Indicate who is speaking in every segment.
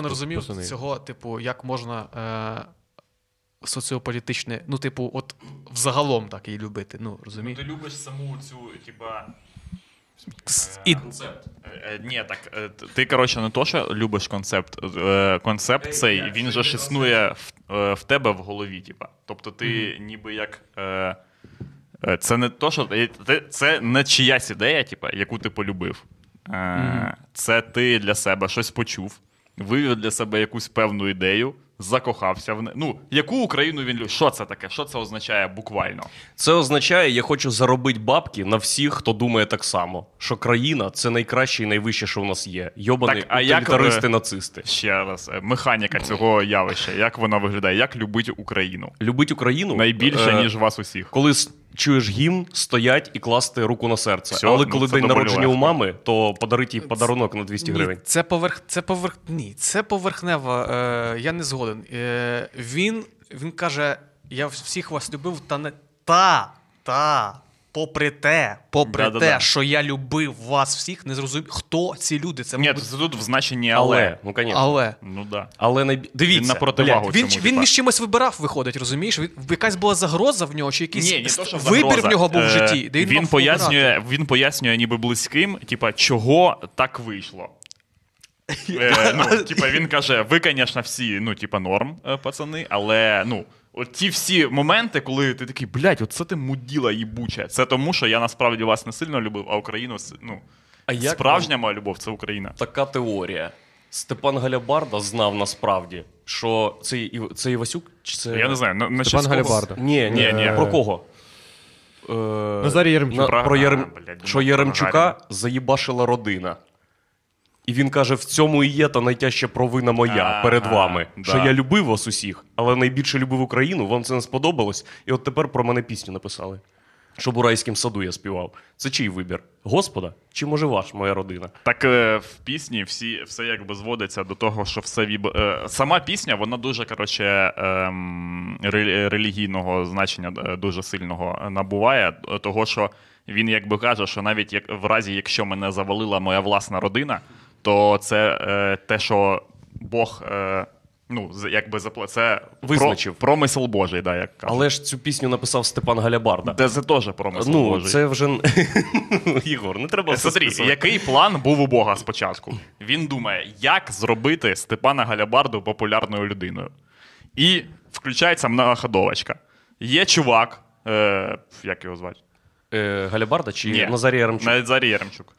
Speaker 1: не розумів
Speaker 2: пацани.
Speaker 1: цього, типу, як можна е, соціополітичне, ну, типу, от взагалом так її любити. Ну,
Speaker 3: Ну,
Speaker 1: розумієш?
Speaker 3: ти любиш саму цю, типа.
Speaker 1: С-
Speaker 3: е,
Speaker 1: і-
Speaker 3: Концепт. Е, Ні, так е, т- ти, коротше, не то, що любиш концепт. е, Концепт цей, він же ж існує в, е, в тебе в голові, типа. Тобто ти ніби як. е, е, Це не то, що ти- ти- це не чиясь ідея, типа, яку ти полюбив. Е,
Speaker 1: Мгм.
Speaker 3: Це ти для себе щось почув, вивів для себе якусь певну ідею, закохався в неї. Ну, яку Україну він любить? Що це таке? Що це означає буквально?
Speaker 2: Це означає, я хочу заробити бабки на всіх, хто думає так само, що країна це найкраще і найвище, що в нас є. Йобані
Speaker 3: Так, а як е,
Speaker 2: утилітаристи,
Speaker 3: ви-
Speaker 2: нацисти.
Speaker 3: Ще раз, е, механіка цього явища, як вона виглядає, як любить Україну?
Speaker 2: Любить Україну
Speaker 3: Найбільше,
Speaker 2: е,
Speaker 3: ніж вас усіх.
Speaker 2: коли с- чуєш гімн, стоять і класти руку на серце.
Speaker 3: Всьо,
Speaker 2: Але
Speaker 3: ну,
Speaker 2: коли
Speaker 3: це
Speaker 2: день
Speaker 3: доволі
Speaker 2: народження у
Speaker 3: легко.
Speaker 2: мами, то подарити їй подарунок на 200 гривень.
Speaker 1: Ні, це поверх, це поверх, ні, це поверхнева. Е, я не згоден. Е, він, він каже: я всіх вас любив, та не та, та. Попри те, попри
Speaker 3: Да-да-да.
Speaker 1: те, що я любив вас всіх, не зрозумів, хто ці люди. Це
Speaker 3: Ні,
Speaker 1: мабуть,
Speaker 3: це тут в значенні але.
Speaker 2: Але, ну звісно.
Speaker 1: але.
Speaker 3: Ну да.
Speaker 2: Але найбі... дивіться,
Speaker 3: Він на противагу
Speaker 2: блядь,
Speaker 1: Він,
Speaker 3: цьому,
Speaker 1: він
Speaker 3: типа.
Speaker 1: між чимось вибирав, виходить, розумієш? Він, якась була загроза в нього, чи якийсь
Speaker 3: Ні, не то, що
Speaker 1: вибір
Speaker 3: загроза.
Speaker 1: в нього був в
Speaker 3: Е,
Speaker 1: житті. Де
Speaker 3: Він,
Speaker 1: він, мав вибирати.
Speaker 3: пояснює, він пояснює ніби близьким, типа, чого так вийшло. Е, ну, типа, він каже: ви, звісно, всі, ну, типа, норм, е, пацани, але ну. От ті всі моменти, коли ти такий, блядь, оце ти муділа їбуча. Це тому, що я насправді вас не сильно любив, а Україну с- ну,
Speaker 2: а як
Speaker 3: справжня моя любов це Україна.
Speaker 2: така теорія. Степан Галябарда знав насправді, що це, Ів- це Івасюк? Чи це...
Speaker 3: Я не знаю, на, на
Speaker 4: Степан
Speaker 3: щось кого-
Speaker 4: Галібарда.
Speaker 2: Ні, ні,
Speaker 3: Ні,
Speaker 2: ні.
Speaker 3: ні.
Speaker 2: Про кого? Е,
Speaker 4: Назар Єремчук.
Speaker 2: на-
Speaker 3: Про-
Speaker 2: Про Єрем...
Speaker 3: а, блядь, ну,
Speaker 2: що
Speaker 3: думав,
Speaker 2: Єремчука
Speaker 3: Гагарін.
Speaker 2: заїбашила родина. І він каже: в цьому і є та найтяжча провина моя
Speaker 3: Ага,
Speaker 2: перед вами.
Speaker 3: да.
Speaker 2: Що я любив вас усіх, але найбільше любив Україну, вам це не сподобалось. І от тепер про мене пісню написали. Щоб у райському саду я співав. Це чий вибір? Господа? Чи може ваш, моя родина?
Speaker 3: Так е, в пісні всі, все якби зводиться до того, що все віб... е, сама пісня, вона дуже коротше, ем, релі- релігійного значення е, дуже сильного набуває. е, Того, що він якби каже, що навіть як в разі, якщо мене завалила моя власна родина, то це е, те, що Бог. Е, Ну, з- якби запла... це про-
Speaker 2: Визначив.
Speaker 3: промисел Божий, да, як кажуть.
Speaker 2: Але ж цю пісню написав Степан Галябарда.
Speaker 3: Де це теж промисел
Speaker 2: Ну,
Speaker 3: Божий.
Speaker 2: це вже. н- Ігор, не треба все
Speaker 3: Е, Смотри,
Speaker 2: списувати.
Speaker 3: який план був у Бога спочатку? Він думає, як зробити Степана Галябарду популярною людиною. І включається многоходовочка. Є чувак, е, як його звати?
Speaker 2: Е, Галябарда чи Назарій Яремчук?
Speaker 3: Назарій Яремчук.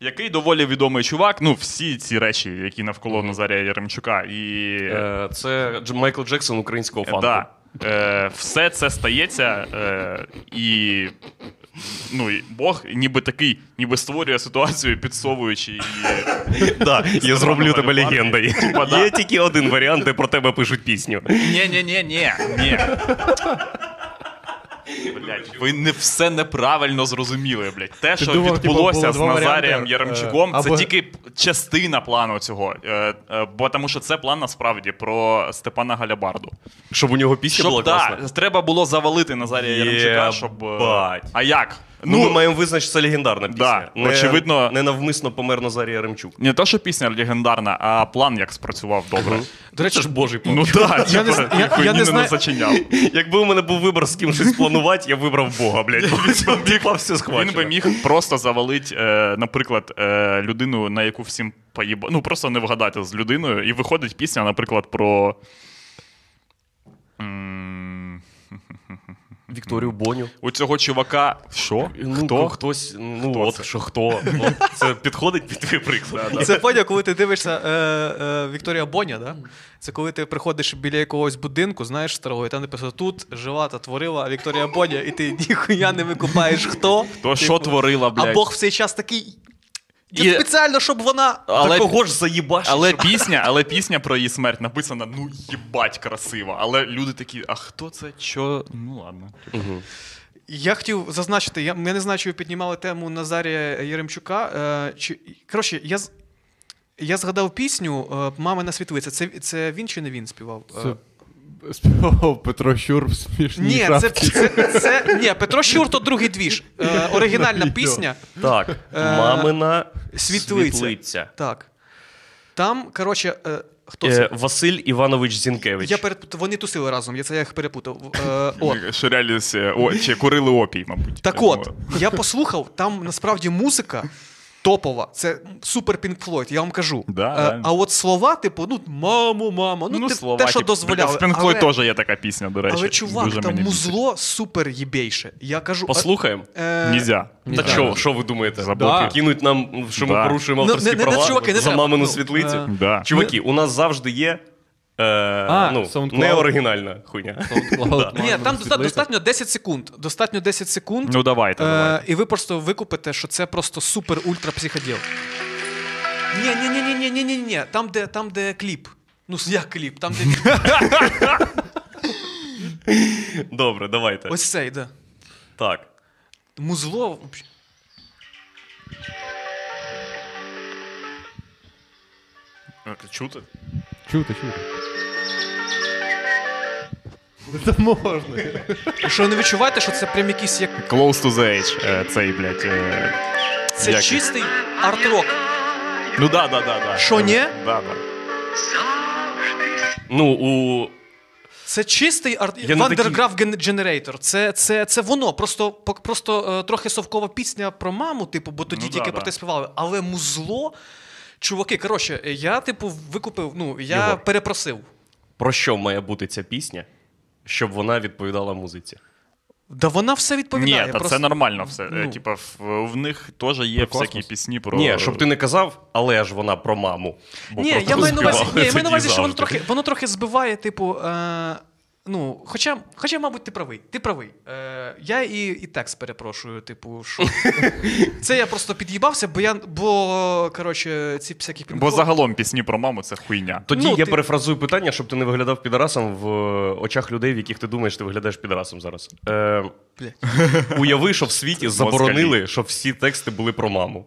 Speaker 3: Який доволі відомий чувак. Ну, всі ці речі, які навколо Назарія Яремчука, і
Speaker 2: Е, Це Дж- Майкл Джексон українського фанку.
Speaker 3: Да. Е, все це стається, е, і, ну, і Бог ніби такий, ніби створює ситуацію, підсовуючи її.
Speaker 2: Да, я зроблю тебе легендою.
Speaker 3: Типа, да.
Speaker 2: Є тільки один варіант, де про тебе пишуть пісню.
Speaker 3: Ні, ні, ні, ні, ні. Блять, ви не все неправильно зрозуміли, блядь. Те, що
Speaker 4: думав, типу,
Speaker 3: відбулося
Speaker 4: було
Speaker 3: з
Speaker 4: два
Speaker 3: Назарієм
Speaker 4: варіанти,
Speaker 3: Яремчуком,
Speaker 4: е,
Speaker 3: це
Speaker 4: або-
Speaker 3: тільки п- частина плану цього. Е, е, Бо тому що це план насправді про Степана Галябарду.
Speaker 2: Щоб у нього пісня була
Speaker 3: Щоб
Speaker 2: класна.
Speaker 3: так, треба було завалити Назарія Яремчука, щоб. е,
Speaker 2: Єбать.
Speaker 3: А як?
Speaker 2: Ну, ми маємо визначити, це легендарна пісня.
Speaker 3: Да, очевидно.
Speaker 2: Не навмисно помер Назарій Яремчук.
Speaker 3: не то, що пісня легендарна, а план як спрацював добре.
Speaker 1: До речі,
Speaker 2: ж божий план.
Speaker 3: Ну так,
Speaker 1: Я не зна- я- я не
Speaker 3: не
Speaker 1: знаю-
Speaker 3: зачиняв.
Speaker 2: Якби у мене був вибір з ким щось планувати, я вибрав Бога, блядь. Типа все схвачено.
Speaker 3: Він би міг просто завалити, е, наприклад, е, людину, на яку всім поїба. Ну, просто не вгадати з людиною. І виходить пісня, наприклад, про. м,
Speaker 2: Вікторію Боню.
Speaker 3: У цього чувака. Що?
Speaker 2: Ну,
Speaker 3: Хто?
Speaker 2: Хтось, ну
Speaker 3: Хто
Speaker 2: от
Speaker 3: це?
Speaker 2: що хто. От, Це підходить під твій приклад.
Speaker 1: Це Федя, коли ти дивишся е, е, Вікторія Боня, да? це коли ти приходиш біля якогось будинку, знаєш старого, і там написано тут жила та творила Вікторія Боня, і ти ніхуя не викупаєш хто. Типу,
Speaker 3: То що творила,
Speaker 1: А
Speaker 3: блядь?
Speaker 1: Бог в цей час такий. Я
Speaker 3: І-
Speaker 1: спеціально, щоб вона.
Speaker 2: Але... кого ж заїбаш?
Speaker 3: Але пісня, але пісня про її смерть написана ну їбать красиво. Але люди такі, а хто це? Чо? Ну ладно.
Speaker 1: Я хотів зазначити, я, я не знаю, чи ви піднімали тему Назарія Єремчука. Е, чи, коротше, я, з- я згадав пісню е, Мамина світлиця. Це, це він чи не він співав? Е,
Speaker 4: Це співав Петро Щур в смішній
Speaker 1: Ні, це,
Speaker 4: шапці.
Speaker 1: це, це ні, Петро Щур то другий двіж. Е, оригінальна
Speaker 4: Йо.
Speaker 1: пісня.
Speaker 2: Так, мамина
Speaker 1: світлиця.
Speaker 2: світлиця.
Speaker 1: Так. Там, коротше, е, Хто це?
Speaker 2: Василь Іванович Зінкевич.
Speaker 1: Я перед... Вони тусили разом, я це я їх перепутав. Е, от.
Speaker 3: Ширялись, е, о, чи курили опій, мабуть.
Speaker 1: Так
Speaker 3: Я
Speaker 1: от,
Speaker 3: думаю.
Speaker 1: я послухав, там насправді музика топова. Це супер Pink Floyd, я вам кажу.
Speaker 3: Да,
Speaker 1: Е,
Speaker 3: реально.
Speaker 1: а от слова, типу, ну, мамо, мамо, ну, ти- те, що
Speaker 3: типу,
Speaker 1: дозволяли.
Speaker 3: З Pink Floyd
Speaker 1: але,
Speaker 3: теж є така пісня, до речі.
Speaker 1: але чувак,
Speaker 3: дуже
Speaker 1: там
Speaker 3: мені бісить.
Speaker 1: музло супер їбейше. Я кажу, а-
Speaker 2: Послухаємо.
Speaker 1: е,
Speaker 3: Нельзя.
Speaker 2: Та
Speaker 1: да.
Speaker 2: що, що ви думаєте?
Speaker 3: Заблокуй.
Speaker 2: Кинуть нам, що ми
Speaker 3: Да.
Speaker 2: порушуємо
Speaker 1: Ну,
Speaker 2: авторські
Speaker 1: не- не- не,
Speaker 2: права
Speaker 1: чуваки, не
Speaker 2: за
Speaker 1: треба.
Speaker 2: мамину
Speaker 1: Ну,
Speaker 2: світлицю?
Speaker 1: е,
Speaker 3: Да.
Speaker 2: Чуваки, у нас завжди є е, ну,
Speaker 4: SoundCloud.
Speaker 2: неоригінальна хуйня.
Speaker 4: SoundCloud,
Speaker 1: Ні,
Speaker 4: Мамина
Speaker 1: там доста-
Speaker 4: світлиця.
Speaker 1: достатньо 10 секунд. Достатньо 10 секунд.
Speaker 3: Ну давайте,
Speaker 1: Е,
Speaker 3: давайте.
Speaker 1: і ви просто викупите, що це просто супер ультра психоділ. Ні, ні, ні, ні, ні, ні, ні, ні. Там, де, там, де кліп. Ну, с- як кліп? Там, де
Speaker 2: Добре, давайте.
Speaker 1: ось цей, да.
Speaker 2: Так.
Speaker 1: Музло. вообще.
Speaker 2: Е,
Speaker 3: Чути?
Speaker 4: Чути, чути. Це можна.
Speaker 1: Ви Що не відчуваєте, що це прям якийсь як.
Speaker 3: Close to the edge, е, цей, блядь. е,
Speaker 1: Це
Speaker 3: Як?
Speaker 1: чистий арт-рок.
Speaker 3: Ну да, да, да, да.
Speaker 1: Що, ні?
Speaker 3: Да, да.
Speaker 2: Ну, у
Speaker 1: Це чистий арт
Speaker 2: Я не такий-
Speaker 1: Вандерграф Generator. Це, це, це воно. Просто, по- просто е, трохи совкова пісня про маму, типу, бо тоді
Speaker 3: Ну да,
Speaker 1: тільки
Speaker 3: да.
Speaker 1: про те співали. Але музло. Чуваки, коротше, я, типу, викупив, ну, я
Speaker 2: Єгор.
Speaker 1: перепросив.
Speaker 2: про що має бути ця пісня, щоб вона відповідала музиці?
Speaker 1: Да вона все
Speaker 3: Ні,
Speaker 1: відповідає.
Speaker 3: та
Speaker 1: просто...
Speaker 3: це нормально все.
Speaker 1: Ну.
Speaker 3: Ну. Типа, в, в них теж є
Speaker 4: Про
Speaker 3: всякі
Speaker 4: космос?
Speaker 3: пісні про.
Speaker 2: Ні, щоб ти не казав, але ж вона про маму. Бо
Speaker 1: Ні,
Speaker 2: просто
Speaker 1: я маю на увазі, ні,
Speaker 2: співали
Speaker 1: я маю на увазі,
Speaker 2: тоді
Speaker 1: що воно
Speaker 2: завжди.
Speaker 1: трохи, воно трохи збиває, типу. Е... Ну, хоча, хоча, мабуть, ти правий. Ти правий. Е, я і, і текст перепрошую, типу, що. Це я просто під'їбався, бо я. Бо, коротше, ці всякі
Speaker 3: Бо загалом пісні про маму це хуйня.
Speaker 2: Тоді
Speaker 1: Ну,
Speaker 2: я
Speaker 1: ти-
Speaker 2: перефразую питання, щоб ти не виглядав підарасом в е, очах людей, в яких ти думаєш, ти виглядаєш підарасом зараз. Е,
Speaker 1: Блядь.
Speaker 2: уяви, що в світі заборонили, щоб всі тексти були про маму.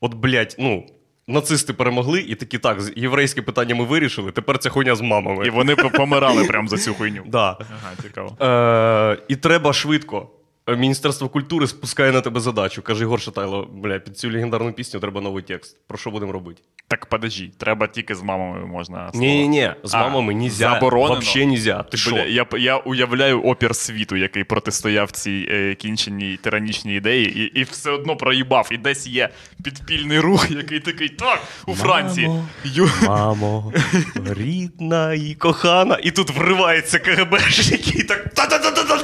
Speaker 2: От, блядь, ну, нацисти перемогли, і такі так, з- єврейське питання ми вирішили, тепер ця хуйня з мамами.
Speaker 3: І вони п- помирали прям за цю хуйню.
Speaker 2: Да.
Speaker 3: Ага, цікаво.
Speaker 2: Е, і треба швидко. Е, Міністерство культури спускає на тебе задачу. Каже Ігор Шатайло, бля, під цю легендарну пісню треба новий текст. Про що будемо робити?
Speaker 3: Так подожди, треба тільки з мамами можна. слово.
Speaker 2: Ні, ні, ні, з
Speaker 3: А,
Speaker 2: мамами нельзя.
Speaker 3: заборонено?
Speaker 2: Вообще нельзя. Ти що?
Speaker 3: Бля, я, п- я уявляю опір світу, який протистояв цій е, кінченій тиранічній ідеї, і, і все одно проїбав. І десь є підпільний рух, який такий так у Франції. Ю...
Speaker 2: Мамо, рідна і кохана. І тут вривається КГБшник і так. та-та-та-та-та.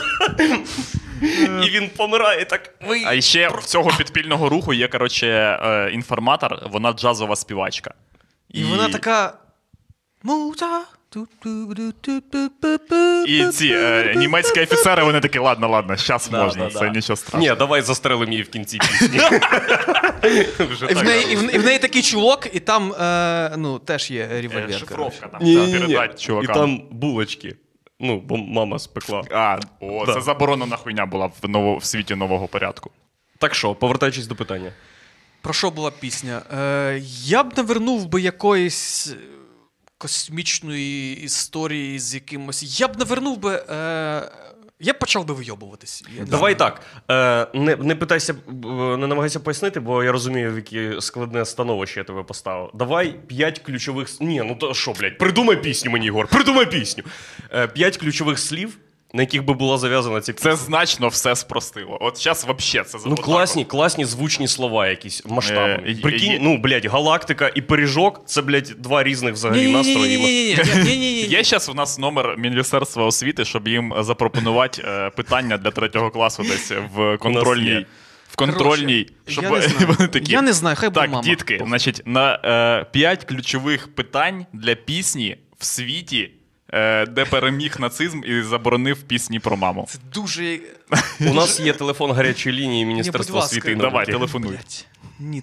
Speaker 2: І він помирає так. Ви...
Speaker 3: А ще в цього підпільного руху є, коротше, е, інформатор, вона джазова співачка.
Speaker 1: І, вона така. Муза.
Speaker 3: І ці е, німецькі офіцери, вони такі, ладно, ладно, щас
Speaker 2: Да,
Speaker 3: можна,
Speaker 2: да, да.
Speaker 3: це нічого страшного.
Speaker 2: Ні, давай застрелимо її в кінці пісні. Вже
Speaker 1: І в,
Speaker 2: так.
Speaker 1: неї, і, в, і в неї такий чулок, і там е, ну, теж є
Speaker 3: Е,
Speaker 1: револьвер. коротше.
Speaker 3: Шифровка там
Speaker 2: Ні,
Speaker 3: та,
Speaker 2: ні, ні.
Speaker 3: передать
Speaker 2: І
Speaker 3: чувакам.
Speaker 2: там булочки. Ну, бо мама спекла.
Speaker 3: А, о,
Speaker 2: Да.
Speaker 3: це заборонена хуйня була в, ново, в світі нового порядку.
Speaker 2: Так що, повертаючись до питання.
Speaker 1: Про що була пісня? Е, я б не вернув би якоїсь е, космічної історії з якимось. Я б не вернув би. Е, я б почав би вийобуватись. Я не
Speaker 2: Давай
Speaker 1: знаю.
Speaker 2: так. Е, не, не питайся, б- не намагайся пояснити, бо я розумію, в яке складне становище я тебе поставив. Давай п'ять ключових. с- Ні, ну то що, блядь, придумай пісню мені, Ігор, придумай пісню. Е, п'ять ключових слів, на яких би була зав'язана ця пісня.
Speaker 3: Це значно все спростило. От зараз взагалі це
Speaker 2: Ну,
Speaker 3: отак
Speaker 2: класні,
Speaker 3: от.
Speaker 2: класні звучні слова якісь
Speaker 3: Е,
Speaker 2: масштабні.
Speaker 3: є-
Speaker 2: Прикинь,
Speaker 3: є-
Speaker 2: ну, блядь, галактика і пиріжок це, блядь, два різних взагалі настрої. і
Speaker 1: Ні-ні-ні-ні-ні-ні, ні-ні-ні-ні.
Speaker 3: Є зараз у нас номер Міністерства освіти, щоб їм запропонувати е, питання для третього класу десь в
Speaker 2: є.
Speaker 3: контрольній. В контрольній,
Speaker 1: Коротше,
Speaker 3: щоб
Speaker 1: я не знаю.
Speaker 3: вони такі.
Speaker 1: Я не знаю, хай буде
Speaker 3: так,
Speaker 1: мама.
Speaker 3: дітки, значить, на е, п'ять ключових питань для пісні в світі, е, де переміг нацизм і заборонив пісні про маму.
Speaker 1: Це дуже.
Speaker 2: У нас є телефон гарячої лінії
Speaker 1: будь
Speaker 2: Міністерства
Speaker 1: ласка.
Speaker 2: освіти. і
Speaker 3: Давай,
Speaker 2: науки.
Speaker 3: телефонуй.
Speaker 1: Блять. Ні.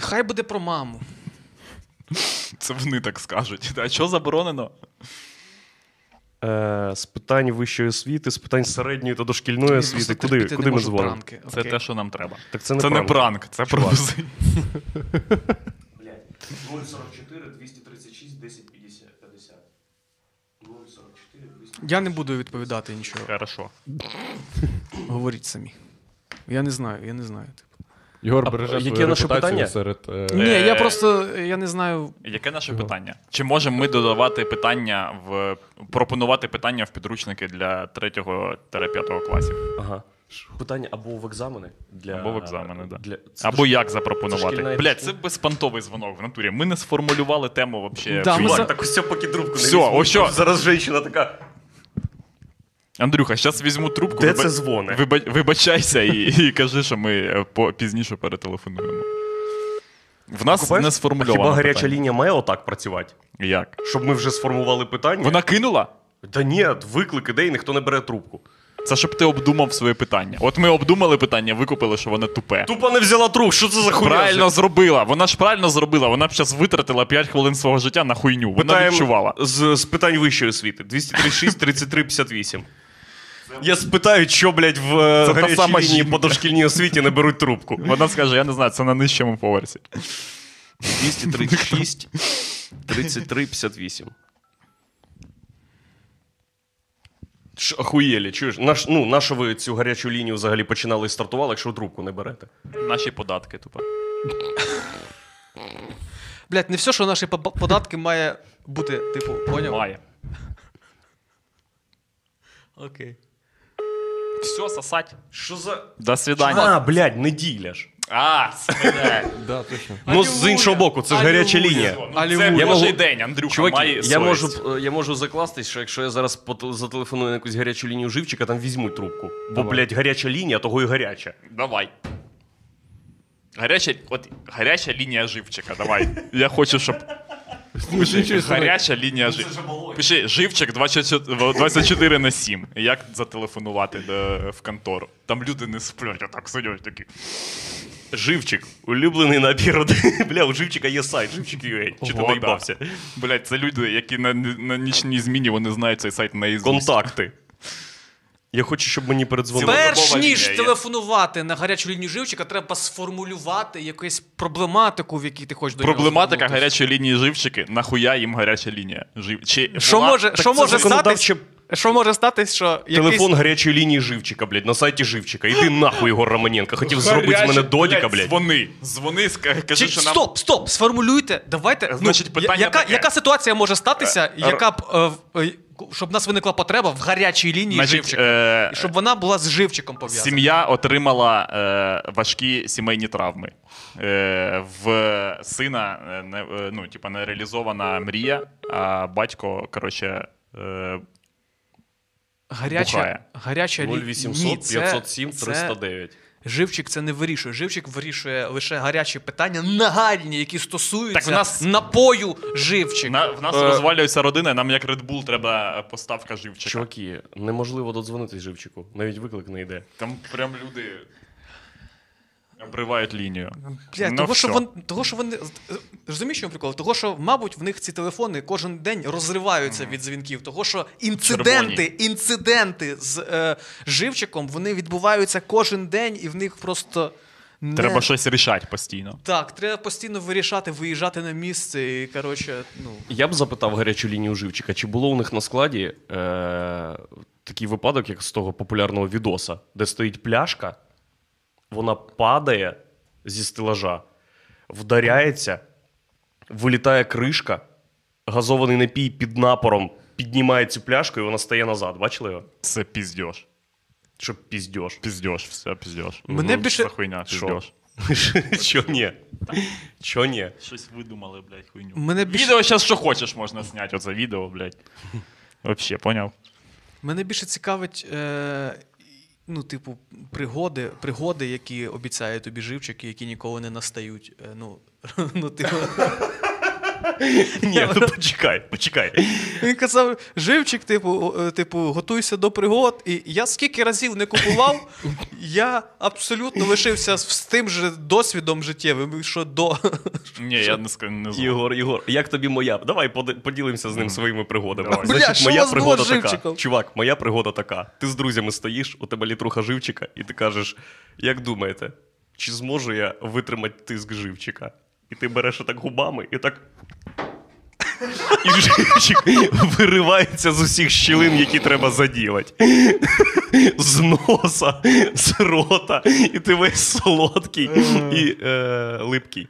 Speaker 1: Хай буде про маму.
Speaker 3: Це вони так скажуть. А що заборонено?
Speaker 2: Е, з питань вищої освіти, з питань середньої та дошкільної освіти. Куди,
Speaker 1: Терпіти не
Speaker 2: куди ми
Speaker 1: можу
Speaker 2: дзвонимо?
Speaker 1: пранки.
Speaker 3: Це
Speaker 1: Окей.
Speaker 3: те, що нам треба.
Speaker 2: Так це не
Speaker 3: це
Speaker 2: пранк.
Speaker 3: не пранк, це пропозиція.
Speaker 2: 044 236 1050. 044
Speaker 1: Я не буду відповідати нічого.
Speaker 3: Хорошо.
Speaker 1: Говоріть самі. Я не знаю, я не знаю. Типу.
Speaker 4: Єгор
Speaker 2: А,
Speaker 4: береже
Speaker 2: яке
Speaker 4: свою
Speaker 2: наше питання?
Speaker 4: репутацію серед... е,
Speaker 1: Ні, я
Speaker 3: Е.
Speaker 1: просто я не знаю.
Speaker 3: Яке наше питання? Чи можемо ми додавати питання в пропонувати питання в підручники для 3-5 класів?
Speaker 2: Ага. Питання або в екзамени для
Speaker 3: Або в екзамени, да.
Speaker 2: Для... це
Speaker 3: Або
Speaker 2: ж-
Speaker 3: як
Speaker 2: це
Speaker 3: запропонувати?
Speaker 2: шкільна
Speaker 3: Блять, це
Speaker 2: історія.
Speaker 3: безпонтовий дзвонок в натурі. Ми не сформулювали тему взагалі.
Speaker 1: Да, ми
Speaker 2: Чувак,
Speaker 1: за-
Speaker 2: так ось поки трубку не
Speaker 3: Всьо,
Speaker 2: візьму.
Speaker 3: ось що.
Speaker 2: Зараз жінка така.
Speaker 3: Андрюха, зараз візьму трубку.
Speaker 2: Де
Speaker 3: виба-
Speaker 2: це дзвони?
Speaker 3: виба- Вибачайся і, і кажи, що ми е, по- пізніше перетелефонуємо. В нас
Speaker 2: Купаєш?
Speaker 3: не
Speaker 2: А
Speaker 3: сформульовано.
Speaker 2: Хіба гаряча
Speaker 3: питання.
Speaker 2: лінія має отак працювати?
Speaker 3: Як?
Speaker 2: Щоб ми вже сформували питання.
Speaker 3: Вона кинула?
Speaker 2: Та ні, виклик іде, і ніхто не бере трубку.
Speaker 3: Це щоб ти обдумав своє питання. От ми обдумали питання, викупили, що воно тупе.
Speaker 2: Тупо не взяла трубку, що це за хуйня?
Speaker 3: Правильно зробила. Вона ж правильно зробила. Вона б зараз витратила 5 хвилин свого життя на хуйню. Вона
Speaker 2: Питаємо
Speaker 3: відчувала.
Speaker 2: З, з питань вищої освіти. 236, 33, 58. Я спитаю, що, блядь, в е,
Speaker 3: Це та
Speaker 2: гарячій
Speaker 3: сама
Speaker 2: лінії
Speaker 3: жінка.
Speaker 2: по дошкільній освіті не беруть трубку.
Speaker 3: Вона скаже, я не знаю, це на нижчому поверсі.
Speaker 2: 236, 33, 58. Ш, охуєлі, чуєш? Наш, ну, на що ви цю гарячу лінію взагалі починали і стартували, якщо ви трубку не берете?
Speaker 3: Наші податки, тупо.
Speaker 1: Блять, не все, що наші поба- податки має бути, типу, поняв?
Speaker 3: Має.
Speaker 1: Окей.
Speaker 3: Все, сосать.
Speaker 2: Що за.
Speaker 3: До свидання.
Speaker 2: А, блядь, неділя ж.
Speaker 3: А, свиня.
Speaker 4: Да, точно.
Speaker 2: Ну, з іншого боку, це ж гаряча лінія.
Speaker 3: Це
Speaker 1: Алілуя.
Speaker 2: Я можу-
Speaker 3: божий день, Андрюха,
Speaker 2: Чуваки,
Speaker 3: має
Speaker 2: я
Speaker 3: совість.
Speaker 2: можу, б- е, я можу закластись, що якщо я зараз пот- зателефоную на якусь гарячу лінію живчика, там візьмуть трубку. Бо,
Speaker 4: Давай.
Speaker 2: блядь, гаряча лінія, того і гаряча.
Speaker 3: Давай. Гаряча, от, гаряча лінія живчика, давай. Я хочу, щоб. Пиши, гаряча лінія живчика. Пиши живчик 24, 24 на 7. Як зателефонувати до- в контору? Там люди не сплять, а так сидять такі.
Speaker 2: Живчик, улюблений набір. один. Бля, у живчика є сайт, живчик.ua. Чи ти
Speaker 3: Ого,
Speaker 2: наїбався?
Speaker 3: да. Блядь, це люди, які на, на нічній зміні вони знають цей сайт на
Speaker 2: Контакти. Я хочу, щоб мені передзвонили.
Speaker 3: Цілодобова
Speaker 1: Типу, Перш ніж
Speaker 3: лінія є.
Speaker 1: телефонувати на гарячу лінію живчика, треба сформулювати якусь проблематику, в якій ти хочеш до нього
Speaker 3: Тобто Проблематика
Speaker 1: звернутися.
Speaker 3: гарячої лінії живчики. Нахуя їм гаряча лінія? Жив... Чи
Speaker 1: Що
Speaker 3: була-
Speaker 1: може, що
Speaker 2: це
Speaker 1: може
Speaker 2: законодавче-
Speaker 1: статись? Що може статись, що
Speaker 2: Телефон
Speaker 1: якийсь...
Speaker 2: гарячої лінії живчика, блядь, на сайті живчика. Іди нахуй, Ігор Романенко. Хотів зробити з мене
Speaker 3: Гаряча,
Speaker 2: додіка, блядь.
Speaker 3: Дзвони, дзвони, ска- кажи,
Speaker 1: Чи,
Speaker 3: що нам
Speaker 1: Стоп, стоп, сформулюйте. Давайте. ну,
Speaker 3: Значить, питання
Speaker 1: яка,
Speaker 3: таке.
Speaker 1: яка ситуація може статися,
Speaker 3: Е,
Speaker 1: яка б е, в- е, щоб в нас виникла потреба в гарячій лінії
Speaker 3: Значить,
Speaker 1: живчика?
Speaker 3: е,
Speaker 1: І щоб вона була з живчиком пов'язана.
Speaker 3: сім'я отримала е, важкі сімейні травми. Е, в сина е, не, е, ну, типа, нереалізована мрія, а батько, коротше. Е,
Speaker 1: Гаряча,
Speaker 3: бухає.
Speaker 1: гаряча лі-
Speaker 2: 0800
Speaker 1: Ні, це-
Speaker 2: 507
Speaker 1: це-
Speaker 2: 309.
Speaker 1: Живчик це не вирішує. Живчик вирішує лише гарячі питання, нагальні, які стосуються
Speaker 3: Так в нас-
Speaker 1: напою живчик.
Speaker 3: на, в нас
Speaker 2: Е.
Speaker 3: розвалюється родина, нам як Red Bull треба поставка живчика.
Speaker 2: Чуваки, неможливо додзвонитись живчику. Навіть виклик не йде.
Speaker 3: Там прям люди обривають лінію.
Speaker 1: Бля,
Speaker 3: Ну
Speaker 1: того, що
Speaker 3: всьо.
Speaker 1: вон, того, що вони розумієш, що прикол? Того, що, мабуть, в них ці телефони кожен день розриваються від дзвінків. Того, що інциденти, інциденти з е, живчиком вони відбуваються кожен день, і в них просто не...
Speaker 3: Треба щось рішати постійно.
Speaker 1: Так, треба постійно вирішати, виїжджати на місце і коротше, ну
Speaker 2: Я б запитав гарячу лінію живчика, чи було у них на складі е- такий випадок, як з того популярного відоса, де стоїть пляшка, вона падає зі стелажа, вдаряється, вилітає кришка, газований напій під напором піднімає цю пляшку, і вона стає назад. Бачили його?
Speaker 3: Це піздьош.
Speaker 2: Що піздьош.
Speaker 3: Піздьош, все піздьош.
Speaker 1: Мене більше-
Speaker 3: Це хуйня,
Speaker 2: Що?
Speaker 3: піздьош.
Speaker 2: Чо ні? Чо ні?
Speaker 3: Щось видумали, блядь, хуйню.
Speaker 1: Мене більше-
Speaker 3: Відео зараз що хочеш можна зняти, оце відео, блядь. Вообще, поняв?
Speaker 1: Мене більше цікавить, е, ну, типу, пригоди, пригоди, які обіцяє тобі живчик, і які ніколи не настають. Е, ну, ну, типу,
Speaker 2: Ні, ну почекай, почекай.
Speaker 1: він казав, живчик, типу, е, типу, готуйся до пригод. І я скільки разів не купував, я абсолютно лишився з з тим же досвідом життєвим, що до.
Speaker 3: Ні, я не скажу, не знаю.
Speaker 2: Ігор, Ігор, як тобі моя? Давай поди- поділимося з ним своїми пригодами.
Speaker 3: Давай.
Speaker 1: Бля, що у
Speaker 2: моя
Speaker 1: вас було
Speaker 2: пригода
Speaker 1: з
Speaker 2: така.
Speaker 1: живчиком?
Speaker 2: Чувак, моя пригода така. Ти з друзями стоїш, у тебе літруха живчика, і ти кажеш: як думаєте, чи зможу я витримати тиск живчика? І ти береш отак губами і так. І живчик виривається з усіх щілин, які треба заділати. з носа, з рота, і ти весь солодкий і е, липкий.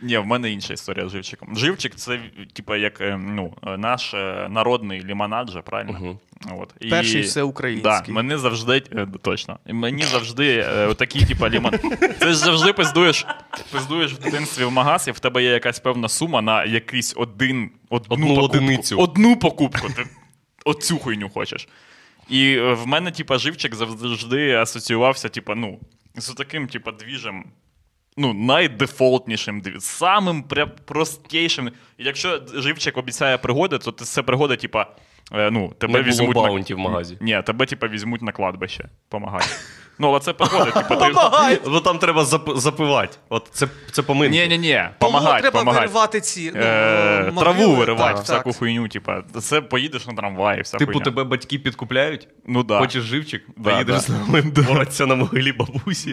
Speaker 3: Ні, в мене інша історія з живчиком. Живчик це типа як е, ну, е, наш е, народний лімонад же, правильно?
Speaker 2: Мгм.
Speaker 3: От. І...
Speaker 1: Перший
Speaker 3: Да,
Speaker 1: всеукраїнський.
Speaker 3: мені завжди е, точно. Мені завжди е, такі, типа лімон. Ти ж завжди пиздуєш, пиздуєш в дитинстві в магаз, і в тебе є якась певна сума на якийсь один одну,
Speaker 2: Одну
Speaker 3: покупку.
Speaker 2: одиницю.
Speaker 3: Одну покупку. Ти оцю хуйню хочеш. І е, в мене, типа, живчик завжди асоціювався, типа, ну, з таким, типа, двіжем ну, найдефолтнішим, див- самим пре- простішим. І якщо живчик обіцяє пригоди, то ти- це пригода, типа, е, ну, тебе
Speaker 2: Не було
Speaker 3: візьмуть
Speaker 2: баунті в магазі.
Speaker 3: Ні, тебе, типа, візьмуть на кладбище, помагати. Ну, але це пригода, типа, ти...
Speaker 2: Ну там треба зап- запивати. От це, це поминки.
Speaker 3: Ні, ні, ні,
Speaker 1: Тому
Speaker 3: помагати,
Speaker 1: треба
Speaker 3: помагати.
Speaker 1: виривати ці ну,
Speaker 3: Е,
Speaker 1: могили.
Speaker 3: Траву виривати,
Speaker 1: Так,
Speaker 3: всяку
Speaker 1: так.
Speaker 3: хуйню, типа, це поїдеш на трамваї, вся
Speaker 2: Типу,
Speaker 3: хуйня.
Speaker 2: тебе батьки підкупляють,
Speaker 3: Ну да.
Speaker 2: хочеш живчик,
Speaker 3: Да,
Speaker 2: поїдеш
Speaker 3: да.
Speaker 2: з нами боротися на могилі бабусі.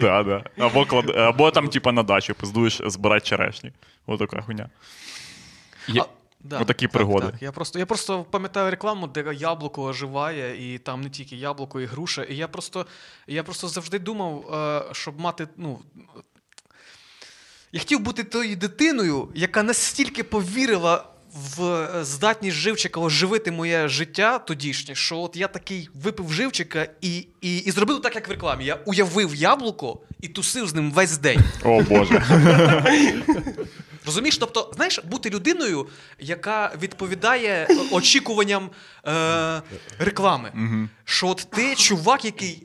Speaker 3: Да, да. Або, клад... Або там, типа, на дачу пиздуєш збирати черешні. Отака хуйня.
Speaker 2: Є-
Speaker 1: А, да.
Speaker 3: Отакі пригоди.
Speaker 1: Так, так. Я, просто, я просто пам'ятаю рекламу, де яблуко оживає, і там не тільки яблуко, і груша. І я просто, я просто завжди думав, е, щоб мати. Ну, я хотів бути тою дитиною, яка настільки повірила в е, здатність живчика оживити моє життя тодішнє, що от я такий випив живчика і, і, і зробив так, як в рекламі. Я уявив яблуко і тусив з ним весь день.
Speaker 3: О, Боже.
Speaker 1: Розумієш, тобто, знаєш, бути людиною, яка відповідає е, очікуванням е, реклами. Що от ти чувак, який.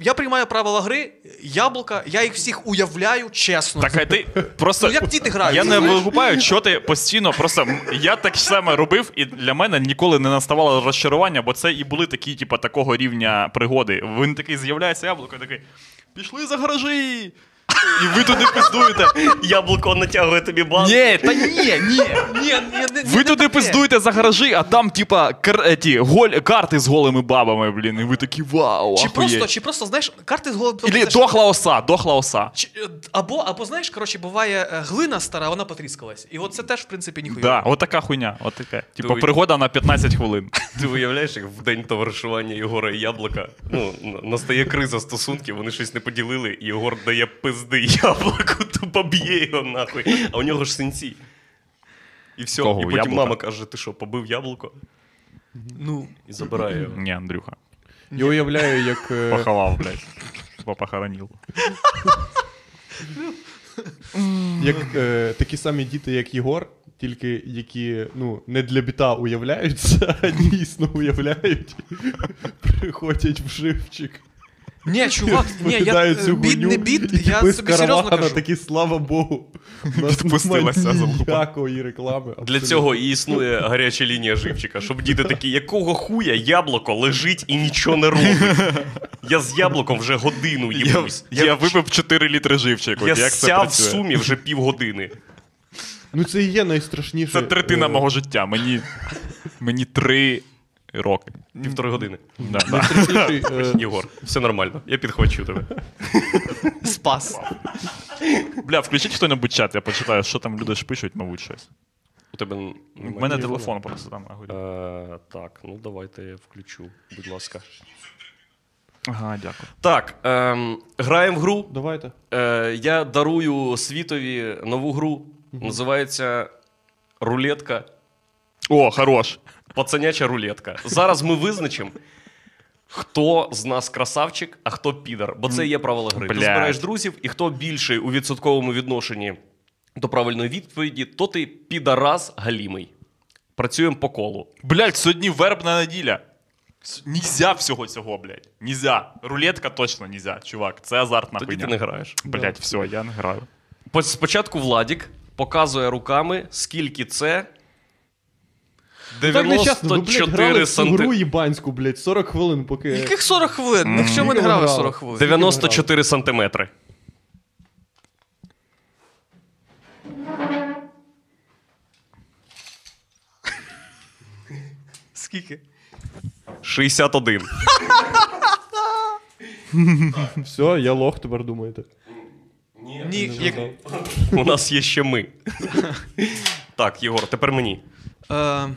Speaker 1: Я приймаю правила гри, яблука, я їх всіх уявляю чесно.
Speaker 3: Так, а ти просто.
Speaker 1: Ну, як діти грають,
Speaker 3: Я не
Speaker 1: знаєш?
Speaker 3: викупаю, що ти постійно. Просто м, я так саме робив, і для мене ніколи не наставало розчарування, бо це і були такі, типу, такого рівня пригоди. Він такий з'являється яблуко, і такий. Пішли за гаражі! І ви туди пиздуєте.
Speaker 2: Яблуко натягує тобі банку.
Speaker 3: Ні, та ні, ні.
Speaker 1: Ні, ні, ні, ні,
Speaker 3: Ви туди
Speaker 1: не таке.
Speaker 3: пиздуєте за гаражі, а там, типа, кар, е, ті, голь, карти з голими бабами, блін, і ви такі вау.
Speaker 1: Чи просто,
Speaker 3: ахуєть».
Speaker 1: чи просто, знаєш, карти з голови.
Speaker 3: Ілі
Speaker 1: знаєш,
Speaker 3: дохла оса, дохла оса.
Speaker 1: чи- е, або, або, знаєш, коротше, буває е, глина стара, вона потріскалась. І от це теж, в принципі, ніхуя.
Speaker 3: Да, от така хуйня, от така. Типа
Speaker 2: Дуй.
Speaker 3: пригода на 15 хвилин.
Speaker 2: Ти уявляєш, як в день товаришування Єгора і яблука. Ну, н- настає криза стосунків, вони щось не поділили, і Єгор дає пизди яблуку, тупо б'є його нахуй. А у нього ж синці. І все,
Speaker 3: Кого?
Speaker 2: і потім
Speaker 3: Яблука?
Speaker 2: мама каже: ти що, побив яблуко?
Speaker 1: Ну,
Speaker 2: І забирає його.
Speaker 3: Ні, Андрюха.
Speaker 4: Я уявляю, як. е,
Speaker 3: Поховав, блядь. Типа похоронил.
Speaker 4: Як е, такі самі діти, як Єгор, тільки які ну, не для біта уявляються, а дійсно уявляють, приходять в живчик.
Speaker 1: ні, чувак, ні, я
Speaker 4: розповідають
Speaker 1: е,
Speaker 4: цю
Speaker 1: бід,
Speaker 4: гульню,
Speaker 1: не бід,
Speaker 4: і
Speaker 1: я
Speaker 4: типи з
Speaker 1: собі серйозно
Speaker 4: каравана
Speaker 1: кажу.
Speaker 4: такі, слава Богу. У нас
Speaker 3: Відпустилася
Speaker 4: немає
Speaker 3: залупа.
Speaker 4: Ніякої реклами.
Speaker 2: Для
Speaker 4: абсолютно.
Speaker 2: цього і існує гаряча лінія живчика, щоб діти такі, якого хуя яблуко лежить і нічого не робить. Я з яблуком вже годину їбусь.
Speaker 3: Я, випив 4 літри живчику.
Speaker 2: Я
Speaker 3: Як це
Speaker 2: сяв в
Speaker 3: працює?
Speaker 2: сумі вже півгодини.
Speaker 4: Ну це і є найстрашніше.
Speaker 3: Це третина
Speaker 4: е,
Speaker 3: мого життя. Мені, мені 3 роки.
Speaker 2: Півтори години.
Speaker 3: Да, да.
Speaker 4: найстрашніший, е,
Speaker 2: Єгор, все нормально, я підхвачу тебе.
Speaker 1: Спас.
Speaker 3: Бля, включіть хто-небудь чат, я почитаю, що там люди ж пишуть, мабуть, щось.
Speaker 2: У тебе
Speaker 3: У
Speaker 2: немає
Speaker 3: мене
Speaker 2: телефону?
Speaker 3: телефон просто там. агурі.
Speaker 2: Е, так, ну давайте я включу, будь ласка.
Speaker 3: Ага, дякую.
Speaker 2: Так, ем, граємо в гру.
Speaker 4: Давайте.
Speaker 2: Е, я дарую світові нову гру. Називається Рулетка.
Speaker 3: О, хорош.
Speaker 2: Пацаняча рулетка. Зараз ми визначимо, хто з нас красавчик, а хто підар. Бо це є правила гри. Ти
Speaker 3: Блядь.
Speaker 2: збираєш друзів, і хто більший у відсотковому відношенні до правильної відповіді, то ти підарас галімий. Працюємо по колу.
Speaker 3: Блядь, сьогодні вербна неділя. С- Нізя всього цього, блядь. Нізя. Рулетка точно нізя, чувак. Це азартна
Speaker 2: Тоді
Speaker 3: хуйня.
Speaker 2: ти не граєш.
Speaker 3: Блядь, все, я не граю.
Speaker 2: По- Спочатку Владік показує руками, скільки це.
Speaker 4: Ну, Так нещасно, ви, блядь, грали
Speaker 2: 94
Speaker 4: в цю гру
Speaker 2: санти...
Speaker 4: їбанську, блядь, 40 хвилин, поки...
Speaker 1: Яких 40 хвилин? Якщо ми Е, не
Speaker 4: Скільки
Speaker 1: грали
Speaker 4: грали?
Speaker 1: 40 хвилин.
Speaker 2: 94 сантиметри.
Speaker 1: Скільки?
Speaker 2: 61.
Speaker 4: Все, я лох тепер думаєте.
Speaker 1: Ні, як...
Speaker 2: У нас є ще ми. Так, Єгор, тепер мені.
Speaker 1: Е,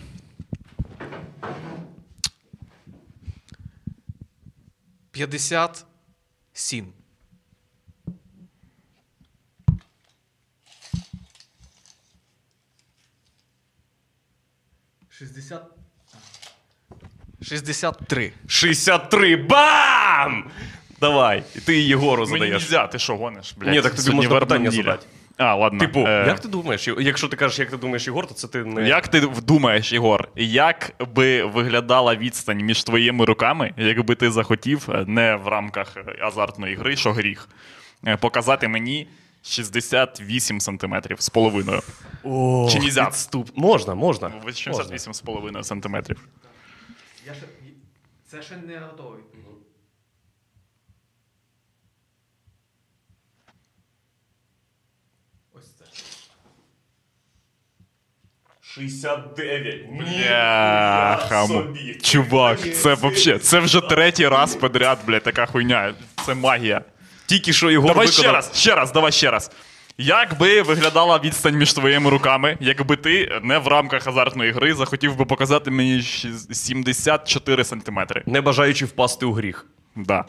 Speaker 1: 57. Шістдесят. 63.
Speaker 2: 63. Бам! Давай. І ти Єгору
Speaker 3: Мені
Speaker 2: задаєш.
Speaker 3: нельзя, ти що гониш, блядь?
Speaker 2: Ні, так тобі
Speaker 3: Сьогодні
Speaker 2: можна
Speaker 3: вербна
Speaker 2: питання
Speaker 3: неділя.
Speaker 2: задати.
Speaker 3: А, ладно.
Speaker 2: Типу,
Speaker 3: Е,
Speaker 2: як ти думаєш? Якщо ти кажеш, як ти думаєш, Єгор, то це ти не.
Speaker 3: Як ти думаєш, Ігор, як би виглядала відстань між твоїми руками, якби ти захотів е, не в рамках е, азартної гри, що гріх, е, показати мені 68 сантиметрів з половиною?
Speaker 2: О,
Speaker 3: Чи нельзя?
Speaker 2: відступ. Можна, можна.
Speaker 3: Ну, Ви
Speaker 2: можна.
Speaker 3: 68 з половиною сантиметрів.
Speaker 1: Я ще... Це ще не готовий. Ось це.
Speaker 2: 69.
Speaker 3: Бляха. Чувак, це вообще, це вже третій раз подряд, бля, така хуйня. Це магія.
Speaker 2: Тільки що Єгор
Speaker 3: давай
Speaker 2: виконав.
Speaker 3: ще раз, ще раз, давай ще раз. Як би виглядала відстань між твоїми руками, якби ти не в рамках азартної гри захотів би показати мені щ- 74 сантиметри?
Speaker 2: Не бажаючи впасти у гріх.
Speaker 3: Да.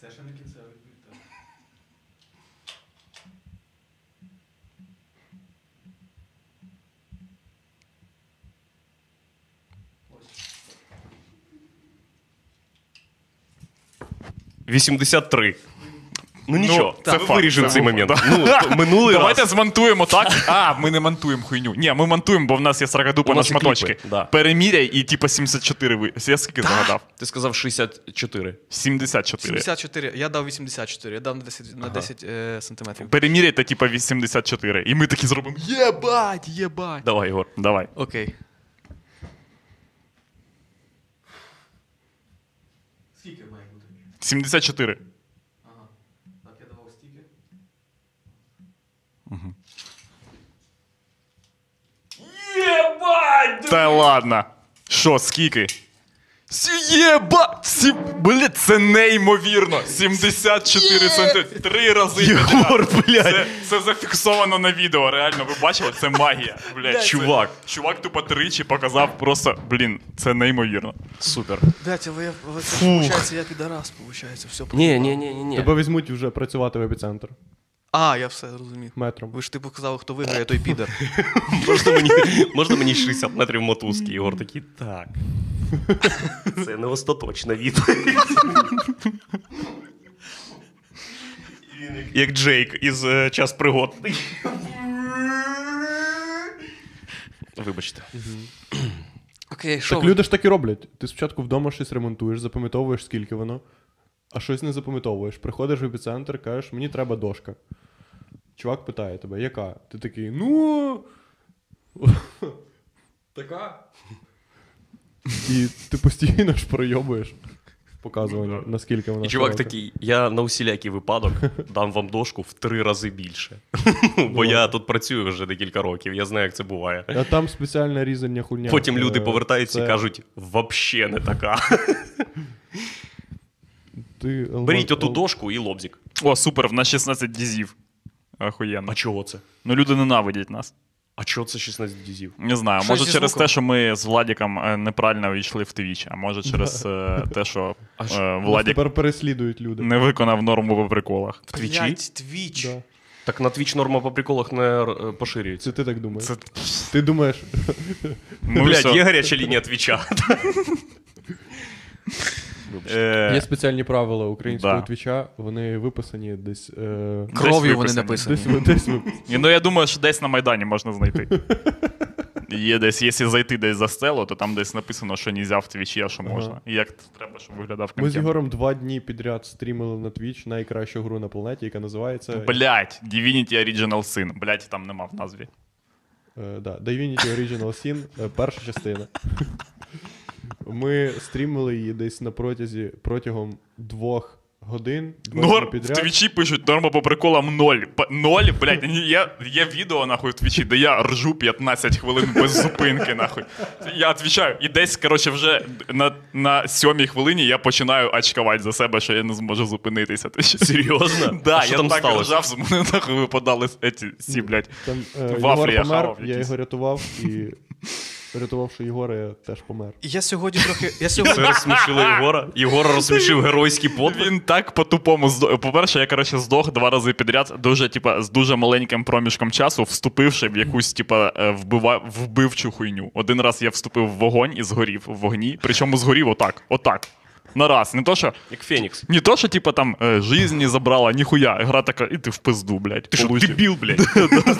Speaker 1: Це ще не кінцевий. Ось.
Speaker 2: 83. Ну нічого,
Speaker 3: це
Speaker 2: це
Speaker 3: факт,
Speaker 2: виріжемо
Speaker 3: це
Speaker 2: цей
Speaker 3: був-
Speaker 2: момент.
Speaker 3: да.
Speaker 2: Ну, то минулий
Speaker 3: Давайте
Speaker 2: раз.
Speaker 3: змонтуємо так. А, ми не монтуємо хуйню. Ні, ми монтуємо, бо в нас є
Speaker 2: У
Speaker 3: сракадупа на
Speaker 2: нас є кліпи,
Speaker 3: шматочки.
Speaker 2: да.
Speaker 3: Переміряй і типа 74 ви. Я скільки загадав?
Speaker 2: Ти сказав 64.
Speaker 3: 74.
Speaker 1: 74. Я дав 84, я дав на 10, на 10 е, сантиметрів.
Speaker 3: Переміряй та типа 84. типу, І ми такі зробимо. Єбать, єбать.
Speaker 2: Давай, Єгор.
Speaker 3: Давай.
Speaker 1: Окей. Скільки має бути?
Speaker 3: 74.
Speaker 1: Ага. Так, я давав стільки.
Speaker 3: Та ладно. Що, скільки? Сі- Єба! Сі... Блін, це неймовірно! 74 сантиметри. Три рази.
Speaker 2: Єгор, блядь.
Speaker 3: Це, це зафіксовано на відео, реально, ви бачили? Це магія. Блядь, це-
Speaker 2: Чувак.
Speaker 3: Чувак тупо тричі показав просто, блін, це неймовірно.
Speaker 2: Супер.
Speaker 1: Блять, але я але це виходить, я підарас, виходить, все.
Speaker 2: Ні, ні, ні, ні, ні.
Speaker 4: Тебе візьмуть вже працювати в епіцентр
Speaker 1: А, я все зрозумів.
Speaker 4: метром.
Speaker 1: Ви ж типу казали, хто виграє, той підер.
Speaker 2: Можна мені, можна мені 60 метрів мотузки? Ігор такий, так. Це не остаточна відповідь. І він як- Як Джейк із е, час пригод. Вибачте.
Speaker 1: Окей, що
Speaker 4: Так люди ж так і роблять. Ти спочатку вдома щось ремонтуєш, запам'ятовуєш, скільки воно, а щось не запам'ятовуєш. Приходиш в епіцентр, кажеш, мені треба дошка. Чувак питає тебе, яка? Ти такий, ну. Така. І ти постійно ж пройобуєш показування, наскільки вона.
Speaker 2: Ну, І чувак
Speaker 4: широка.
Speaker 2: такий: я на усілякий випадок дам вам дошку в три рази більше. Бо я тут працюю вже декілька років, я знаю, як це буває.
Speaker 4: А там спеціальне різання хуйня.
Speaker 2: Потім
Speaker 4: Е,
Speaker 2: люди повертаються і
Speaker 4: це
Speaker 2: кажуть, вообще не така.
Speaker 4: Ти...
Speaker 2: Беріть
Speaker 4: лоб-
Speaker 2: оту
Speaker 4: лоб-
Speaker 2: дошку і лобзик.
Speaker 3: О, супер, в нас 16 дізів. Охуєнно.
Speaker 2: А чого це?
Speaker 3: Ну люди ненавидять нас.
Speaker 2: А чого це 16 дізів?
Speaker 3: Не знаю,
Speaker 1: Щось
Speaker 3: може
Speaker 1: зі
Speaker 3: через
Speaker 1: звуком.
Speaker 3: те, що ми з Владіком е, неправильно війшли в Твіч, а може через е, те, що е,
Speaker 4: Нас
Speaker 3: Владік
Speaker 4: ну, Тепер переслідують люди.
Speaker 3: не виконав норму по приколах.
Speaker 2: Твічі?
Speaker 1: Блядь, твіч.
Speaker 4: Да.
Speaker 2: Так на Twitch норма по приколах не е, поширюється.
Speaker 4: Це ти так думаєш.
Speaker 3: Це
Speaker 4: Ти думаєш,
Speaker 3: ну,
Speaker 2: Блядь,
Speaker 3: все.
Speaker 2: є гаряча лінія Твіча.
Speaker 4: Є
Speaker 3: Е,
Speaker 4: спеціальні правила українського
Speaker 3: Да.
Speaker 4: твіча, вони виписані десь. Е...
Speaker 1: Кров'ю вони
Speaker 3: виписані.
Speaker 1: написані.
Speaker 4: Десь, ви- десь ви-
Speaker 3: і, ну я думаю, що десь на Майдані можна знайти. Є десь, якщо зайти десь за стелу, то там десь написано, що нельзя в Твічі, а що можна. І як треба, щоб виглядав
Speaker 4: Ми з
Speaker 3: контент.
Speaker 4: Ігорем два дні підряд стрімили на Twitch найкращу гру на планеті, яка називається
Speaker 3: Блять, Divinity Original Sin. Блять, там нема в назві.
Speaker 4: е, да, Divinity Original Sin, е, перша частина. Ми стрімили її десь на протязі протягом двох годин. два дні
Speaker 3: Нор... В
Speaker 4: підряд.
Speaker 3: Твічі пишуть норма по приколам 0. П- 0, блядь, ні, є, є відео, нахуй, в Твічі, де я ржу 15 хвилин без зупинки, нахуй. Я відповідаю, і десь, коротше, вже на, на сьомій хвилині я починаю очкувати за себе, що я не зможу зупинитися. Ти що?
Speaker 2: Серйозно?
Speaker 3: Да,
Speaker 2: А що
Speaker 3: я
Speaker 2: там
Speaker 3: так
Speaker 2: сталося?
Speaker 3: ржав, з мене нахуй випадали ці, ці блядь.
Speaker 4: Там е,
Speaker 3: Вафлі
Speaker 4: Єгор
Speaker 3: я
Speaker 4: помер,
Speaker 3: хавав
Speaker 4: я
Speaker 3: якісь.
Speaker 4: його рятував і врятувавши Єгора, я теж помер.
Speaker 1: Я сьогодні трохи. Я сьогодні...
Speaker 2: Це розсмішило Єгора. Єгора розсмішив геройський подвиг.
Speaker 3: Він так по-тупому здох. По-перше, я коротше здох два рази підряд, дуже, типа, з дуже маленьким проміжком часу, вступивши в якусь, типа, е, вбива... вбивчу хуйню. Один раз я вступив в вогонь і згорів в вогні. Причому згорів отак. Отак. На раз. Не то, що.
Speaker 2: Як Фенікс.
Speaker 3: Не то, що типа там е, жизнь не забрала, ніхуя. Гра така, і ти в пизду, блядь.
Speaker 2: Ти що,
Speaker 3: получив.
Speaker 2: дебіл, блядь?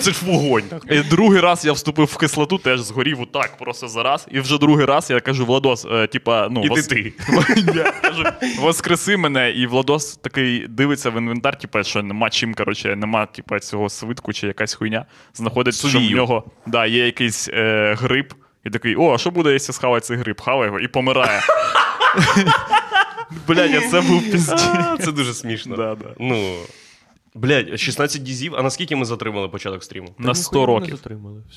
Speaker 2: Це ж вогонь.
Speaker 3: І другий раз я вступив в кислоту, теж згорів отак, просто за раз. І вже другий раз я кажу, Владос, е, типа, ну,
Speaker 2: Іди
Speaker 3: вос-
Speaker 2: ти.
Speaker 3: я кажу, воскреси мене, і Владос такий дивиться в інвентар, типа, що нема чим, коротше, нема типа, цього свитку чи якась хуйня. Знаходить, що в
Speaker 2: Сувію.
Speaker 3: нього да, є якийсь е, гриб, і такий, о, а що буде, якщо схавати цей гриб? Хаває його і помирає. Блядь, а це був пізді.
Speaker 2: А, Це дуже смішно.
Speaker 3: Да, да.
Speaker 2: Ну. Блядь, 16 дізів, а наскільки ми затримали початок стріму?
Speaker 3: На 100 років.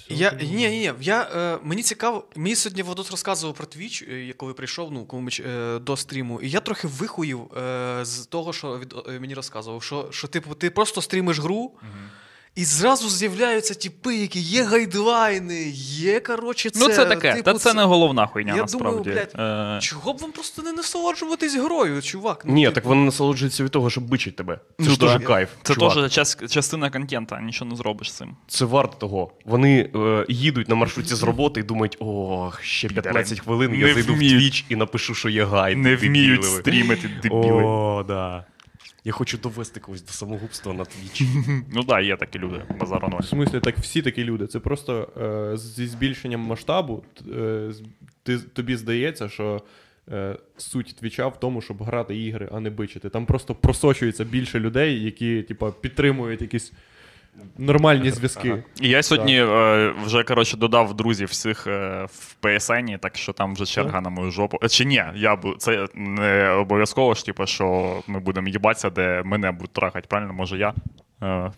Speaker 1: Я, ні, ні, ні, я, е, мені цікаво, мені сьогодні Водос розказував про Твіч, е, я коли прийшов ну, кому, е, до стріму, і я трохи вихуїв е, з того, що від, е, мені розказував, що, що типу, ти просто стрімиш гру, і зразу з'являються тіпи, які є гайдлайни, є, коротше, це.
Speaker 3: ну, це таке,
Speaker 1: типу,
Speaker 3: та це не головна хуйня,
Speaker 1: Я думаю,
Speaker 3: насправді. Е,
Speaker 1: Чого б вам просто не насолоджуватись грою, чувак? Ну,
Speaker 2: Ні,
Speaker 1: типу,
Speaker 2: так вони насолоджуються від того, щоб бичить тебе. Це
Speaker 3: Ну,
Speaker 2: ж дуже
Speaker 3: да.
Speaker 2: кайф.
Speaker 3: Це
Speaker 2: чувак.
Speaker 3: теж час- частина контента, нічого не зробиш з цим.
Speaker 2: Це варто того. Вони е, їдуть на маршруті з роботи і думають: ох, ще 15 хвилин я
Speaker 3: Не
Speaker 2: зайду в
Speaker 3: вміють.
Speaker 2: твіч і напишу, що я гай.
Speaker 3: Не вміють стрімити дебіли.
Speaker 2: О, да. Я хочу довести когось до самогубства на твічі.
Speaker 3: Ну так, є такі люди, базару ноль.
Speaker 4: В смислі, так всі такі люди. Це просто е, зі збільшенням масштабу т- е, з- ти, тобі здається, що е, суть твіча в тому, щоб грати ігри, а не бичити. Там просто просочується більше людей, які типа, підтримують якісь нормальні зв'язки.
Speaker 3: І я сьогодні е, вже коротше додав друзів всіх е, в PSN, так що там вже черга на мою жопу. Е, Чи ні, я бу- це не обов'язково ж, типу, що ми будемо їбатися, де мене будуть трахати, правильно? Може я? Е,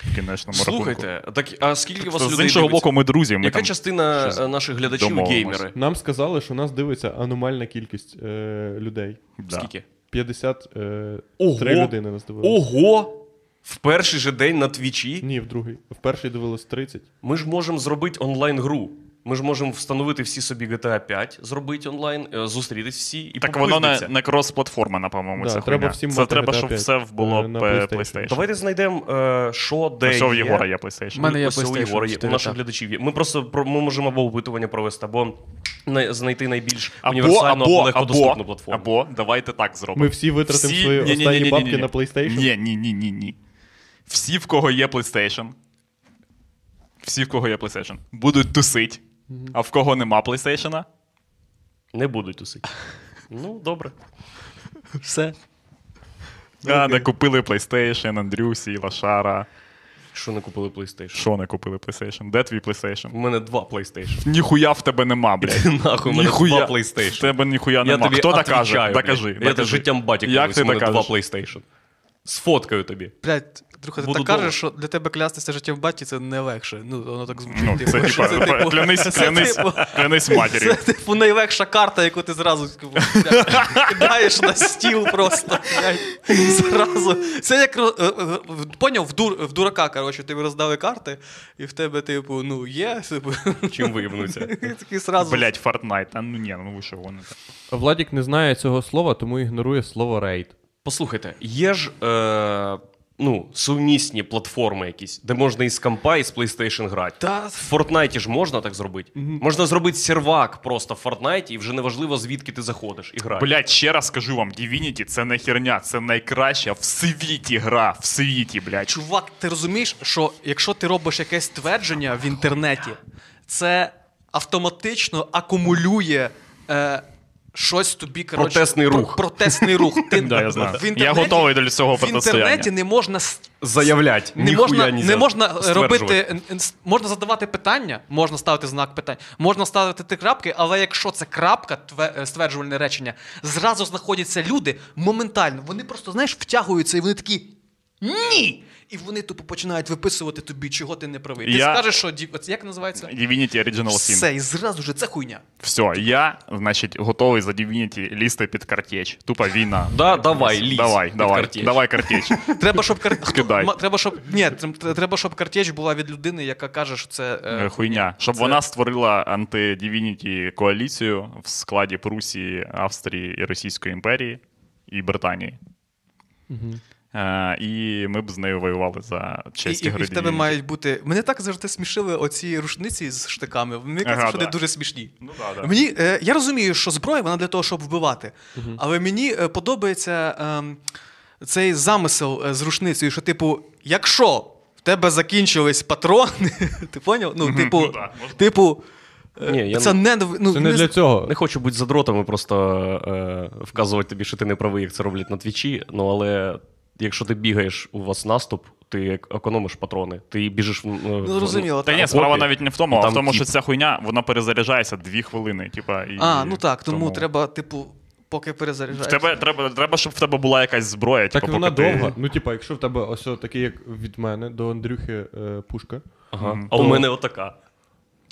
Speaker 3: в кінечному рахунку.
Speaker 2: Слухайте, так а скільки вас
Speaker 3: Тобто,
Speaker 2: людей
Speaker 3: з іншого
Speaker 2: дивиться?
Speaker 3: боку, ми друзі. Ми
Speaker 2: Яка
Speaker 3: там...
Speaker 2: частина
Speaker 3: щось
Speaker 2: е, наших глядачів
Speaker 3: домовимось.
Speaker 2: геймери?
Speaker 4: Нам сказали, що нас дивиться аномальна кількість е, людей.
Speaker 3: Да.
Speaker 2: Скільки?
Speaker 4: 53 е,
Speaker 2: Ого!
Speaker 4: три людини нас дивилися.
Speaker 2: Ого! В перший же день на твічі
Speaker 4: Ні, в другий. В перший дивилось 30.
Speaker 2: ми ж можемо зробити онлайн-гру. Ми ж можемо встановити всі собі GTA 5, зробити онлайн, е, зустрітись всі і
Speaker 3: Так воно не,
Speaker 2: попиздиться.
Speaker 3: не крос-платформа, на, по-моєму,
Speaker 4: Да,
Speaker 3: ця
Speaker 4: треба
Speaker 3: хуйня.
Speaker 4: всім
Speaker 3: Це
Speaker 4: мати
Speaker 3: треба,
Speaker 4: GTA
Speaker 3: щоб
Speaker 4: 5
Speaker 3: все в було
Speaker 4: Е, на
Speaker 3: на
Speaker 4: PlayStation.
Speaker 3: PlayStation.
Speaker 2: Давайте знайдемо, е, що де
Speaker 3: Все в
Speaker 2: є.
Speaker 3: Єгора є PlayStation.
Speaker 2: У
Speaker 1: мене є
Speaker 2: ось у
Speaker 1: PlayStation
Speaker 2: Єгора є, у
Speaker 1: 4,
Speaker 2: наших
Speaker 1: так.
Speaker 2: глядачів є. Ми просто про- ми можемо або опитування провести, або най- знайти найбільш
Speaker 3: Або,
Speaker 2: універсальну або,
Speaker 3: або,
Speaker 2: легкодоступну
Speaker 3: або,
Speaker 2: платформу.
Speaker 3: або давайте так зробимо.
Speaker 4: Ми всі витратимо
Speaker 3: Всі-
Speaker 4: свої
Speaker 3: ні-ні-ні-ні-ні.
Speaker 4: останні бабки на PlayStation.
Speaker 3: Ні, ні, ні, ні, ні. Всі, в кого є PlayStation, всі, в кого є PlayStation, будуть тусить, а в кого нема PlayStation,
Speaker 2: Не будуть усі. Ну, добре. Все.
Speaker 3: а, не купили PlayStation, Андрюсі, Лашара.
Speaker 2: Що не купили PlayStation?
Speaker 3: Що не купили PlayStation? Де твій
Speaker 2: У
Speaker 3: PlayStation?
Speaker 2: мене два PlayStation.
Speaker 3: Ніхуя в тебе нема, блядь.
Speaker 2: Нахуй, у мене два
Speaker 3: Ніхуя.
Speaker 2: PlayStation.
Speaker 3: В тебе ніхуя
Speaker 2: Я
Speaker 3: нема.
Speaker 2: тобі
Speaker 3: Хто
Speaker 2: отвічаю,
Speaker 3: докаже?
Speaker 2: блядь.
Speaker 3: Докажи.
Speaker 2: Я
Speaker 3: докажи.
Speaker 2: тебе життям батік
Speaker 3: Як
Speaker 2: колись,
Speaker 3: ти
Speaker 2: у мене два
Speaker 3: докажеш?
Speaker 2: PlayStation. Сфоткаю тобі.
Speaker 1: Блядь, друга, ти
Speaker 2: Буду
Speaker 1: так кажеш,
Speaker 2: довго.
Speaker 1: що для тебе клястися життям баті це не легше. Ну, воно так звучить.
Speaker 3: Ну, це типа,
Speaker 1: що типу-
Speaker 3: клянись,
Speaker 1: це,
Speaker 3: клянись,
Speaker 1: типу-
Speaker 3: клянись матір'ю.
Speaker 1: Це типу найлегша карта, яку ти зразу типу, блядь, кидаєш на стіл просто. блядь, Зразу. Це як ро- е, е, в- поняв, в, дур, в дурака, коротше, тобі роздали карти, і в тебе, типу, ну, є. Типу,
Speaker 2: Чим виїбнуться?
Speaker 1: такий зразу.
Speaker 3: Блять, Fortnite. А ну ні, ну ви що гоните.
Speaker 4: Владік не знає цього слова, тому ігнорує слово рейд.
Speaker 2: Послухайте, є ж е, ну, сумісні платформи якісь, де можна і з компа, і з PlayStation грати.
Speaker 1: Та
Speaker 2: В Фортнайті ж можна так зробити. Можна зробити сервак просто в Фортнайті, і вже неважливо, звідки ти заходиш і граєш.
Speaker 3: Блять, ще раз скажу вам, Divinity це не херня, це найкраща в світі гра, в світі, блять.
Speaker 1: Чувак, ти розумієш, що якщо ти робиш якесь твердження в інтернеті, це автоматично акумулює. Е, Щось тобі коротше,
Speaker 2: Протестний
Speaker 1: про-
Speaker 2: рух.
Speaker 1: протестний рух. Ти,
Speaker 3: Да, я знаю.
Speaker 1: В
Speaker 3: Я
Speaker 1: інтернеті,
Speaker 3: готовий до цього
Speaker 1: В інтернеті
Speaker 3: протистояння.
Speaker 1: не можна с-
Speaker 2: Заявлять.
Speaker 1: не
Speaker 2: ніхуя
Speaker 1: можна, не
Speaker 2: нельзя
Speaker 1: можна
Speaker 2: стверджувати.
Speaker 1: робити н- н- с- можна задавати питання, можна ставити знак питань, можна ставити ти крапки, але якщо це крапка, тве- е, стверджувальне речення, зразу знаходяться люди моментально. Вони просто знаєш втягуються і вони такі ні. і вони тупо починають виписувати тобі, чого ти не правий. Ти
Speaker 3: Я-
Speaker 1: скажеш, що дів- оце як називається?
Speaker 3: Divinity Original Sin.
Speaker 1: Все, і зразу же це хуйня.
Speaker 3: Все, я, значить, готовий за Divinity лізти під картеч. Тупа війна.
Speaker 2: Да, давай, лізь.
Speaker 3: Давай,
Speaker 2: під
Speaker 3: давай,
Speaker 2: картечь.
Speaker 3: давай картеч.
Speaker 1: Треба, щоб кар...
Speaker 3: Скидай.
Speaker 1: Ма- треба, щоб ні, тр- треба, щоб картеч була від людини, яка каже, що це е,
Speaker 3: Е, Хуйня. Щоб
Speaker 1: Це-
Speaker 3: вона створила анти-Divinity коаліцію в складі Прусії, Австрії і Російської імперії і Британії. Е, і ми б з нею воювали за
Speaker 1: І,
Speaker 3: честь
Speaker 1: і,
Speaker 3: ігри
Speaker 1: і в тебе
Speaker 3: Divinity.
Speaker 1: мають бути. Мене так завжди смішили оці рушниці з штиками. Мені
Speaker 3: Ага,
Speaker 1: кажуть, що вони
Speaker 3: да.
Speaker 1: дуже смішні.
Speaker 3: Ну, да, да.
Speaker 1: Мені е, я розумію, що зброя вона для того, щоб вбивати. Але мені е, подобається ем, цей замисел е, з рушницею, що, типу, якщо в тебе закінчились патрони, ти поняв? Ну, типу,
Speaker 3: ну да, можна.
Speaker 1: типу, е,
Speaker 2: Ні, я
Speaker 1: це
Speaker 2: не-
Speaker 1: не нав- ну,
Speaker 4: Це не
Speaker 1: не
Speaker 4: для
Speaker 1: з-
Speaker 4: цього.
Speaker 2: Не хочу бути задротами, просто е, вказувати тобі, що ти не правий, як це роблять на твічі. Ну але якщо ти бігаєш у вас наступ, ти ек- економиш патрони, ти біжиш в
Speaker 1: Ну, зрозуміло,
Speaker 3: Та
Speaker 1: так.
Speaker 3: ні, справа
Speaker 2: Копі.
Speaker 3: навіть не в тому, а
Speaker 2: Ну, Там
Speaker 3: в тому,
Speaker 2: тіп.
Speaker 3: що ця хуйня вона перезаряджається дві хвилини. Типа, і...
Speaker 1: А, ну так, тому, треба, типу, поки перезаряджаєш.
Speaker 3: В тебе треба, треба, щоб в тебе була якась зброя.
Speaker 4: Так
Speaker 3: типу,
Speaker 4: вона
Speaker 3: поки ти-
Speaker 4: довга. Ну, типа, якщо в тебе ось такий, як від мене, до Андрюхи е, пушка.
Speaker 2: Ага.
Speaker 3: Мгм.
Speaker 2: А у мене отака.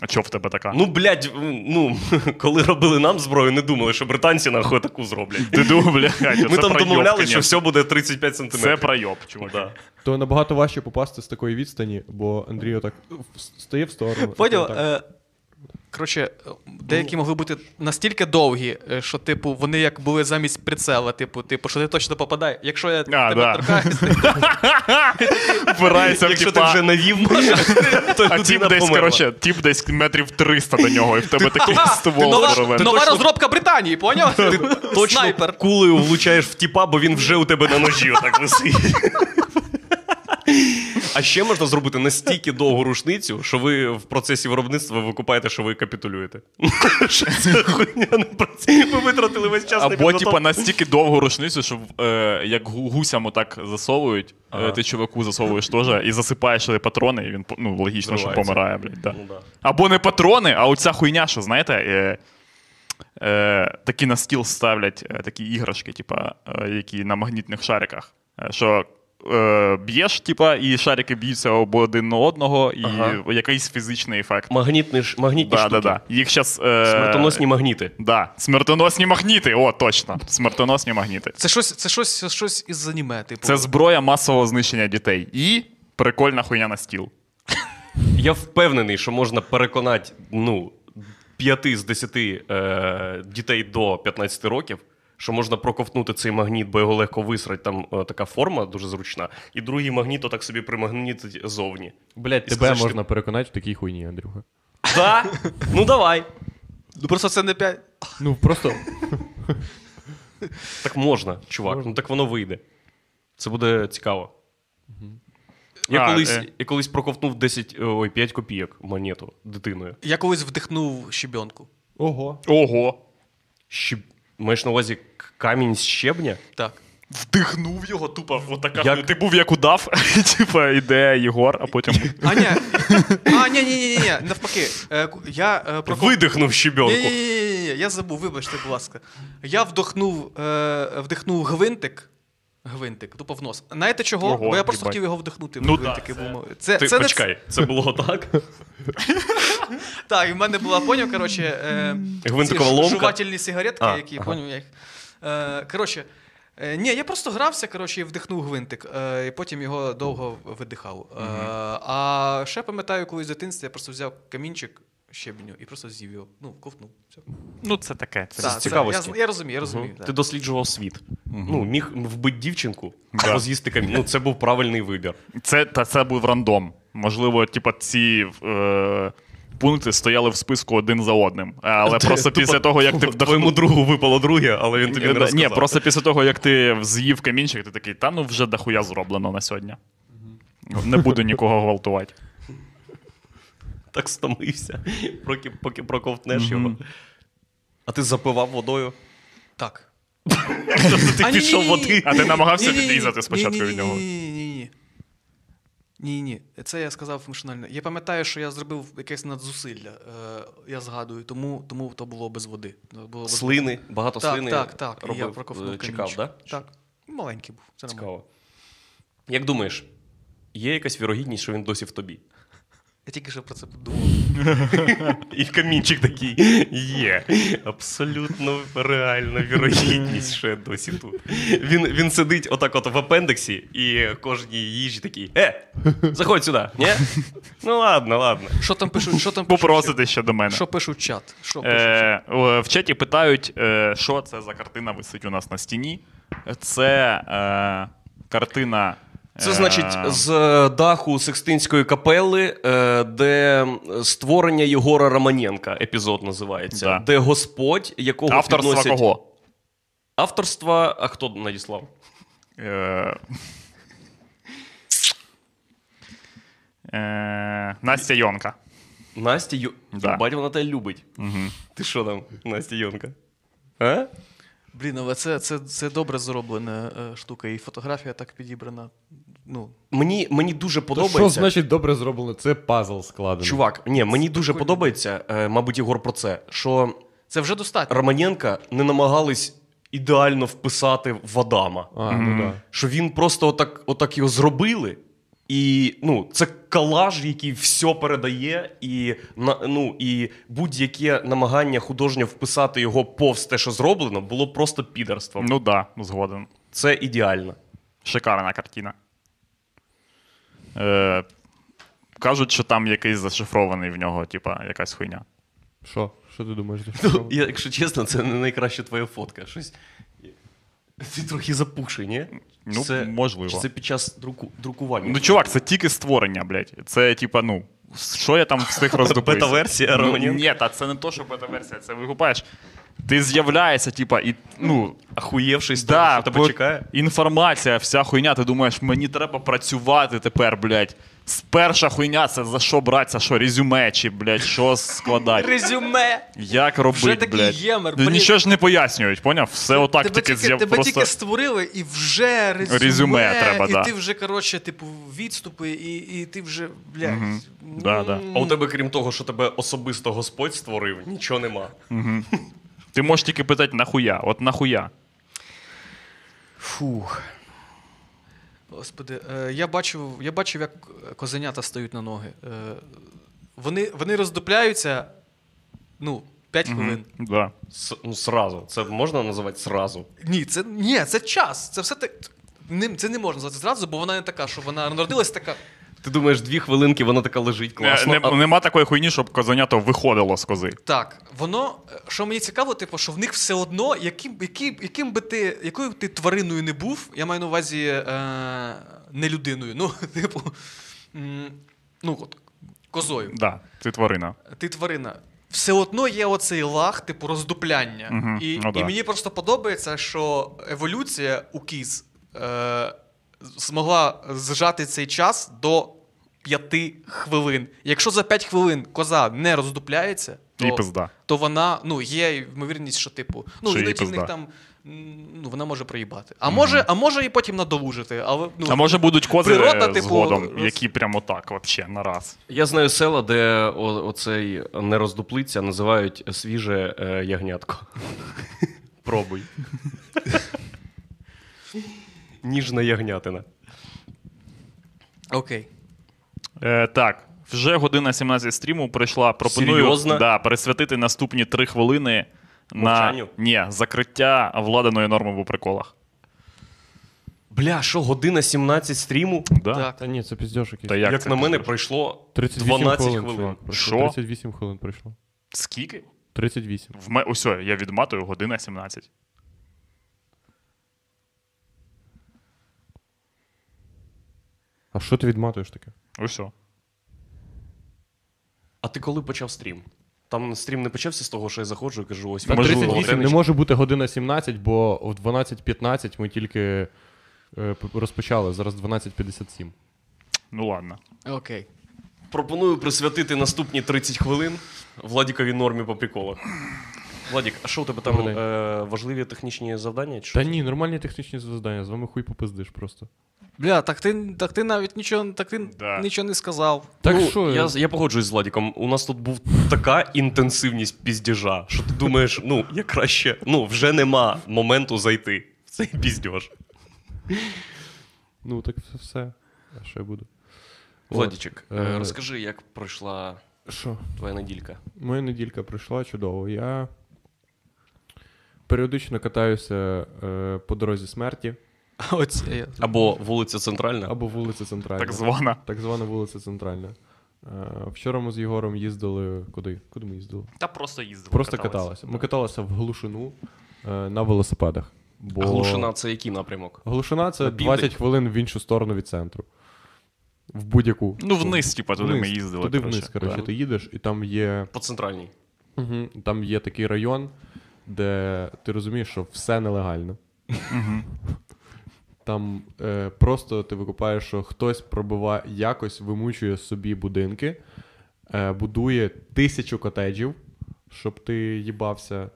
Speaker 3: А чого в тебе така?
Speaker 2: Ну, блядь, ну коли робили нам зброю, не думали, що британці нахуй таку зроблять.
Speaker 3: ти думав, блядь,
Speaker 2: Ми там домовляли, що
Speaker 3: все
Speaker 2: все буде 35
Speaker 3: Це
Speaker 2: сантиметрів.
Speaker 3: пройоб, чувак.
Speaker 2: Да.
Speaker 4: То набагато важче попасти з такої відстані, бо Андрій отак в- стає в сторону.
Speaker 1: Поняв?
Speaker 4: Так.
Speaker 1: Е, коротше, деякі могли бути настільки довгі, е, що, типу, вони як були замість прицела, типу, типу, що ти точно попадаєш. Якщо я тебе
Speaker 3: да.
Speaker 1: торкаюсь,
Speaker 3: Впирається в
Speaker 2: Якщо ти
Speaker 3: тіпа,
Speaker 2: вже навів, може, то
Speaker 3: а тіп
Speaker 2: людина
Speaker 3: Ну, десь,
Speaker 2: померла.
Speaker 3: коротше, тіп десь метрів 300 до нього, і в тебе такий
Speaker 1: ти
Speaker 3: ствол
Speaker 1: нова,
Speaker 3: рве.
Speaker 1: нова розробка Британії, поняв?
Speaker 2: Точно
Speaker 1: Снайпер.
Speaker 2: кулею влучаєш в тіпа, бо він вже у тебе на ножі отак висить. А ще можна зробити настільки довгу рушницю, що ви в процесі виробництва ви купаєте, що ви капітулюєте. Що це хуйня не працює. Ви витратили весь час на
Speaker 3: Або
Speaker 2: підготовку.
Speaker 3: типа настільки довгу рушницю, що е, як гу- гусям отак засовують, е, ти чуваку засовуєш теж і засипаєш туди патрони, і він по- ну, логічно, що
Speaker 2: Зривається.
Speaker 3: помирає, блядь. Да.
Speaker 2: Ну да.
Speaker 3: Або не патрони, а оця хуйня, що знаєте, е, е, такі на стіл ставлять е, такі іграшки, типа, е, які на магнітних шариках. Е, що е, б'єш, типа, і шарики б'ються об один на одного, і
Speaker 2: Ага.
Speaker 3: якийсь фізичний ефект.
Speaker 2: Магнітні ж- магнітні
Speaker 3: Да, да,
Speaker 2: штуки.
Speaker 3: да. Їх зараз. Е,
Speaker 2: Смертоносні магніти.
Speaker 3: Да, смертоносні магніти. О, точно. Смертоносні магніти.
Speaker 1: Це щось, це щось, це щось із аніме, типу.
Speaker 3: Це зброя масового знищення дітей. І прикольна хуйня на стіл.
Speaker 2: Я впевнений, що можна переконати ну, 5 з 10 е, дітей до 15 років, що можна проковтнути цей магніт, бо його легко висрать, там е, така форма дуже зручна, і другий магніт отак собі примагнітить зовні.
Speaker 4: Блядь,
Speaker 2: і
Speaker 4: тебе
Speaker 2: сказати, що
Speaker 4: можна переконати в такій хуйні, Андрюха.
Speaker 2: Да? Ну давай.
Speaker 1: Ну просто це не п'ять.
Speaker 4: Ну просто
Speaker 2: Так можна, чувак. Ну так воно вийде. Це буде цікаво. Я,
Speaker 3: А,
Speaker 2: колись,
Speaker 3: е.
Speaker 2: я колись проковтнув 10, ой, 5 копійок монету дитиною.
Speaker 1: Я колись вдихнув щебенку.
Speaker 4: ого.
Speaker 3: Ого.
Speaker 2: Щеб... Маєш на увазі к- камінь з щебня?
Speaker 1: Так.
Speaker 3: Вдихнув його, тупо отака.
Speaker 2: Як-
Speaker 3: Ти був як удав, і, типа йде Єгор, а потім.
Speaker 1: А, ні. А, ні, ні, ні, ні, навпаки. Е, ку- Я е, про
Speaker 2: Видихнув щебенку.
Speaker 1: Ні, ні, ні, ні, я забув, вибачте, будь ласка. Я вдохнув, е, вдихнув гвинтик. Гвинтик, тупо в нос. Знаєте чого?
Speaker 3: Ого,
Speaker 1: Бо я просто
Speaker 3: їбать.
Speaker 1: хотів його вдихнути.
Speaker 3: Ну
Speaker 1: гвинтик,
Speaker 3: да,
Speaker 1: і
Speaker 3: це-
Speaker 1: був мов- це,
Speaker 2: Ти
Speaker 1: це не-
Speaker 2: почекай, це було так.
Speaker 1: Так, і в мене була поняв, коротше, е,
Speaker 2: Гвинтикова
Speaker 1: ці ж-
Speaker 2: ломка?
Speaker 1: жувательні сигаретки,
Speaker 2: А,
Speaker 1: які
Speaker 2: ага.
Speaker 1: поняв я їх. Е, коротше, е, ні, я просто грався, коротше, і вдихнув гвинтик, е, і потім його довго видихав. Е, а ще пам'ятаю, колись в дитинстві я просто взяв камінчик щебню і просто з'їв його. Ну, ковтнув. Все.
Speaker 3: Ну, це таке. Це
Speaker 1: Та,
Speaker 2: з
Speaker 1: це-
Speaker 2: цікавості.
Speaker 1: Я, я розумію, я розумію.
Speaker 2: Ти
Speaker 1: так.
Speaker 2: досліджував світ. Ну, міг вбити дівчинку
Speaker 3: Да.
Speaker 2: або з'їсти камінь. Ну, це був правильний вибір.
Speaker 3: Це, та це був рандом. Можливо, типа, ці е, пункти стояли в списку один за одним. Але просто
Speaker 2: Тупо
Speaker 3: після того, як ти
Speaker 2: Твоєму
Speaker 3: вдохнув.
Speaker 2: другу випало друге, але він тобі не
Speaker 3: Ні,
Speaker 2: розказав.
Speaker 3: Ні, просто після того, як ти з'їв камінчик, ти такий, та ну вже дохуя зроблено на сьогодні. Не буду нікого гвалтувати.
Speaker 2: так стомився, поки, поки проковтнеш його. А ти запивав водою.
Speaker 1: Так.
Speaker 2: Ти
Speaker 1: А,
Speaker 2: пішов
Speaker 1: ні-ні-ні.
Speaker 2: води.
Speaker 3: А ти намагався
Speaker 1: Ні-ні-ні.
Speaker 3: відрізати спочатку від нього?
Speaker 1: Ні-ні-ні. Ні-ні. Це я сказав машинально. Я пам'ятаю, що я зробив якесь надзусилля. Е, я згадую, тому, тому то було без води. Було без-
Speaker 2: Слини, багато
Speaker 1: так,
Speaker 2: слини.
Speaker 1: так, так. І я
Speaker 2: робив,
Speaker 1: проковтнув
Speaker 2: е, Чекав,
Speaker 1: камінчик.
Speaker 2: да?
Speaker 1: Так. Маленький був. Це нормально.
Speaker 2: Цікаво. Як думаєш, є якась вірогідність, що він досі в тобі.
Speaker 1: Я тільки що про це подумав.
Speaker 2: І камінчик такий є. Абсолютно реальна вірогідність, що я досі тут. Він, він сидить отак от в апендексі, і кожній їжі такий: Е, заходь сюди, ні? Ну ладно, ладно.
Speaker 1: Що там пишуть? Що там пишуть?
Speaker 3: Попросити ще до мене.
Speaker 1: Що пишуть чат? Що пишуть?
Speaker 3: Е, о, в чаті питають, е, що це за картина висить у нас на стіні. Це е, картина.
Speaker 2: Це
Speaker 3: е,
Speaker 2: значить з е, даху Секстинської капели, е, де е, створення Єгора Романенка епізод називається,
Speaker 3: Да.
Speaker 2: де Господь, якого
Speaker 3: авторства
Speaker 2: підносять...
Speaker 3: кого?
Speaker 2: Авторства, а хто надіслав?
Speaker 3: Е, е, Настя Йонка.
Speaker 2: Настя Ю...
Speaker 3: Да.
Speaker 2: Бать, вона тебе любить. Ти що там, Настя Йонка? А?
Speaker 1: Блін, але це, це, це добре зроблена е, штука, і фотографія так підібрана. Ну,
Speaker 2: Мені, мені дуже
Speaker 4: То
Speaker 2: подобається.
Speaker 4: що значить добре зроблено? Це пазл складений.
Speaker 2: Чувак, ні, мені дуже подобається, е, мабуть, Ігор про це, що
Speaker 1: це вже достатньо.
Speaker 2: Романенка не намагались ідеально вписати в Адама.
Speaker 4: А, ну да.
Speaker 2: Що він просто отак, отак його зробили. І ну, це калаж, який все передає, і на ну і будь-яке намагання художньо вписати його повз те, що зроблено, було просто підерством.
Speaker 3: Ну так, да, згоден.
Speaker 2: Це ідеально.
Speaker 3: Шикарна картина. Е, кажуть, що там якийсь зашифрований в нього, типа, якась хуйня.
Speaker 4: Що? Що ти думаєш?
Speaker 2: Ну, Я, Якщо чесно, це не найкраща твоя фотка. Щось. Ти трохи запухший, ні?
Speaker 3: Ну,
Speaker 2: це,
Speaker 3: можливо.
Speaker 2: Чи це під час друку, друкування?
Speaker 3: Ну, чувак, це тільки створення, блядь. Це типа, ну, що я там встиг роздупився?
Speaker 2: Бета-версія Романів?
Speaker 3: Ну, Ні, та це не то, що бета-версія, це викупаєш. Ти з'являєшся, типа, і ну.
Speaker 2: Ахуєвшись, да,
Speaker 3: Да,
Speaker 2: що тебе
Speaker 3: по-
Speaker 2: чекає?
Speaker 3: інформація, вся хуйня, ти думаєш, мені треба працювати тепер, блядь. З перша хуйня, це за що братися, що резюме чи, блядь, що складати.
Speaker 1: Резюме!
Speaker 3: Як робити,
Speaker 1: Вже такий
Speaker 3: блядь?
Speaker 1: ємер,
Speaker 3: Ну,
Speaker 1: блін.
Speaker 3: Нічого ж не пояснюють, поняв? Все отак
Speaker 1: тебе
Speaker 3: тільки
Speaker 1: тільки,
Speaker 3: з'яв
Speaker 1: тебе
Speaker 3: просто...
Speaker 1: тільки створили, і вже резюме,
Speaker 3: Резюме треба,
Speaker 1: і
Speaker 3: да.
Speaker 1: ти вже, коротше, типу, відступи, і, і ти вже, блядь. ну,
Speaker 3: Мгм.
Speaker 1: м,
Speaker 3: Да, да.
Speaker 2: А у тебе, крім того, що тебе особисто Господь створив, нічого нема.
Speaker 3: Ти можеш тільки питати, нахуя, от нахуя.
Speaker 1: Фух. Господи, е, я бачив, я бачив, як козенята стають на ноги. Е, Вони, вони роздупляються, ну, 5 хвилин.
Speaker 3: Да. Е,
Speaker 2: С, ну, сразу. Це можна називати сразу.
Speaker 1: Ні, це ні, це час. Це все так. Ним це не можна назвати зразу, бо вона не така, що вона народилась така.
Speaker 2: Ти думаєш, дві хвилинки вона така лежить класно.
Speaker 3: Е, Не,
Speaker 2: а-
Speaker 3: не- Нема такої хуйні, щоб козенято виходило з кози.
Speaker 1: Так, воно, е, що мені цікаво, типу, що в них все одно, яким, яким, яким би ти, якою б ти твариною не був, я маю на увазі е, не людиною. Ну, типу, м, ну от, козою.
Speaker 3: Да, ти тварина.
Speaker 1: ти тварина. Все одно є оцей лаг, типу роздупляння.
Speaker 3: Мгм,
Speaker 1: І,
Speaker 3: ну да.
Speaker 1: і мені просто подобається, що еволюція у кіз е, змогла зжати цей час до 5 хвилин. Якщо за 5 хвилин коза не роздупляється, то,
Speaker 3: І пизда.
Speaker 1: то вона ну, є ймовірність, що типу, ну
Speaker 3: Що їй
Speaker 1: іноді в
Speaker 3: пизда.
Speaker 1: них там м, ну, вона може проїбати. А може, а може і потім надолужити. Але, ну,
Speaker 3: А може будуть кози
Speaker 1: природа,
Speaker 3: е,
Speaker 1: типу,
Speaker 3: згодом,
Speaker 1: роз-
Speaker 3: які прямо так, вообще, на раз.
Speaker 2: Я знаю села, де о, оцей не роздуплиться, називають свіже е, ягнятко. Пробуй. Ніжна ягнятина.
Speaker 1: Окей.
Speaker 3: Е, так. Вже година 17 стріму прийшла. Пропоную
Speaker 2: Серйозно?
Speaker 3: Да, пересвятити наступні 3 хвилини на
Speaker 2: Мовчанню?
Speaker 3: ні, закриття владаної норми в приколах.
Speaker 2: Бля, що година 17 стріму?
Speaker 3: Да?
Speaker 1: Так.
Speaker 4: Та ні, це піздьош якийсь.
Speaker 3: Та як,
Speaker 2: Як,
Speaker 3: це
Speaker 2: на
Speaker 3: ти
Speaker 2: мене,
Speaker 3: скажеш?
Speaker 2: пройшло
Speaker 4: 38
Speaker 2: 12
Speaker 4: хвилин,
Speaker 2: хвилин.
Speaker 4: чувак. пройшло.
Speaker 3: Що?
Speaker 4: 38 хвилин пройшло.
Speaker 3: Скільки?
Speaker 4: 38.
Speaker 3: В ме... Усьо, я відматую година 17.
Speaker 4: А що ти відматуєш таке?
Speaker 3: Усьо.
Speaker 2: А ти коли почав стрім? Там стрім не почався з того, що я заходжу і кажу, ось
Speaker 4: Та
Speaker 3: Можливо.
Speaker 4: 38 не може бути година 17, бо в 12.15 ми тільки е, п- розпочали, зараз 12.57.
Speaker 3: Ну ладно.
Speaker 1: Окей.
Speaker 2: Пропоную присвятити наступні 30 хвилин Владіковій нормі по приколах. Владік, а що у тебе там
Speaker 4: Добрий день.
Speaker 2: е, важливі технічні завдання? Чи що?
Speaker 4: Та ні, нормальні технічні завдання, з вами хуй попиздиш просто.
Speaker 1: Бля, так ти, так ти навіть нічого, так ти
Speaker 3: Да.
Speaker 1: нічого не сказав.
Speaker 4: Так
Speaker 2: ну,
Speaker 4: що
Speaker 2: я, я погоджуюсь з Владіком. У нас тут був така інтенсивність піздіжа, що ти думаєш, ну я краще, ну вже нема моменту зайти в цей піздьож.
Speaker 4: Ну так все. все. А що я буду?
Speaker 2: Владічик, е,
Speaker 4: Е,
Speaker 2: розкажи, як пройшла
Speaker 4: Що?
Speaker 2: твоя неділька.
Speaker 4: Моя неділька пройшла чудово. Я періодично катаюся е, по дорозі смерті
Speaker 1: Оце.
Speaker 2: Або вулиця Центральна.
Speaker 4: або вулиця Центральна.
Speaker 3: Так звана.
Speaker 4: Так звана вулиця Центральна. Е, Вчора ми з Єгором їздили куди? Куди ми їздили?
Speaker 3: Та просто їздила.
Speaker 4: Просто каталися. Ми каталися в глушину е, на велосипедах. Бо...
Speaker 2: Глушина це який напрямок?
Speaker 4: Глушина це
Speaker 2: На південь.
Speaker 4: 20 хвилин в іншу сторону від центру. В будь-яку.
Speaker 3: Ну, вниз, типа, туди
Speaker 4: Вниз.
Speaker 3: ми їздили.
Speaker 4: Туди
Speaker 3: коротше.
Speaker 4: вниз, коротше,
Speaker 2: Да.
Speaker 4: ти їдеш, і там є
Speaker 2: По центральній.
Speaker 4: Угу. Там є такий район, де ти розумієш, що все нелегально. Там е, просто ти викупаєш, що хтось пробиває, якось вимучує собі будинки, е, будує тисячу котеджів, щоб ти їбався.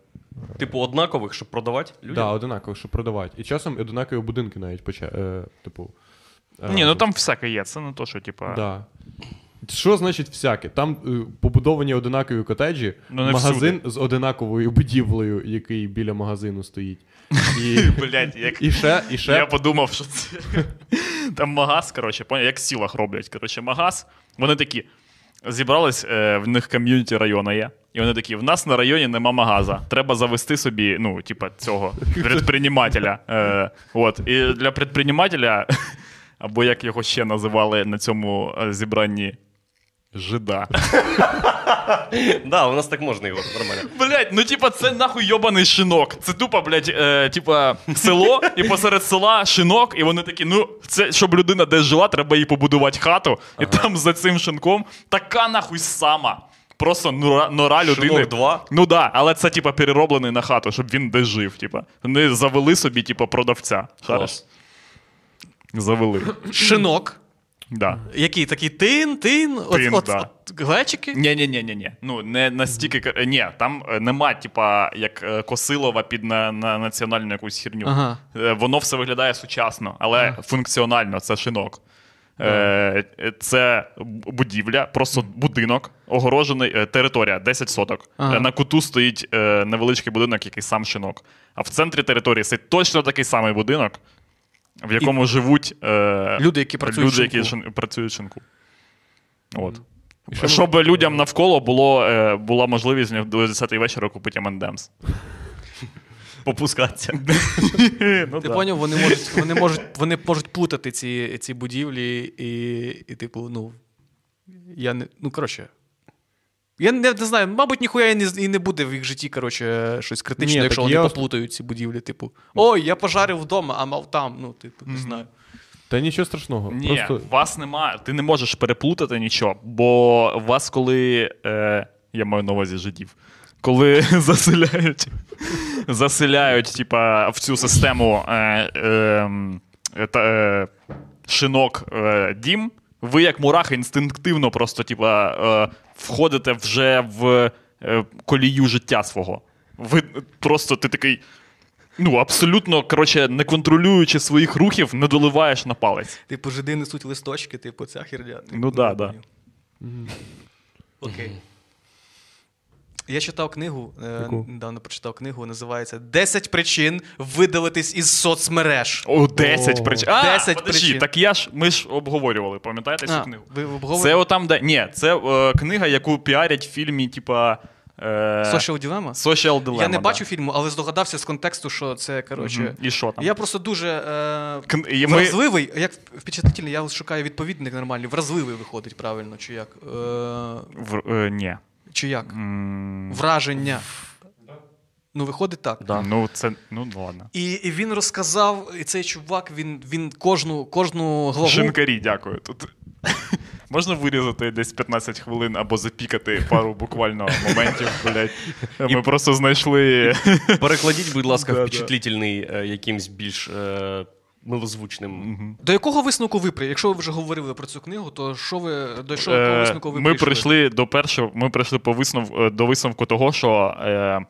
Speaker 2: Типу однакових, щоб продавати людям?
Speaker 4: Да, одинаково, щоб продавати. І часом одинакові будинки навіть поча... е, типу. е,
Speaker 3: Ні, ну там всяке є. Це не то, що, типа.
Speaker 4: Да. Що значить всяке? Там е, побудовані одинакові котеджі,
Speaker 3: Ну, не
Speaker 4: магазин з одинаковою будівлею, який біля магазину стоїть. І,
Speaker 3: Блять, як
Speaker 4: і ще, і
Speaker 3: Я
Speaker 4: ще.
Speaker 3: подумав, що це. Там магаз, коротше, поняв, як в сілах роблять. Коротше, магаз. Вони такі. Зібрались, е, в них ком'юніті району є. І вони такі: в нас на районі нема магаза. Треба завести собі, ну, типа, цього предпринимателя. Е, от. І для предпринимателя, або як його ще називали на цьому е, зібранні. Жида.
Speaker 2: Да, у нас так можна його нормально.
Speaker 3: Блять, ну типа це нахуй йобаний шинок. Це тупо, блять, е, типа село, і посеред села шинок, і вони такі, ну, це щоб людина десь жила, треба їй побудувати хату. І там за цим шинком така нахуй сама. Просто нора, нора людини.
Speaker 2: Шинок два?
Speaker 3: Ну да, але це типа перероблений на хату, щоб він десь жив. Типа. Вони завели собі, типа, продавця. Зараз.
Speaker 2: Клас.
Speaker 3: Завели.
Speaker 1: Шинок.
Speaker 3: Да.
Speaker 1: Який такий тин, тин, от,
Speaker 3: Тин,
Speaker 1: от,
Speaker 3: да.
Speaker 1: от глечики.
Speaker 3: Ні, ні, ні, ні, ні. Ну не настільки кар- ні, там е, нема, типа, як е, Косилова під на, на національну якусь херню.
Speaker 1: Ага.
Speaker 3: Е, Воно все виглядає сучасно, але функціонально це шинок. Е, е, Це б- будівля, просто будинок, огорожений е, територія, 10 соток.
Speaker 1: Ага.
Speaker 3: Е, На куту стоїть е, невеличкий будинок, який сам шинок. А в центрі території стоїть точно такий самий будинок, в якому живуть е,
Speaker 1: Люди, які працюють.
Speaker 3: люди, які
Speaker 1: шинку.
Speaker 3: шин- працюють в шинку. От. Щоб людям навколо було, е, була можливість в 10-й вечора купити M&M's. Попускатися. ну,
Speaker 1: Ти
Speaker 3: да.
Speaker 1: поняв, вони можуть, вони можуть, вони можуть плутати ці, ці будівлі, і, і типу, ну. Я не. Ну, коротше. Я не, не знаю, мабуть, ніхуя і не, з- і не буде в їх житті, коротше, щось критичне,
Speaker 4: Ні,
Speaker 1: якщо
Speaker 4: так
Speaker 1: вони
Speaker 4: я-
Speaker 1: поплутають ці будівлі, типу. Ой, я пожарив вдома, а мав там. Ну, типу, не знаю.
Speaker 4: Та нічого страшного.
Speaker 3: Ні,
Speaker 4: Просто
Speaker 3: вас нема, ти не можеш переплутати нічого, бо вас, коли. Е, я маю на увазі жидів. Коли заселяють, заселяють, типа, в цю систему е, е, м, е, та, е, шинок е, дім, ви як мурахи інстинктивно просто, типа, е, входите вже в е, колію життя свого. Ви просто ти такий. Ну, абсолютно, коротше, не контролюючи своїх рухів, не доливаєш на палець.
Speaker 1: Типу, жиди несуть листочки, типу, ця херня. Типу,
Speaker 3: Ну да, да.
Speaker 1: поняв. Окей. Я читав книгу, е,
Speaker 4: Яку?
Speaker 1: недавно прочитав книгу, називається «10 причин видалитись із соцмереж.
Speaker 3: О, 10
Speaker 4: О.
Speaker 3: причин. А,
Speaker 1: 10
Speaker 3: подожди,
Speaker 1: причин.
Speaker 3: Так я ж ми ж обговорювали, пам'ятаєте цю
Speaker 1: А,
Speaker 3: книгу?
Speaker 1: ви обговорили?
Speaker 3: Це отам, де. Ні, це е, книга, яку піарять в фільмі, типа. Е...
Speaker 1: Social Dilemma?
Speaker 3: Social Dilemma.
Speaker 1: Я не
Speaker 3: да.
Speaker 1: бачу фільму, але здогадався з контексту, що це коротше.
Speaker 3: Мгм. І що там?
Speaker 1: Я просто дуже е,
Speaker 3: Кн- і ми-
Speaker 1: вразливий, як впечатлительний, я шукаю відповідник нормальний. Вразливий виходить правильно, чи як? Е,
Speaker 3: В... Е, ні.
Speaker 1: чи як?
Speaker 3: М,
Speaker 1: Враження. Ну, виходить так.
Speaker 3: Да. Ну, це. Ну, ладно.
Speaker 1: І, і він розказав, і цей чувак, він, він кожну, кожну главу.
Speaker 3: Шинкарі, дякую. Тут... Можна вирізати десь 15 хвилин або запікати пару буквально моментів, блядь. Ми просто знайшли.
Speaker 2: Перекладіть, будь ласка,
Speaker 3: Да, да.
Speaker 2: впечатлітельний е, якимсь більш е, милозвучним.
Speaker 3: Мгм.
Speaker 1: До якого висновку ви прийшли? Якщо ви вже говорили про цю книгу, то що ви до що якого
Speaker 3: Е,
Speaker 1: висновку ви
Speaker 3: ми
Speaker 1: прийшли?
Speaker 3: прийшли до першого, ми прийшли по виснов, е, до висновку того, що е,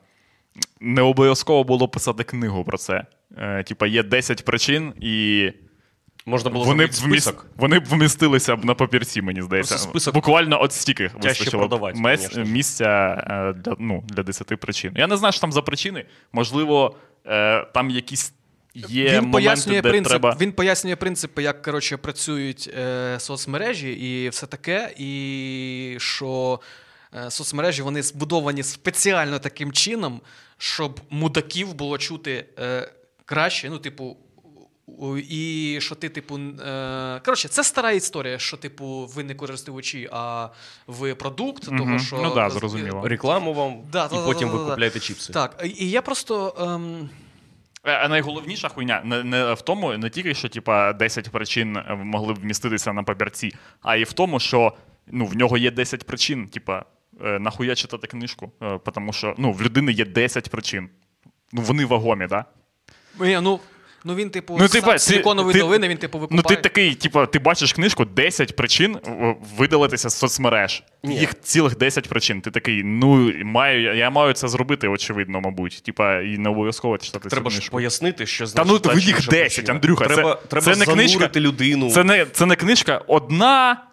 Speaker 3: не обов'язково було писати книгу про це. Е, типа, є 10 причин, і
Speaker 2: Можна було
Speaker 3: вони б,
Speaker 2: зробити
Speaker 3: вміс-
Speaker 2: список.
Speaker 3: вони б вмістилися б на папірці, мені здається.
Speaker 2: Просто список
Speaker 3: Буквально от стільки вистачило б
Speaker 2: продавати,
Speaker 3: мес-
Speaker 2: конечно ж.
Speaker 3: місця е, для, ну, для 10 причин. Я не знаю, що там за причини. Можливо, е, там якісь є
Speaker 1: він,
Speaker 3: моменти,
Speaker 1: пояснює
Speaker 3: де
Speaker 1: принцип,
Speaker 3: треба.
Speaker 1: він пояснює принципи, як коротше, працюють е, соцмережі і все таке, і що е, соцмережі вони збудовані спеціально таким чином, щоб мудаків було чути е, краще. Ну, типу, у- і що ти, типу, н- е, коротше, це стара історія, що, типу, ви не користувачі, а ви продукт, того,
Speaker 3: Мгм.
Speaker 1: що
Speaker 3: Ну да, зрозуміло.
Speaker 2: Рекламу вам,
Speaker 1: Да,
Speaker 2: і
Speaker 1: да,
Speaker 2: потім
Speaker 1: да, да,
Speaker 2: ви
Speaker 1: да.
Speaker 2: купляєте чіпси.
Speaker 1: Так, і я просто. ем,
Speaker 3: Е, А найголовніша хуйня не, не в тому, не тільки що типа 10 причин е, могли б вміститися на папірці, а і в тому, що ну в нього є 10 причин, типа е, нахуя читати книжку, Е, тому що ну в людини є 10 причин. Ну вони вагомі, да?
Speaker 1: Ні, ну, ну він, типу,
Speaker 3: Ну,
Speaker 1: ну,
Speaker 3: типа, ти-
Speaker 1: силіконової
Speaker 3: ти-
Speaker 1: долини, він, типу, викупає.
Speaker 3: Ну ти такий, типа, ти бачиш книжку 10 причин е, видалитися з соцмереж.
Speaker 2: Ні.
Speaker 3: Їх цілих 10 причин. Ти такий, ну маю, я маю це зробити, очевидно, мабуть. Типа, і не обов'язково читати цю
Speaker 2: Треба ж
Speaker 3: книжку.
Speaker 2: пояснити, що
Speaker 3: Та
Speaker 2: значить.
Speaker 3: ну
Speaker 2: та
Speaker 3: ви
Speaker 2: чи
Speaker 3: їх
Speaker 2: інша
Speaker 3: 10,
Speaker 2: причина.
Speaker 3: Андрюха.
Speaker 2: Треба,
Speaker 3: це,
Speaker 2: треба
Speaker 3: це не книжка.
Speaker 2: занурити людину.
Speaker 3: Це не, це не книжка. Одна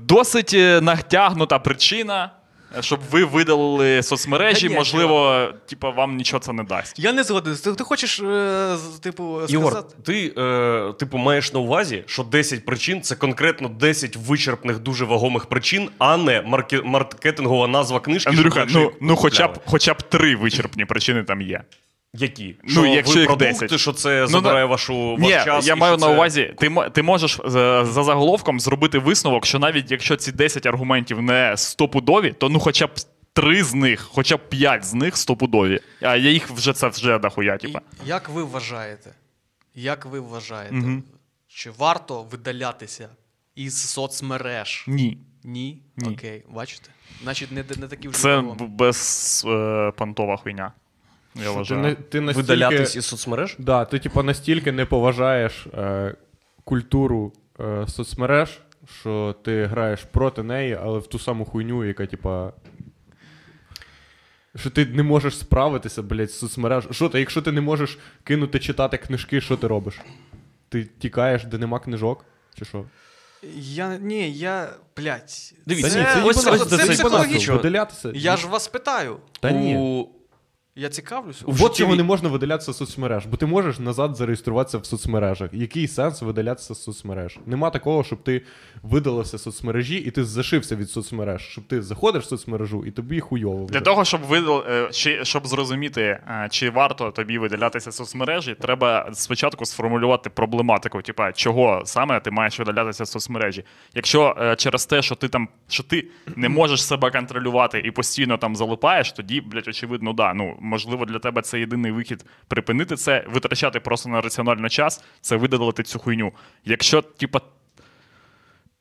Speaker 3: досить е, натягнута причина, е, щоб ви видалили соцмережі.
Speaker 1: Та ні,
Speaker 3: Можливо, типа вам нічого це не дасть.
Speaker 1: Я не згоден. Ти, ти хочеш, е, з- типу,
Speaker 2: Ігор,
Speaker 1: сказати.
Speaker 2: ти е, типу маєш на увазі, що 10 причин це конкретно 10 вичерпних, дуже вагомих причин, а не марке- маркетингова назва книжки. щоб
Speaker 3: Андрюха,
Speaker 2: наші
Speaker 3: ну, ну хоча б
Speaker 2: купляли.
Speaker 3: хоча б три вичерпні причини там є.
Speaker 2: які
Speaker 3: Ну,
Speaker 2: що
Speaker 3: якщо
Speaker 2: ви
Speaker 3: їх
Speaker 2: продукти,
Speaker 3: 10.
Speaker 2: що це забирає вашу ваш
Speaker 3: Ні,
Speaker 2: час.
Speaker 3: я
Speaker 2: і
Speaker 3: маю
Speaker 2: що
Speaker 3: на
Speaker 2: це-
Speaker 3: увазі, ти, мо- ти можеш е, за заголовком зробити висновок, що навіть якщо ці 10 аргументів не стопудові, то ну хоча б три з них, хоча б п'ять з них стопудові. А я їх вже це вже дохуя,
Speaker 1: І-
Speaker 3: типа.
Speaker 1: Як ви вважаєте? Як ви вважаєте?
Speaker 3: Мгм.
Speaker 1: Чи варто видалятися із соцмереж?
Speaker 3: Ні.
Speaker 1: Ні?
Speaker 3: Ні.
Speaker 1: Окей, бачите? Значить, не, не такі вже.
Speaker 3: Це
Speaker 1: здорові.
Speaker 3: б- без е, пантова хуйня. Я
Speaker 4: Ти,
Speaker 3: вважаю.
Speaker 4: не- ти настільки...
Speaker 2: видалятись із соцмереж.
Speaker 4: Да, ти типу, настільки не поважаєш е, культуру е, соцмереж, що ти граєш проти неї, але в ту саму хуйню, яка, типа. Що ти не можеш справитися, блядь, з соцмереж. Що ти, якщо ти не можеш кинути читати книжки, що ти робиш? Ти тікаєш, де нема книжок? Чи що?
Speaker 1: Я, ні, я, блядь.
Speaker 2: Дивіться,
Speaker 1: це,
Speaker 2: це- ось-
Speaker 1: це,
Speaker 2: ось до
Speaker 1: це
Speaker 2: цей
Speaker 1: психологічно.
Speaker 4: Видалятися.
Speaker 1: Я ж вас питаю.
Speaker 4: Та ні.
Speaker 2: У...
Speaker 1: Я цікавлюся.
Speaker 2: в
Speaker 4: От
Speaker 2: житті
Speaker 4: чого
Speaker 2: ві-
Speaker 4: не можна видалятися з соцмереж, бо ти можеш назад зареєструватися в соцмережах. Який сенс видалятися з соцмереж? Нема такого, щоб ти видалився з соцмережі і ти зашився від соцмереж, щоб ти заходиш в соцмережу і тобі хуйово. вже.
Speaker 3: Для того, щоб видал, е, чи, щоб зрозуміти, е, чи варто тобі видалятися з соцмережі, треба спочатку сформулювати проблематику, типа, чого саме ти маєш видалятися з соцмережі. Якщо е, через те, що ти там, що ти не можеш себе контролювати і постійно там залипаєш, тоді, блядь, очевидно, да. Ну, можливо, для тебе це єдиний вихід припинити це, витрачати просто на раціонально час, це видалити цю хуйню. Якщо, типа,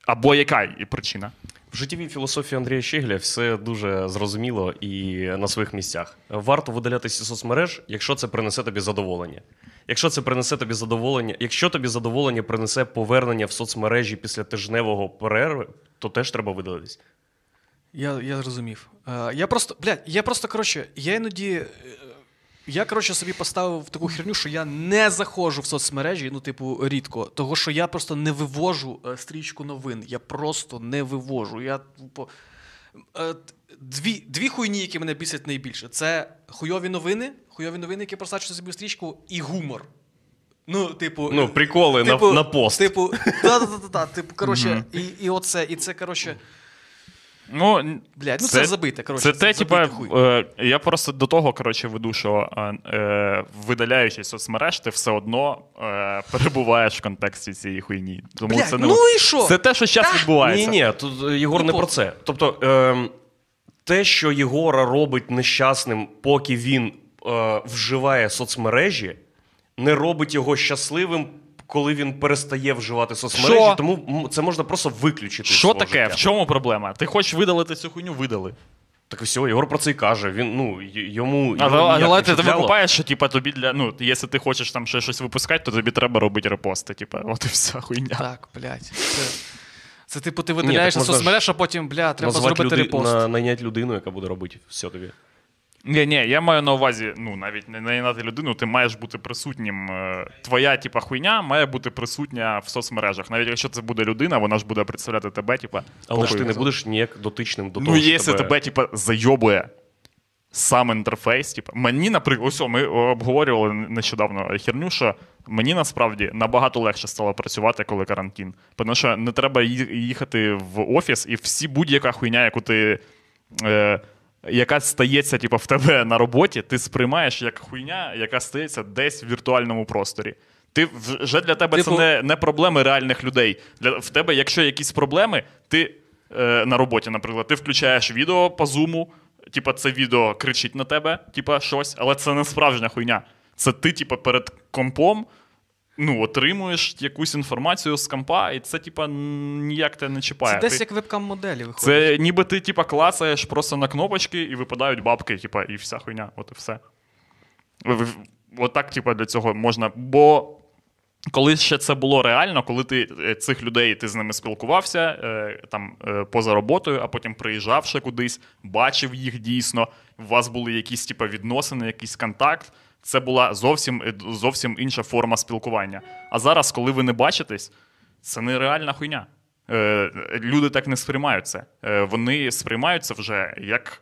Speaker 3: або яка і причина.
Speaker 2: В життєвій філософії Андрія Щегля все дуже зрозуміло і на своїх місцях. Варто видалятися із соцмереж, якщо це принесе тобі задоволення. Якщо це принесе тобі задоволення, якщо тобі задоволення принесе повернення в соцмережі після тижневого перерви, то теж треба видалитись.
Speaker 1: Я, я зрозумів. Е, я просто, блядь, я просто, коротше, я іноді. е, Я, коротше, собі поставив таку херню, що я не заходжу в соцмережі, ну, типу, рідко. Того, що я просто не вивожу е, стрічку новин. Я просто не вивожу. Я, тупо, е, т- дві, дві хуйні, які мене бісять найбільше. Це хуйові новини, хуйові новини, які просачують собі в стрічку, і гумор. Ну, типу,
Speaker 2: Ну, приколи на- на пост.
Speaker 1: Типу, та-та-та-та, типу, коротше, і, і оце, і це, коротше.
Speaker 3: Ну,
Speaker 1: Блядь, ну
Speaker 3: Це-
Speaker 1: це, забите, коротше.
Speaker 3: Це те,
Speaker 1: забите
Speaker 3: типа,
Speaker 1: хуй.
Speaker 3: е, я просто до того коротше веду, що е, е, видаляючись з соцмереж, ти все одно е, перебуваєш в контексті цієї хуйні. Тому
Speaker 1: Блядь,
Speaker 3: це не
Speaker 1: ну
Speaker 3: от-
Speaker 1: і що?
Speaker 3: Це те, що зараз
Speaker 2: Ні,
Speaker 3: відбувається.
Speaker 2: ні, тут е, Єгор
Speaker 1: Ну,
Speaker 2: не
Speaker 1: по-
Speaker 2: про це. Тобто, ем, те, що Єгора робить нещасним, поки він е, вживає соцмережі, не робить його щасливим, коли він перестає вживати соцмережі.
Speaker 3: Що?
Speaker 2: Тому м, це можна просто виключити. з
Speaker 3: Що
Speaker 2: свого
Speaker 3: таке?
Speaker 2: життя.
Speaker 3: В чому проблема? Ти хочеш видалити цю хуйню, видали.
Speaker 2: Так все, Єгор про це і каже. Він ну й- йому
Speaker 3: Але,
Speaker 2: йому ніяк
Speaker 3: але
Speaker 2: не
Speaker 3: ти
Speaker 2: чіпляло.
Speaker 3: викупаєш, що типа тобі для. Ну, якщо ти хочеш там ще щось випускати, то тобі треба робити репости. Типа, от і вся хуйня.
Speaker 1: Так, блядь. Це, це типу, ти
Speaker 2: Ні,
Speaker 1: видаляєшся
Speaker 2: так можна
Speaker 1: соцмереж, а потім, бля, треба
Speaker 2: Назвати
Speaker 1: зробити
Speaker 2: люди-
Speaker 1: репост.
Speaker 2: на- Найняти людину, яка буде робити все тобі.
Speaker 3: Ні, ні, я маю на увазі, ну навіть не найняти людину, ти маєш бути присутнім. е, Твоя типа хуйня має бути присутня в соцмережах. Навіть якщо це буде людина, вона ж буде представляти тебе, типа.
Speaker 2: Але ж
Speaker 3: похуй.
Speaker 2: ти не будеш ніяк дотичним до того.
Speaker 3: Ну,
Speaker 2: що
Speaker 3: якщо тебе, типа, зайобує сам інтерфейс. Типу, мені, наприклад, ось ми обговорювали нещодавно херню, що мені насправді набагато легше стало працювати, коли карантин. Тому що не треба ї- їхати в офіс, і всі будь-яка хуйня, яку ти. Е, яка стається типу, в тебе на роботі, ти сприймаєш як хуйня, яка стається десь в віртуальному просторі. Ти в- вже для тебе
Speaker 1: Типу-
Speaker 3: це не, не проблеми реальних людей. Для в тебе, якщо якісь проблеми, ти е, на роботі, наприклад, ти включаєш відео по зуму, типу, це відео кричить на тебе, типу, щось, але це не справжня хуйня. Це ти, типу, перед компом. Ну, отримуєш якусь інформацію з компа, і це, типа, ніяк тебе не чіпає.
Speaker 1: Це
Speaker 3: Ти-
Speaker 1: десь як вебкам-моделі виходить.
Speaker 3: це ніби ти, типа, клацаєш просто на кнопочки і випадають бабки, типа, і вся хуйня, от і все. Ви- ви- Отак, типа, для цього можна. Бо коли ще це було реально, коли ти е, цих людей ти з ними спілкувався е, там е, поза роботою, а потім приїжджав ще кудись, бачив їх дійсно, у вас були якісь типа відносини, якийсь контакт. Це була зовсім е, зовсім інша форма спілкування. А зараз, коли ви не бачитесь, це нереальна хуйня. Е, люди так не сприймають це. Е, вони сприймають це вже як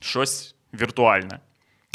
Speaker 3: щось віртуальне.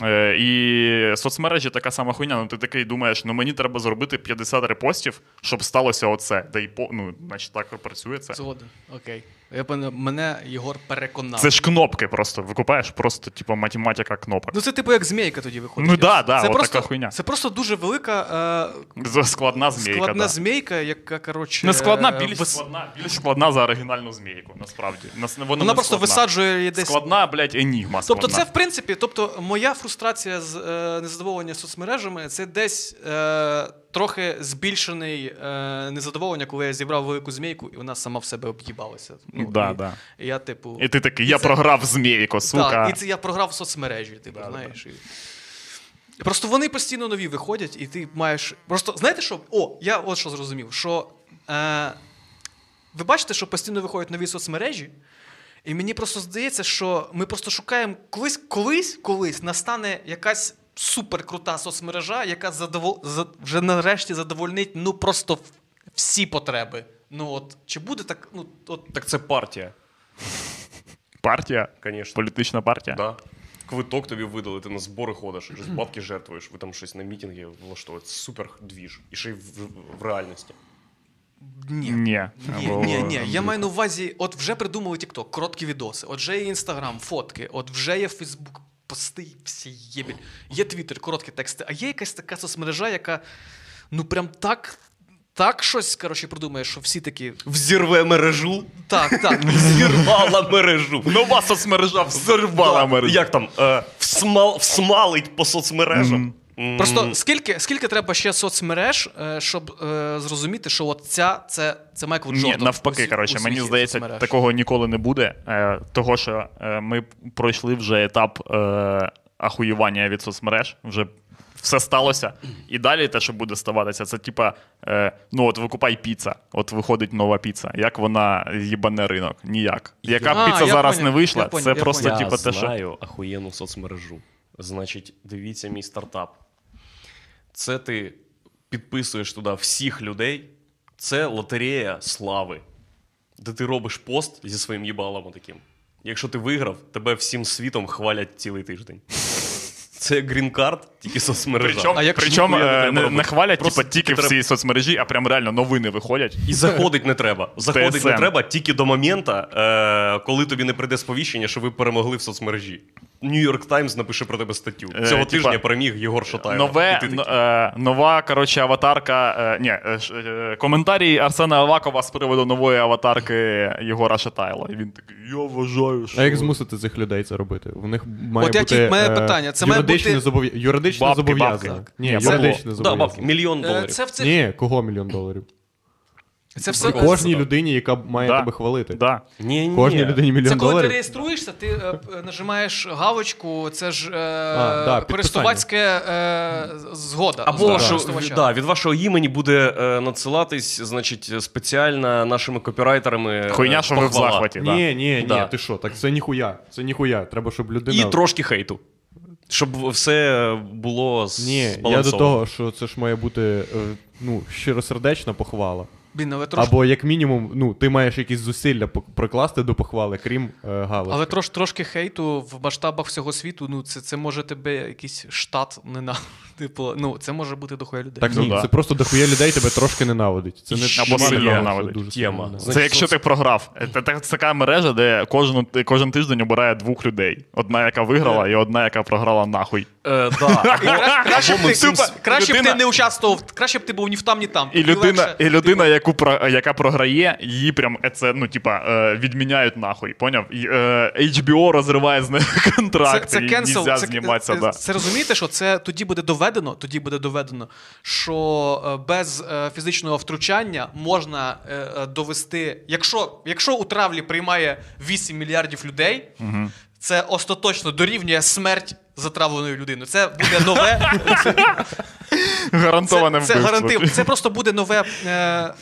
Speaker 3: Е, і соцмережі така сама хуйня. Ну ти такий думаєш, ну мені треба зробити 50 репостів, щоб сталося оце. Да й по ну, значить, так і працює це.
Speaker 1: Згоден. Окей. Я певно, мене Єгор переконав.
Speaker 3: Це ж кнопки просто. Викупаєш просто, типу, математика кнопок.
Speaker 1: Ну це типу як змійка тоді виходить.
Speaker 3: Ну да, да,
Speaker 1: це
Speaker 3: от
Speaker 1: просто,
Speaker 3: така хуйня.
Speaker 1: Це просто дуже велика е,
Speaker 3: З- Складна змійка.
Speaker 1: складна
Speaker 3: да.
Speaker 1: змійка, яка, коротше.
Speaker 3: Не складна,
Speaker 1: е,
Speaker 3: більш
Speaker 1: вис-
Speaker 3: складна, більш складна за оригінальну змійку, насправді. Нас- Вона,
Speaker 1: Вона
Speaker 3: не
Speaker 1: просто
Speaker 3: складна.
Speaker 1: висаджує її десь.
Speaker 3: Складна, блядь, енігма.
Speaker 1: Тобто, це
Speaker 3: складна.
Speaker 1: в принципі, тобто, моя фрустрація з е, незадоволення соцмережами це десь е, трохи збільшений е, незадоволення, коли я зібрав велику змійку, і вона сама в себе об'їбалася. Ну,
Speaker 3: Да,
Speaker 1: і,
Speaker 3: да.
Speaker 1: і я, типу,
Speaker 3: І ти такий, я програв змійко, сука.
Speaker 1: Так, і це я програв в соцмережі, типу, знаєш. і- Просто вони постійно нові виходять, і ти маєш. Просто знаєте що? О, я от що зрозумів, що е, ви бачите, що постійно виходять нові соцмережі, і мені просто здається, що ми просто шукаємо колись, колись, колись настане якась суперкрута соцмережа, яка задовол... за- вже нарешті задовольнить ну просто в- всі потреби. Ну от чи буде так, ну от
Speaker 2: Так це партія,
Speaker 3: Партія?
Speaker 2: звісно.
Speaker 3: Політична партія?
Speaker 2: Да. Квиток тобі видали, ти на збори ходиш, щось бабки жертвуєш, ви там щось на мітинги влаштовуєте. Супер двіж. І ще й в, в- в реальності.
Speaker 1: ні.
Speaker 3: Ні.
Speaker 1: Ні,
Speaker 3: Або-
Speaker 1: ні, ні. Я маю на увазі, от вже придумали TikTok, короткі відоси, от вже є Instagram, фотки, от вже є Facebook, пости, всі єбіль. Є Twitter, короткі тексти, а є якась така соцмережа, яка ну прям так. Так щось, коротше, придумає, що всі такі.
Speaker 2: Взірве мережу,
Speaker 1: Так, так.
Speaker 2: зірвала мережу.
Speaker 3: Нова соцмережа взорвала мережу.
Speaker 2: Як там? Е, всмал, всмалить по соцмережам. М.
Speaker 1: Просто скільки, скільки треба ще соцмереж, е, щоб е, зрозуміти, що от ця це, це Майкл Джордан.
Speaker 3: Ні, навпаки,
Speaker 1: усі-
Speaker 3: коротше,
Speaker 1: у
Speaker 3: мені
Speaker 1: світі
Speaker 3: здається,
Speaker 1: соцмереж.
Speaker 3: такого ніколи не буде. Е, того, що е, ми пройшли вже етап е, ахуювання від соцмереж, вже все сталося. І далі те, що буде ставатися, це типа, е, ну от викупай піца, от виходить нова піца. Як вона їбане ринок? Ніяк. Яка
Speaker 1: А,
Speaker 3: піца
Speaker 1: я
Speaker 3: зараз
Speaker 1: поняв,
Speaker 3: не вийшла,
Speaker 1: я поняв,
Speaker 3: це
Speaker 1: я
Speaker 3: просто
Speaker 1: поняв.
Speaker 3: типа те, що.
Speaker 2: знаю ахуєнну соцмережу. Значить, дивіться мій стартап. Це ти підписуєш туди всіх людей. Це лотерея слави, де ти робиш пост зі своїм їбалом таким. Якщо ти виграв, тебе всім світом хвалять цілий тиждень. Це грін-карт, тільки соцмережа.
Speaker 3: Причому,
Speaker 1: А як ж
Speaker 3: причому
Speaker 2: ніхуя не
Speaker 3: е,
Speaker 2: треба
Speaker 3: не, не
Speaker 2: робити?
Speaker 3: хвалять
Speaker 2: Просто
Speaker 3: типа, тільки
Speaker 2: треба-
Speaker 3: всі соцмережі, а прям реально новини виходять.
Speaker 2: І заходить не треба. Заходить не
Speaker 3: TSM.
Speaker 2: треба тільки до моменту, е, коли тобі не прийде сповіщення, що ви перемогли в соцмережі. Нью-Йорк Таймс напише про тебе статтю.
Speaker 3: Е, типа,
Speaker 2: Цього тижня переміг Єгор Шатайло.
Speaker 3: Нове,
Speaker 2: І ти
Speaker 3: н-
Speaker 2: такий,
Speaker 3: е, нова коротше, аватарка. Е, ні, е, ш- е, коментарі Арсена Авакова з приводу нової аватарки Єгора Шатайла. І Він такий, я вважаю, що
Speaker 4: А як змусити цих людей це робити? В них має
Speaker 1: От
Speaker 4: бути е,
Speaker 1: я тільки- в мене питання. Це має
Speaker 4: юридичне
Speaker 1: бути-
Speaker 4: зобов'я- юридичне
Speaker 3: Бабки,
Speaker 4: зобов'язання.
Speaker 3: бабки.
Speaker 4: Ні,
Speaker 3: Ні, бабло.
Speaker 4: юридичне
Speaker 2: да,
Speaker 4: зобов'язання.
Speaker 2: бабки, мільйон
Speaker 1: Е,
Speaker 2: доларів.
Speaker 1: Це в це,
Speaker 4: Ні, кого мільйон доларів?
Speaker 1: це все.
Speaker 4: Кожній людині, яка має
Speaker 3: Да.
Speaker 4: тебе хвалити.
Speaker 3: Да.
Speaker 2: Ні, ні.
Speaker 4: Кожній людині мільйон
Speaker 1: Це коли ти
Speaker 4: доларів.
Speaker 1: реєструєшся, ти е, п- е, нажимаєш галочку, це ж е,
Speaker 4: да, підписання.
Speaker 1: користувацьке е, з- згода.
Speaker 2: Або
Speaker 1: згода
Speaker 2: що
Speaker 1: користувача.
Speaker 2: да, від вашого імені буде е, надсилатись, значить, спеціально нашими копірайтерами. е,
Speaker 3: Хуйня, що ви в
Speaker 2: похвала.
Speaker 3: захваті. да.
Speaker 4: Ні, ні, ні,
Speaker 2: Да.
Speaker 4: ти що, так це ніхуя. Це ніхуя. Треба, щоб
Speaker 2: І
Speaker 4: людина.
Speaker 2: трошки хейту. Щоб все було
Speaker 4: Ні,
Speaker 2: збалансовано.
Speaker 4: я до того, що це ж має бути е, ну, щиросердечна похвала.
Speaker 1: Блін, але трошки.
Speaker 4: Або як мінімум, ну, ти маєш якісь зусилля пок- прокласти до похвали, крім е, галочки.
Speaker 1: Але трош, трошки хейту в масштабах всього світу, ну це, це може тебе якийсь штат не на. Типу, ну це може бути дохуя людей.
Speaker 4: Так,
Speaker 3: Ну
Speaker 4: ні,
Speaker 3: да.
Speaker 4: це просто дохуя людей тебе трошки ненавидить. Це не
Speaker 2: Ще
Speaker 4: тема,
Speaker 3: сильно
Speaker 4: це
Speaker 3: ненавидить.
Speaker 4: дуже сильно
Speaker 2: Тема.
Speaker 4: ненавидить.
Speaker 3: Це якщо ти програв. Це, так- це така мережа, де кожен, кожен тиждень обирає двох людей: одна, яка
Speaker 4: Е.
Speaker 3: виграла, і одна, яка програла нахуй.
Speaker 2: Е, да.
Speaker 1: І кра- краще б ти-
Speaker 3: Всім-
Speaker 1: типа, Краще б ти
Speaker 3: людина-
Speaker 1: не участвував, краще б ти був ні в там, ні там.
Speaker 3: І
Speaker 1: Тобі
Speaker 3: людина,
Speaker 1: легше. типу,
Speaker 3: і людина яку про, яка програє, її прям е, це, ну, типа, е, відміняють нахуй. Поняв? І, е, HBO розриває з нею контракт.
Speaker 1: це, це
Speaker 3: і
Speaker 1: cancel,
Speaker 3: нельзя
Speaker 1: це,
Speaker 3: зніматися.
Speaker 1: це,
Speaker 3: да.
Speaker 1: це розумієте, що це тоді буде доведено, тоді буде доведено, що е, без е, фізичного втручання можна е, е, довести, якщо, якщо у травлі приймає 8 мільярдів людей, це остаточно дорівнює смерть затравленої людини. Це буде нове.
Speaker 3: Гарантоване
Speaker 1: це, це,
Speaker 3: вбивство.
Speaker 1: гарантив, це просто буде нове. Е,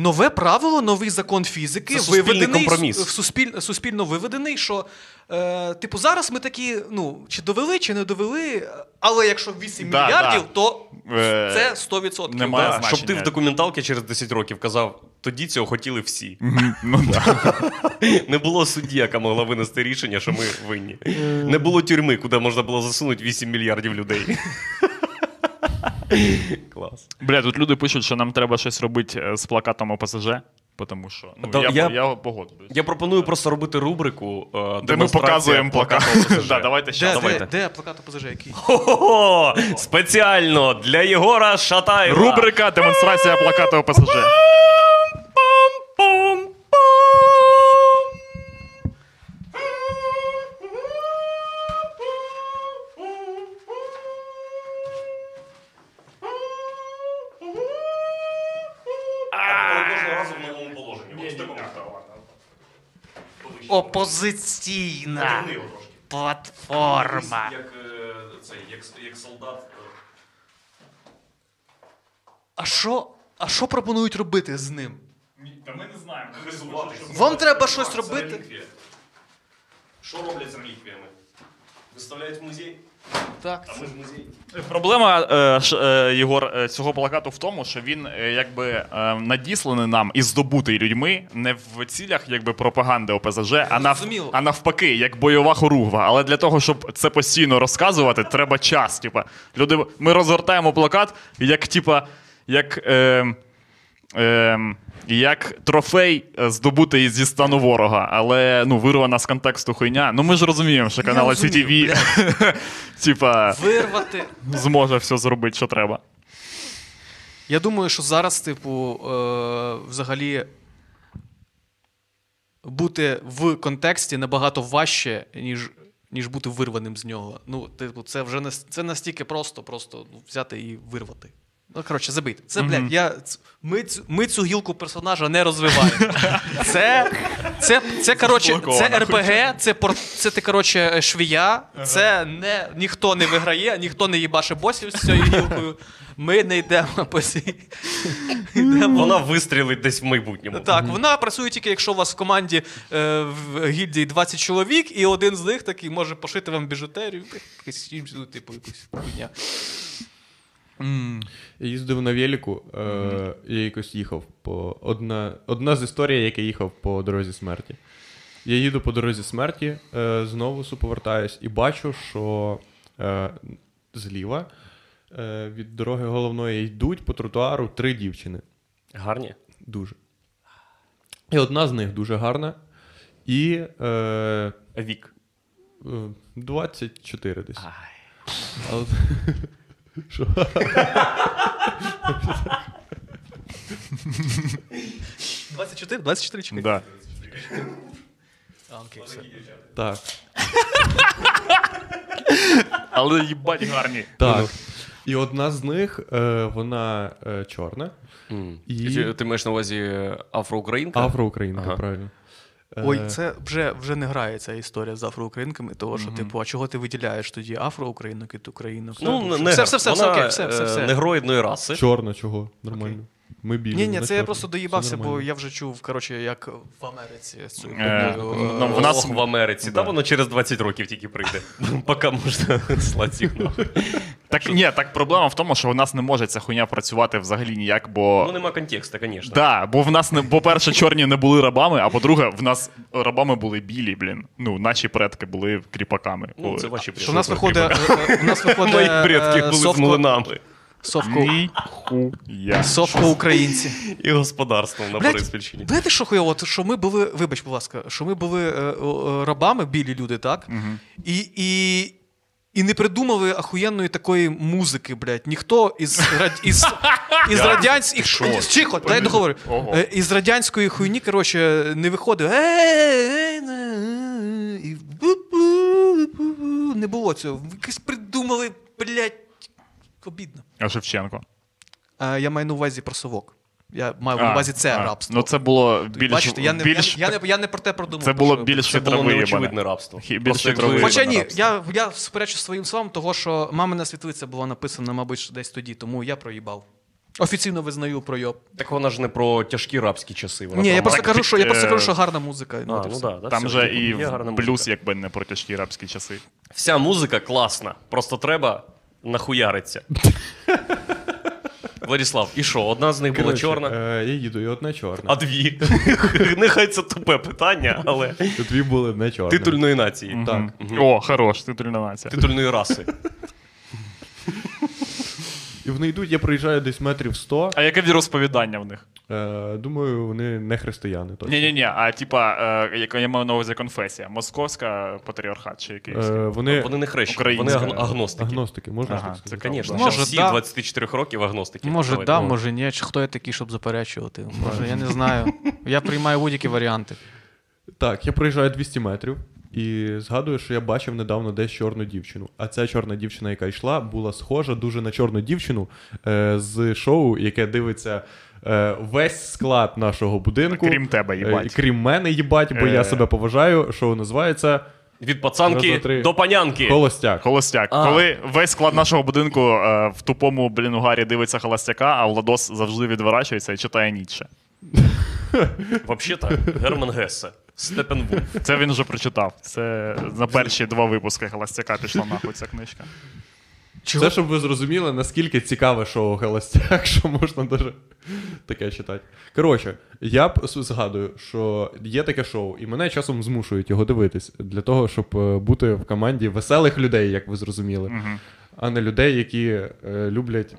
Speaker 1: Нове правило, новий закон фізики,
Speaker 2: Це суспільний
Speaker 1: виведений
Speaker 2: компроміс.
Speaker 1: с- в суспіль, суспільно виведений, що е, типу зараз ми такі, ну чи довели, чи не довели, але якщо 8
Speaker 3: Да,
Speaker 1: мільярдів,
Speaker 3: да.
Speaker 1: то
Speaker 3: Е,
Speaker 1: це 100%.
Speaker 3: нема.
Speaker 2: Да,
Speaker 3: Має
Speaker 2: щоб ти
Speaker 3: значення.
Speaker 2: в документалці через 10 років казав, тоді цього хотіли всі.
Speaker 3: Мгм, Ну, да.
Speaker 2: Не було судді, яка могла винести рішення, що ми винні. Не було тюрми, куди можна було засунути 8 мільярдів людей. Клас.
Speaker 3: Бля, тут люди пишуть, що нам треба щось робити е, з плакатом ОПСЖ, тому що ну,
Speaker 2: Та
Speaker 3: я,
Speaker 2: я-
Speaker 3: я... я погоджуюсь.
Speaker 2: Я пропоную просто робити рубрику. е,
Speaker 3: Де ми
Speaker 2: демонстрація
Speaker 3: показуємо плакат.
Speaker 2: плакату ОПЗЖ.
Speaker 3: Да, давайте ще.
Speaker 1: Де, де,
Speaker 2: давайте.
Speaker 1: де плакат ОПЗЖ, який?
Speaker 2: Хо-хо-хо! Спеціально для Єгора Шатаєва.
Speaker 3: Рубрика демонстрація плакату ОПСЖ.
Speaker 5: Опозиційна платформа.
Speaker 2: Як солдат.
Speaker 1: А що, а що пропонують робити з ним?
Speaker 3: Та ми не знаємо.
Speaker 1: Вам треба щось робити?
Speaker 2: Що роблять з реліквіями? Виставляють в музей,
Speaker 1: Так.
Speaker 2: а ми ж музей.
Speaker 3: Проблема е, ш- е, Єгор е, цього плакату в тому, що він е, якби е, надісланий нам і здобутий людьми не в цілях якби пропаганди ОПЗЖ, а, нав,
Speaker 1: Зрозуміло.
Speaker 3: а навпаки, як бойова хоругва. Але для того, щоб це постійно розказувати, треба час. Типа, люди, ми розгортаємо плакат, як типа, як. Е, Ем, як трофей е, здобутий зі стану ворога, але ну вирвана з контексту хуйня. Ну ми ж розуміємо, що канал
Speaker 1: розумію,
Speaker 3: CTV типа
Speaker 1: Вирвати.
Speaker 3: зможе все зробити, що треба.
Speaker 1: Я думаю, що зараз, типу, е, взагалі бути в контексті набагато важче, ніж, ніж бути вирваним з нього. Ну, типу, це вже не, це настільки просто, просто ну, взяти і вирвати. Ну, коротше, забийте. Це, блядь, я, ц- ми, цю- ми цю гілку персонажа не розвиваємо. Це, це, це, коротше, це РПГ, це, пор, це ти, коротше, е, швія, це не, ніхто не виграє, ніхто не їбаше босів з цією гілкою. Ми не йдемо по цій. Йдемо
Speaker 2: Вона вистрілить десь в майбутньому.
Speaker 1: так, вона працює тільки, якщо у вас в команді е, в гільдії 20 чоловік, і один з них такий може пошити вам біжутерію, якийсь, ну, типу, якусь хуйня.
Speaker 4: Я їздив на велику, е, я якось їхав по. Одна, одна з історій, як я їхав по дорозі смерті. Я їду по дорозі смерті, е, знову су- повертаюсь і бачу, що е, зліва е, від дороги головної йдуть по тротуару три дівчини.
Speaker 2: Гарні.
Speaker 4: Дуже. І одна з них дуже гарна. І е,
Speaker 2: Вік.
Speaker 4: Е, 24 десь. Але- Що?
Speaker 1: — 24? 24 чоловік.
Speaker 3: Да.
Speaker 1: А, окей, все.
Speaker 4: Так,
Speaker 3: Але їбать гарні.
Speaker 4: так. І одна з них, е, вона е, чорна. І
Speaker 2: Ти, ти маєш на увазі афроукраїнка?
Speaker 4: афроукраїнка,
Speaker 2: Ага.
Speaker 4: правильно. Е,
Speaker 1: Ой, це вже, вже не грає ця історія з афроукраїнками, того що, типу, а чого ти виділяєш тоді афроукраїнок і українок?
Speaker 2: Ну,
Speaker 1: Тому що-
Speaker 2: негр.
Speaker 1: все, все, все, все,
Speaker 2: Вона,
Speaker 1: окей, все, все,
Speaker 2: е,
Speaker 1: все.
Speaker 2: негроїдної раси.
Speaker 4: Чорно, чого? Нормально. Ми білі.
Speaker 1: Ні,
Speaker 4: вони
Speaker 1: ні, це я
Speaker 4: чорні.
Speaker 1: просто
Speaker 4: Все
Speaker 1: доїбався, бо
Speaker 4: нормально.
Speaker 1: я вже чув, коротше, як в Америці. з цю-
Speaker 3: Е,
Speaker 1: Е,
Speaker 3: нам в нас-
Speaker 2: в Америці. Та воно через 20 років тільки прийде. Поки можна ну. слати їх нахуй.
Speaker 3: Так ні, так проблема в тому, що у нас не може ця хуйня працювати взагалі ніяк, бо
Speaker 2: Ну нема контексту, звісно.
Speaker 3: Да, бо в нас не по перше, чорні не були рабами, а по-друге, в нас рабами були білі, блін. Ну, наші предки були кріпаками.
Speaker 2: Ну,
Speaker 3: Були.
Speaker 2: це ваші
Speaker 1: Що в нас
Speaker 2: приколи.
Speaker 1: виходить, е, е, у нас виходить
Speaker 2: Мої
Speaker 1: е,
Speaker 2: предки були з
Speaker 1: совко-
Speaker 2: млинами.
Speaker 1: совко-
Speaker 3: Ніхуя.
Speaker 1: совко-українці.
Speaker 2: І господарством на
Speaker 1: Блядь,
Speaker 2: Бориспільщині.
Speaker 1: Знаєте, що хуйово? От Що ми були, вибач, будь ласка, що ми були е, о, е, рабами, білі люди, так? І, і, і не придумали ахуєнної такої музики, блядь. Ніхто із, рад- із, із радянських. Тихо, дай договорю.
Speaker 3: Ого.
Speaker 1: Е, Із радянської хуйні, коротше, не виходив. Е, «Е-е-е, на-е-е», і бу-бу-бу-бу. Не було цього. Якось придумали, блядь, обідно.
Speaker 3: А Шевченко.
Speaker 1: Е, Я маю на увазі про совок. Я маю на увазі це
Speaker 3: а.
Speaker 1: рабство.
Speaker 3: Ну це було більш.
Speaker 1: Бачите, я не,
Speaker 3: більш
Speaker 1: я, я не, я не про те продумав.
Speaker 3: це
Speaker 1: про
Speaker 3: було
Speaker 1: що я
Speaker 3: більш
Speaker 2: Це було
Speaker 3: хитрове,
Speaker 2: неочевидне
Speaker 3: єбане.
Speaker 2: рабство.
Speaker 3: Хі- більш
Speaker 2: Просто якби-
Speaker 3: хитрове.
Speaker 1: Хоча
Speaker 3: Хоча
Speaker 1: ні, я, я суперечу своїм словам, того, що мамина світлиця була написана, мабуть, ще десь тоді, тому я проїбав. Офіційно визнаю пройоб.
Speaker 2: Так вона ж не про тяжкі рабські часи.
Speaker 3: Ну,
Speaker 2: Вона
Speaker 1: Ні,
Speaker 2: про
Speaker 1: я просто
Speaker 2: раб-
Speaker 1: кажу, що я просто
Speaker 3: е,
Speaker 1: кажу, що гарна музика.
Speaker 2: А,
Speaker 1: от і
Speaker 2: ну
Speaker 1: все.
Speaker 2: да, да,
Speaker 3: Там
Speaker 2: все,
Speaker 3: же
Speaker 2: є
Speaker 3: і
Speaker 2: гарна
Speaker 3: плюс,
Speaker 2: музика.
Speaker 3: якби не про тяжкі рабські часи.
Speaker 2: Вся музика класна, просто треба нахуяриться. Владислав, і що, одна з них була
Speaker 4: Коротше,
Speaker 2: чорна,
Speaker 4: е, Я їду, і одна чорна.
Speaker 2: а дві. Нехай це тупе питання, але
Speaker 4: Тут дві були не чорна.
Speaker 2: титульної нації.
Speaker 4: Так.
Speaker 3: Мгм. О, хорош, титульна нація.
Speaker 2: Титульної раси.
Speaker 4: І вони йдуть, я проїжджаю десь метрів 100.
Speaker 3: А яке віросповідання в них?
Speaker 4: Е, думаю, вони не християни. Точно.
Speaker 3: Ні, ні, ні. А типа, е, яка я маю на увазі конфесія? Московська е, патріархат чи якийсь?
Speaker 4: Е, вони
Speaker 2: Вони не хрещені, вони
Speaker 3: Українська.
Speaker 2: агно- агностики.
Speaker 4: агностики, можна
Speaker 3: Ага,
Speaker 4: ж
Speaker 3: це
Speaker 4: так сказати?
Speaker 2: Звісно,
Speaker 1: Може,
Speaker 2: зараз всі
Speaker 1: да.
Speaker 2: 24 років агностики.
Speaker 1: Може,
Speaker 2: Давай,
Speaker 1: да,
Speaker 2: ну.
Speaker 1: може ні. Чи хто я такий, щоб заперечувати? Може, я не знаю. Я приймаю будь-які варіанти.
Speaker 4: Так, я проїжджаю 200 метрів і згадую, що я бачив недавно десь чорну дівчину. А ця чорна дівчина, яка йшла, була схожа дуже на чорну дівчину е, з шоу, яке дивиться е, весь склад нашого будинку.
Speaker 3: Крім тебе,
Speaker 4: Е,
Speaker 3: їбать.
Speaker 4: крім мене, їбать, бо
Speaker 3: Е.
Speaker 4: я себе поважаю. Шоу називається
Speaker 2: Від
Speaker 4: Раз,
Speaker 2: пацанки
Speaker 4: два, три.
Speaker 2: до панянки.
Speaker 4: Холостяк.
Speaker 3: Холостяк.
Speaker 2: А.
Speaker 3: Коли весь склад нашого будинку е, в тупому блін угарі дивиться холостяка, а Владос завжди відворачується і читає Ніче.
Speaker 2: Вообще так, Герман Гессе, Степенвулф.
Speaker 3: Це він вже прочитав. Це на перші два випуски холостяка пішла нахуй ця книжка.
Speaker 4: Це щоб ви зрозуміли, наскільки цікаве шоу Холостяк, що можна даже таке читати. Коротше, я б с- згадую, що є таке шоу, і мене часом змушують його дивитись для того, щоб е, бути в команді веселих людей, як ви зрозуміли, а не людей, які е, люблять.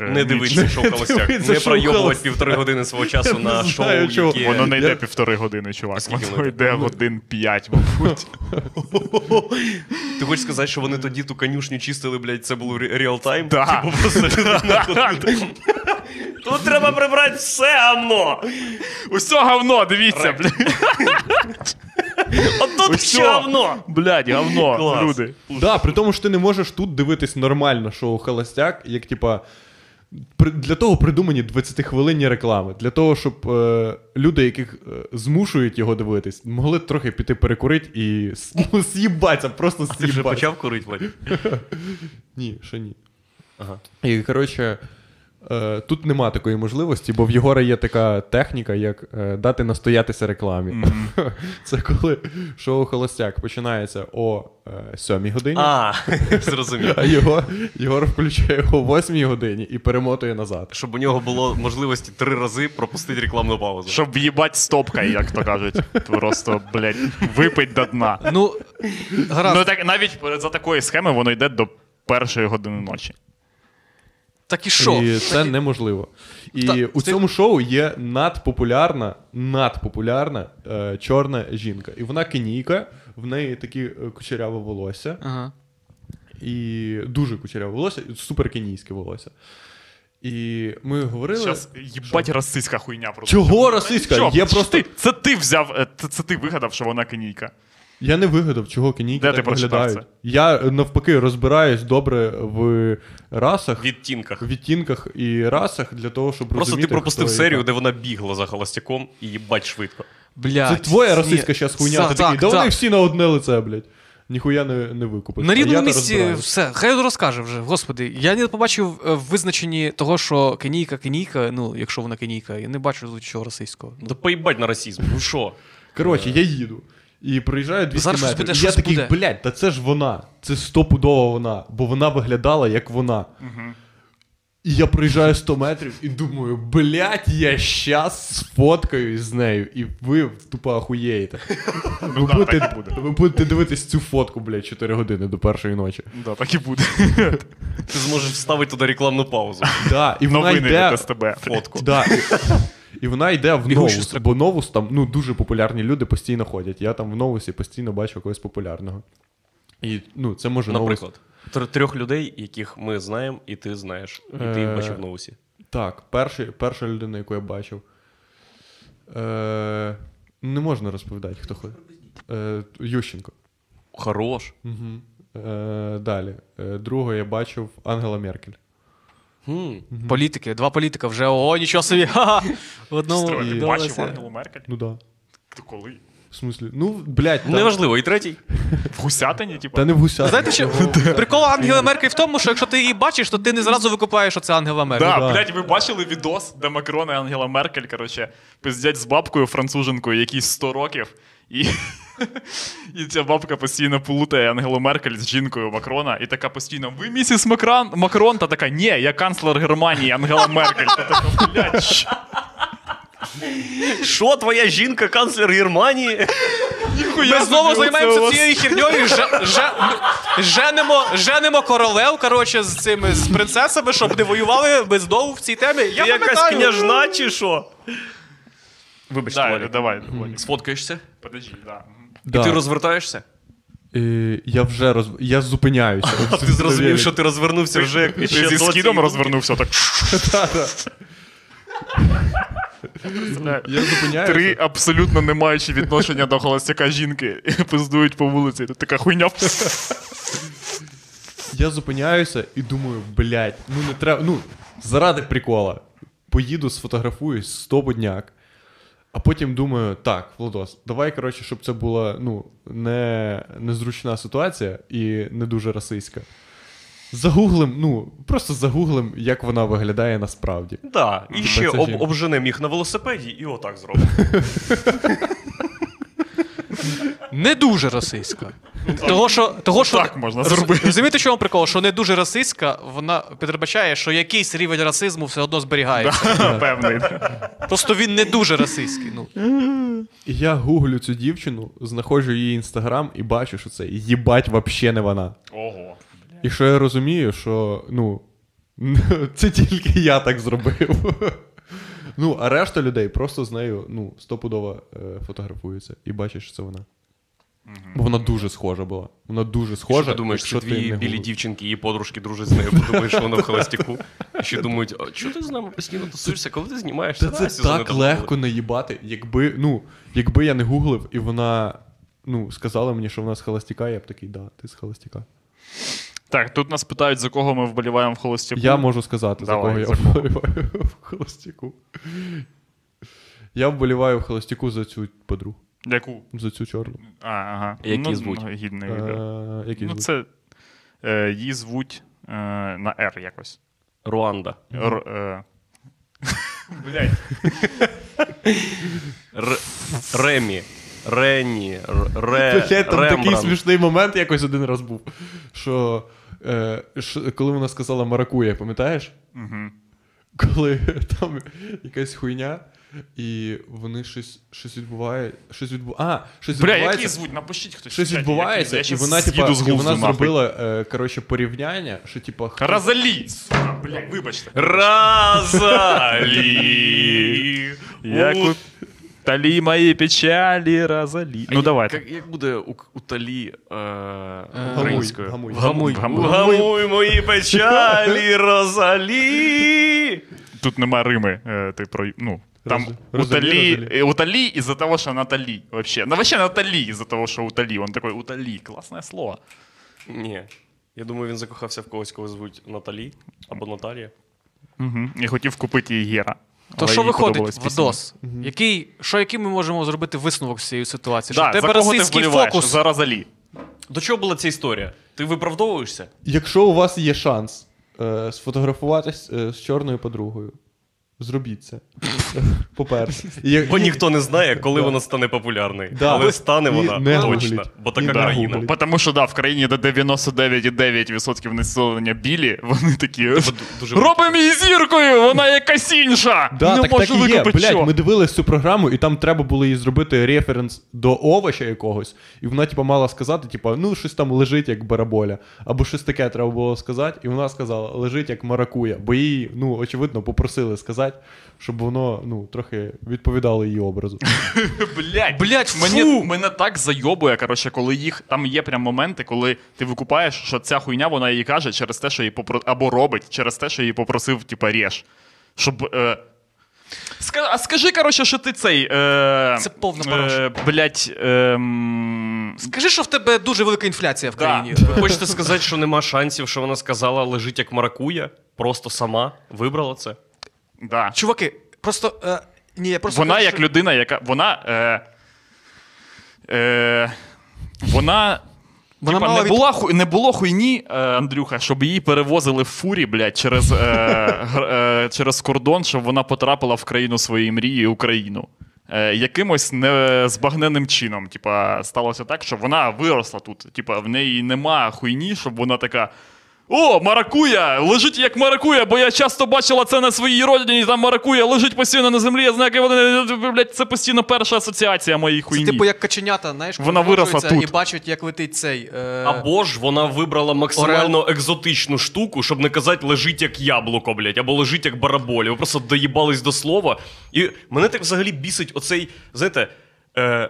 Speaker 3: Е,
Speaker 2: Не
Speaker 3: «Ніч».
Speaker 2: дивитися шоу Холостяк.
Speaker 4: дивитися
Speaker 2: Не
Speaker 4: шоу
Speaker 2: проєбувати
Speaker 4: «Холостяк».
Speaker 2: півтори години свого часу
Speaker 4: Я
Speaker 2: на
Speaker 4: не
Speaker 2: шоу,
Speaker 4: знаю, чого.
Speaker 2: яке...
Speaker 3: Воно не йде
Speaker 4: Я-
Speaker 3: півтори години, чувак.
Speaker 2: скільки Ну,
Speaker 3: Воно
Speaker 2: воно
Speaker 3: йде годин п'ять, мабуть.
Speaker 2: Ти хочеш сказати, що вони тоді ту конюшню чистили, блядь, це був ре- реал-тайм?
Speaker 3: Да.
Speaker 2: Типу, просто людина ходить. Тут треба прибрати все гамно.
Speaker 3: Усьо говно, дивіться, блядь.
Speaker 2: От тут ще гамно.
Speaker 3: Блядь, говно,
Speaker 2: Клас.
Speaker 3: люди.
Speaker 4: Да, при тому, що ти не можеш тут дивитись нормально шоу Холостяк, як типа. при- Для того придумані 20-хвилинні реклами, для того, щоб е, люди, яких е, змушують його дивитись, могли трохи піти перекурити і с- ну, з'їбаться, просто
Speaker 2: Ти вже
Speaker 4: з'їбаться.
Speaker 2: почав курити, Вадь?
Speaker 4: Ні, ще ні.
Speaker 2: Ага.
Speaker 4: І коротше, е, тут нема такої можливості, бо в Єгора є така техніка, як е, дати настоятися рекламі. Це коли шоу Холостяк починається о е, 7 годині.
Speaker 2: А, зрозумів.
Speaker 4: А його, Єгор включає його о 8 годині і перемотує назад.
Speaker 2: Щоб у нього було можливості три рази пропустити рекламну паузу.
Speaker 3: Щоб їбать стопка, як то кажуть. Просто, блядь, випить до дна.
Speaker 1: Ну, гаразд.
Speaker 3: Ну так навіть за такої схеми воно йде до першої години ночі.
Speaker 1: так і що?
Speaker 4: І це неможливо. І
Speaker 1: Та-
Speaker 4: у
Speaker 1: це-
Speaker 4: цьому шоу є надпопулярна, надпопулярна е, чорна жінка. І вона кенійка, в неї такі е, кучеряве волосся.
Speaker 1: Ага.
Speaker 4: І дуже кучеряве волосся, і супер кенійське волосся. І ми говорили.
Speaker 3: Зараз їбать расистська хуйня просто.
Speaker 4: Чого російська?
Speaker 3: Що?
Speaker 4: Є
Speaker 3: Це
Speaker 4: просто.
Speaker 3: ти, це ти взяв, е, це, це ти вигадав, що вона кенійка.
Speaker 4: Я не вигадав, чого кенійки
Speaker 3: Де ти
Speaker 4: так
Speaker 3: прочитав
Speaker 4: виглядають. Я е, навпаки розбираюсь добре в расах.
Speaker 2: Відтінках.
Speaker 4: відтінках і расах для того, щоб
Speaker 2: Просто ти
Speaker 4: розуміти,
Speaker 2: пропустив
Speaker 4: хто і
Speaker 2: серію,
Speaker 4: як.
Speaker 2: де вона бігла за холостяком і їбать швидко.
Speaker 1: Блядь.
Speaker 4: Це твоя
Speaker 1: ні.
Speaker 4: російська щас хуйня.
Speaker 1: Так,
Speaker 4: Ти такий,
Speaker 1: так,
Speaker 4: да вони
Speaker 1: так.
Speaker 4: всі на одне лице, блядь. Ніхуя не, не викупиш.
Speaker 1: На
Speaker 4: А Тобто, я
Speaker 1: рівному
Speaker 4: не
Speaker 1: місці
Speaker 4: розбираюсь.
Speaker 1: все. Хай розкаже вже. Господи, я не побачив е, в визначенні того, що кенійка, кенійка, ну, якщо вона кенійка, я не бачу тут чого російського. Ну,
Speaker 2: Да поїбать на расізм. Ну що?
Speaker 4: Коротше, я їду. І проїжджаю 200
Speaker 1: Зараз щось
Speaker 4: метрів.
Speaker 1: буде,
Speaker 4: і я
Speaker 1: щось
Speaker 4: такий,
Speaker 1: буде.
Speaker 4: блядь, та це ж вона. Це стопудово вона, бо вона виглядала як вона. І я проїжджаю 100 метрів і думаю, блядь, я щас сфоткаюсь з нею. І ви тупо ахуєєте. Ви
Speaker 3: Ну да,
Speaker 4: будете,
Speaker 3: так і буде.
Speaker 4: ви будете дивитись цю фотку, блядь, 4 години до першої ночі.
Speaker 3: Да, так і буде.
Speaker 2: Ти зможеш вставити туди рекламну паузу.
Speaker 4: Да, і вона
Speaker 3: Новини
Speaker 4: йде...
Speaker 3: від СТБ.
Speaker 2: Фотку.
Speaker 4: Да. І вона йде в
Speaker 1: Бігущу
Speaker 4: новус, бо новус там ну, дуже популярні люди постійно ходять. Я там в новусі постійно бачу когось популярного. І ну, це може новус.
Speaker 2: Наприклад, тр- трьох людей, яких ми знаємо, і ти знаєш, і ти їх
Speaker 4: Е,
Speaker 2: бачив в новусі.
Speaker 4: Так, перший, перша людина, яку я бачив. Е, не можна розповідати, хто ходить. Е, Ющенко.
Speaker 2: Хорош.
Speaker 4: Угу. Е, далі. Е, другого я бачив Ангела Меркель.
Speaker 2: Хм.
Speaker 1: Політики, два політика вже. О, нічого собі. Ха-ха. В одному
Speaker 3: Строй, ти
Speaker 4: і-
Speaker 3: бачив
Speaker 1: вдалося.
Speaker 3: Ангелу Меркель?
Speaker 4: Ну да.
Speaker 3: Ти коли?
Speaker 4: В смислі. Ну, блядь, там-
Speaker 2: Неважливо, і третій.
Speaker 3: В гусятині, типу?
Speaker 4: Та не в гусях.
Speaker 1: Знаєте, що прикол Ангели Меркель в тому, що якщо ти її бачиш, то ти не зразу викупаєш, що це Ангела
Speaker 2: Ну
Speaker 1: Меркель.
Speaker 3: Да,
Speaker 4: да.
Speaker 3: блядь, ви бачили відос, де Макрон і Ангела Меркель, коротше, пиздять з бабкою француженкою, якій 100 років, і, і ця бабка постійно плутає Ангелу Меркель з жінкою Макрона, і така постійно: Ви місіс Макрон, Макрон та така, ні, я канцлер Германії, Ангела Меркель. Та така, блядь, що?
Speaker 2: Що твоя жінка, канцлер Германії?
Speaker 1: Ми знову
Speaker 3: собі, оце у
Speaker 1: займаємося
Speaker 3: вас.
Speaker 1: цією херньою, ж- ж- женемо, женемо королев, коротше, з цими з принцесами, щоб не воювали ми знову в цій темі. Я
Speaker 2: Ти якась
Speaker 1: пам'ятаю.
Speaker 4: ну.
Speaker 2: княжна чи що? Вибач,
Speaker 3: Да,
Speaker 2: Валік.
Speaker 3: давай, Валік,
Speaker 2: Сфоткаєшся,
Speaker 3: подожди, да. мгм.
Speaker 4: Да.
Speaker 2: ти розвертаєшся,
Speaker 4: Е, я вже роз... я зупиняюся.
Speaker 2: а ти зрозумів, що ти розвернувся вже.
Speaker 3: Ти
Speaker 2: ще
Speaker 3: зі
Speaker 2: до
Speaker 3: скидом
Speaker 2: цієї-
Speaker 3: розвернувся так.
Speaker 4: Я зупиняюся.
Speaker 3: Три абсолютно не маючи відношення до холостяка жінки пиздують по вулиці. і Тут така хуйня.
Speaker 4: Я зупиняюся і думаю, блядь, ну не треба. Ну, заради прикола. Поїду, сфотографуюсь, 100 будняк. А потім думаю, так, Владос, давай, коротше, щоб це була ну, не, незручна ситуація і не дуже расистська. Загуглим, ну, просто загуглим, як вона виглядає насправді.
Speaker 2: Да, і ще
Speaker 4: це
Speaker 2: об,
Speaker 4: жінка.
Speaker 2: обженем їх на велосипеді і отак зробимо.
Speaker 1: Не дуже російська.
Speaker 2: Ну,
Speaker 1: Того, що, того, що
Speaker 3: Ну, так можна зробити.
Speaker 1: Розумієте, в чому прикол? Що не дуже російська, вона передбачає, що якийсь рівень расизму все одно зберігається.
Speaker 3: Певний.
Speaker 1: Просто він не дуже расистський. Ну.
Speaker 4: І я гуглю цю дівчину, знаходжу її інстаграм і бачу, що це їбать вообще не вона.
Speaker 3: Ого.
Speaker 4: І що я розумію, що ну це тільки я так зробив. Ну, а решта людей просто з нею ну, стопудово е, фотографуються і бачиш, що це вона. Бо вона дуже схожа була. Вона дуже схожа.
Speaker 2: Що ти думаєш, що
Speaker 4: якщо ти
Speaker 2: дві
Speaker 4: не
Speaker 2: білі
Speaker 4: гуглиш.
Speaker 2: дівчинки, її подружки дружать з нею, бо думаєш, що вона в холостяку. І ще думають, а чого ти з нами постійно тусуєшся, коли ти знімаєшся?
Speaker 4: Та це так легко наїбати, якби, ну, якби я не гуглив, і вона ну, сказала мені, що вона з холостяка, я б такий, да, ти з холостяка.
Speaker 3: Так, тут нас питають, за кого ми вболіваємо в холостяку.
Speaker 4: Я можу сказати,
Speaker 3: Типу, Давай,
Speaker 4: за
Speaker 3: за
Speaker 4: кого я
Speaker 3: кого?
Speaker 4: вболіваю в холостяку. Я вболіваю в холостяку за цю подругу,
Speaker 3: Яку?
Speaker 4: за цю чорну.
Speaker 3: А, ага.
Speaker 2: Які
Speaker 3: ну,
Speaker 2: звуть?
Speaker 3: ну, Гідний вибір.
Speaker 4: Е, який
Speaker 3: Ну,
Speaker 4: звук?
Speaker 3: це е, її звуть е, на R якось.
Speaker 2: Руанда.
Speaker 3: Р, е, Блять,
Speaker 2: Р- Ремі. Рені. Р- Ре...
Speaker 4: Блядь, там такий
Speaker 2: Рембрандт.
Speaker 4: смішний момент якось один раз був. Що е, ш- коли вона сказала маракуя, пам'ятаєш? Коли там якась хуйня, і вони щось, щось відбуває. Щось відбу... А, щось
Speaker 3: бля,
Speaker 4: відбувається.
Speaker 3: які звуть? Напишіть хтось. в
Speaker 4: Щось
Speaker 3: чаті,
Speaker 4: відбувається,
Speaker 3: які.
Speaker 4: і
Speaker 3: Я
Speaker 4: вона,
Speaker 3: щас
Speaker 4: типа,
Speaker 3: їду з
Speaker 4: і вона
Speaker 3: глузду, нахуй.
Speaker 4: зробила е, коротше, порівняння, що типа хто-
Speaker 3: Розалі! Сука, блядь, вибачте.
Speaker 2: Розалі.
Speaker 3: Я
Speaker 2: У-
Speaker 3: куп... Талі мої печалі, Розалі. Ну давайте.
Speaker 2: Як, як буде у, у талі е,
Speaker 4: гамуй,
Speaker 2: українською?
Speaker 4: гамуй.
Speaker 1: Гамуй.
Speaker 3: э, Гамуй.
Speaker 2: Гамуй мої печалі, Розалі.
Speaker 3: Тут нема рими, е, ти про ну. Там
Speaker 4: Розумію.
Speaker 3: уталі,
Speaker 4: Розумію.
Speaker 3: е, уталі із-за того, що Наталі. Вообще. Ну, вообще Наталі із-за того, що уталі. Он такой уталі. Класне слово.
Speaker 2: Ні. Я думаю, він закохався в когось, кого звуть Наталі або Наталія.
Speaker 3: Угу. І хотів купити її гера.
Speaker 1: То
Speaker 3: Але
Speaker 1: що
Speaker 3: їй
Speaker 1: виходить,
Speaker 3: подобалась пісня.
Speaker 1: Вадос? Який, що яким ми можемо зробити висновок з цієї ситуації?
Speaker 3: Да,
Speaker 1: Що в
Speaker 3: за
Speaker 1: тебе
Speaker 3: кого ти
Speaker 1: російський
Speaker 3: вболіваєш?
Speaker 1: фокус.
Speaker 3: За Розалі.
Speaker 2: До чого була ця історія? Ти виправдовуєшся?
Speaker 4: Якщо у вас є шанс е, сфотографуватись е, з чорною подругою, зробіть це. По-перше. І як-
Speaker 2: Бо ніхто не знає, коли
Speaker 4: Да.
Speaker 2: вона стане популярною.
Speaker 4: Да.
Speaker 2: Але стане
Speaker 4: І
Speaker 2: вона
Speaker 4: не
Speaker 2: точно,
Speaker 4: гугліть.
Speaker 2: бо
Speaker 4: І
Speaker 2: така
Speaker 4: не
Speaker 2: країна.
Speaker 4: гугліть.
Speaker 3: Ну, Тому що да, в країні, де 99,9% населення білі, вони такі.
Speaker 2: Дуже
Speaker 3: Робимо її зіркою! Вона якась інша!
Speaker 4: Да,
Speaker 3: не
Speaker 4: так, так
Speaker 3: можу
Speaker 4: і є.
Speaker 3: викупити
Speaker 4: Блять,
Speaker 3: що.
Speaker 4: ми дивились цю програму, і там треба було їй зробити референс до овоча якогось. І вона, типа, мала сказати, типа, ну щось там лежить як бараболя. Або щось таке треба було сказати. І вона сказала, лежить як маракуя. Бо її, ну, очевидно, попросили сказати, щоб воно ну, трохи відповідало її образу.
Speaker 3: Блять,
Speaker 6: Блядь,
Speaker 3: мене,
Speaker 6: фу!
Speaker 3: мене так зайобує, коротше, коли їх там є прям моменти, коли ти викупаєш, що ця хуйня вона їй каже через те, що її попро... або робить, через те, що її попросив, типа, рєш. Щоб. Е... Ска... А скажи, коротше, що ти цей. Е...
Speaker 6: Це повна параша.
Speaker 3: Е... Блять. Е... м,
Speaker 6: Скажи, що в тебе дуже велика інфляція в
Speaker 3: Да.
Speaker 6: країні.
Speaker 2: Ви хочете сказати, що нема шансів, що вона сказала лежить як маракуя, просто сама вибрала це.
Speaker 3: Да.
Speaker 6: Чуваки, просто. е, Ні, я просто
Speaker 3: Вона
Speaker 6: кажу,
Speaker 3: як
Speaker 6: що-
Speaker 3: людина, яка. Вона. Е... Е... Вона.
Speaker 6: Вона
Speaker 3: Типа,
Speaker 6: мала
Speaker 3: не,
Speaker 6: від-
Speaker 3: була, ху- не було хуйні, е, Андрюха, щоб її перевозили в фурі, блядь, через, е, гр- е, через кордон, щоб вона потрапила в країну своєї мрії Україну. Е, якимось незбагненним чином. Типа, сталося так, що вона виросла тут. Типа, в неї нема хуйні, щоб вона така. О, маракуя! Лежить як маракуя, бо я часто бачила це на своїй родині, там маракуя лежить постійно на землі, я знаю, як вони. Блядь, це постійно перша асоціація моєї хуйні.
Speaker 6: Це типу як каченята, знаєш,
Speaker 3: Вона виросла
Speaker 6: породжуються
Speaker 3: тут.
Speaker 6: і бачать, як летить цей. е,
Speaker 2: Або ж вона вибрала максимально екзотичну штуку, щоб не казати лежить як яблуко, блядь, або лежить як бараболі. Ви просто доїбались до слова. І мене так взагалі бісить оцей, знаєте, е,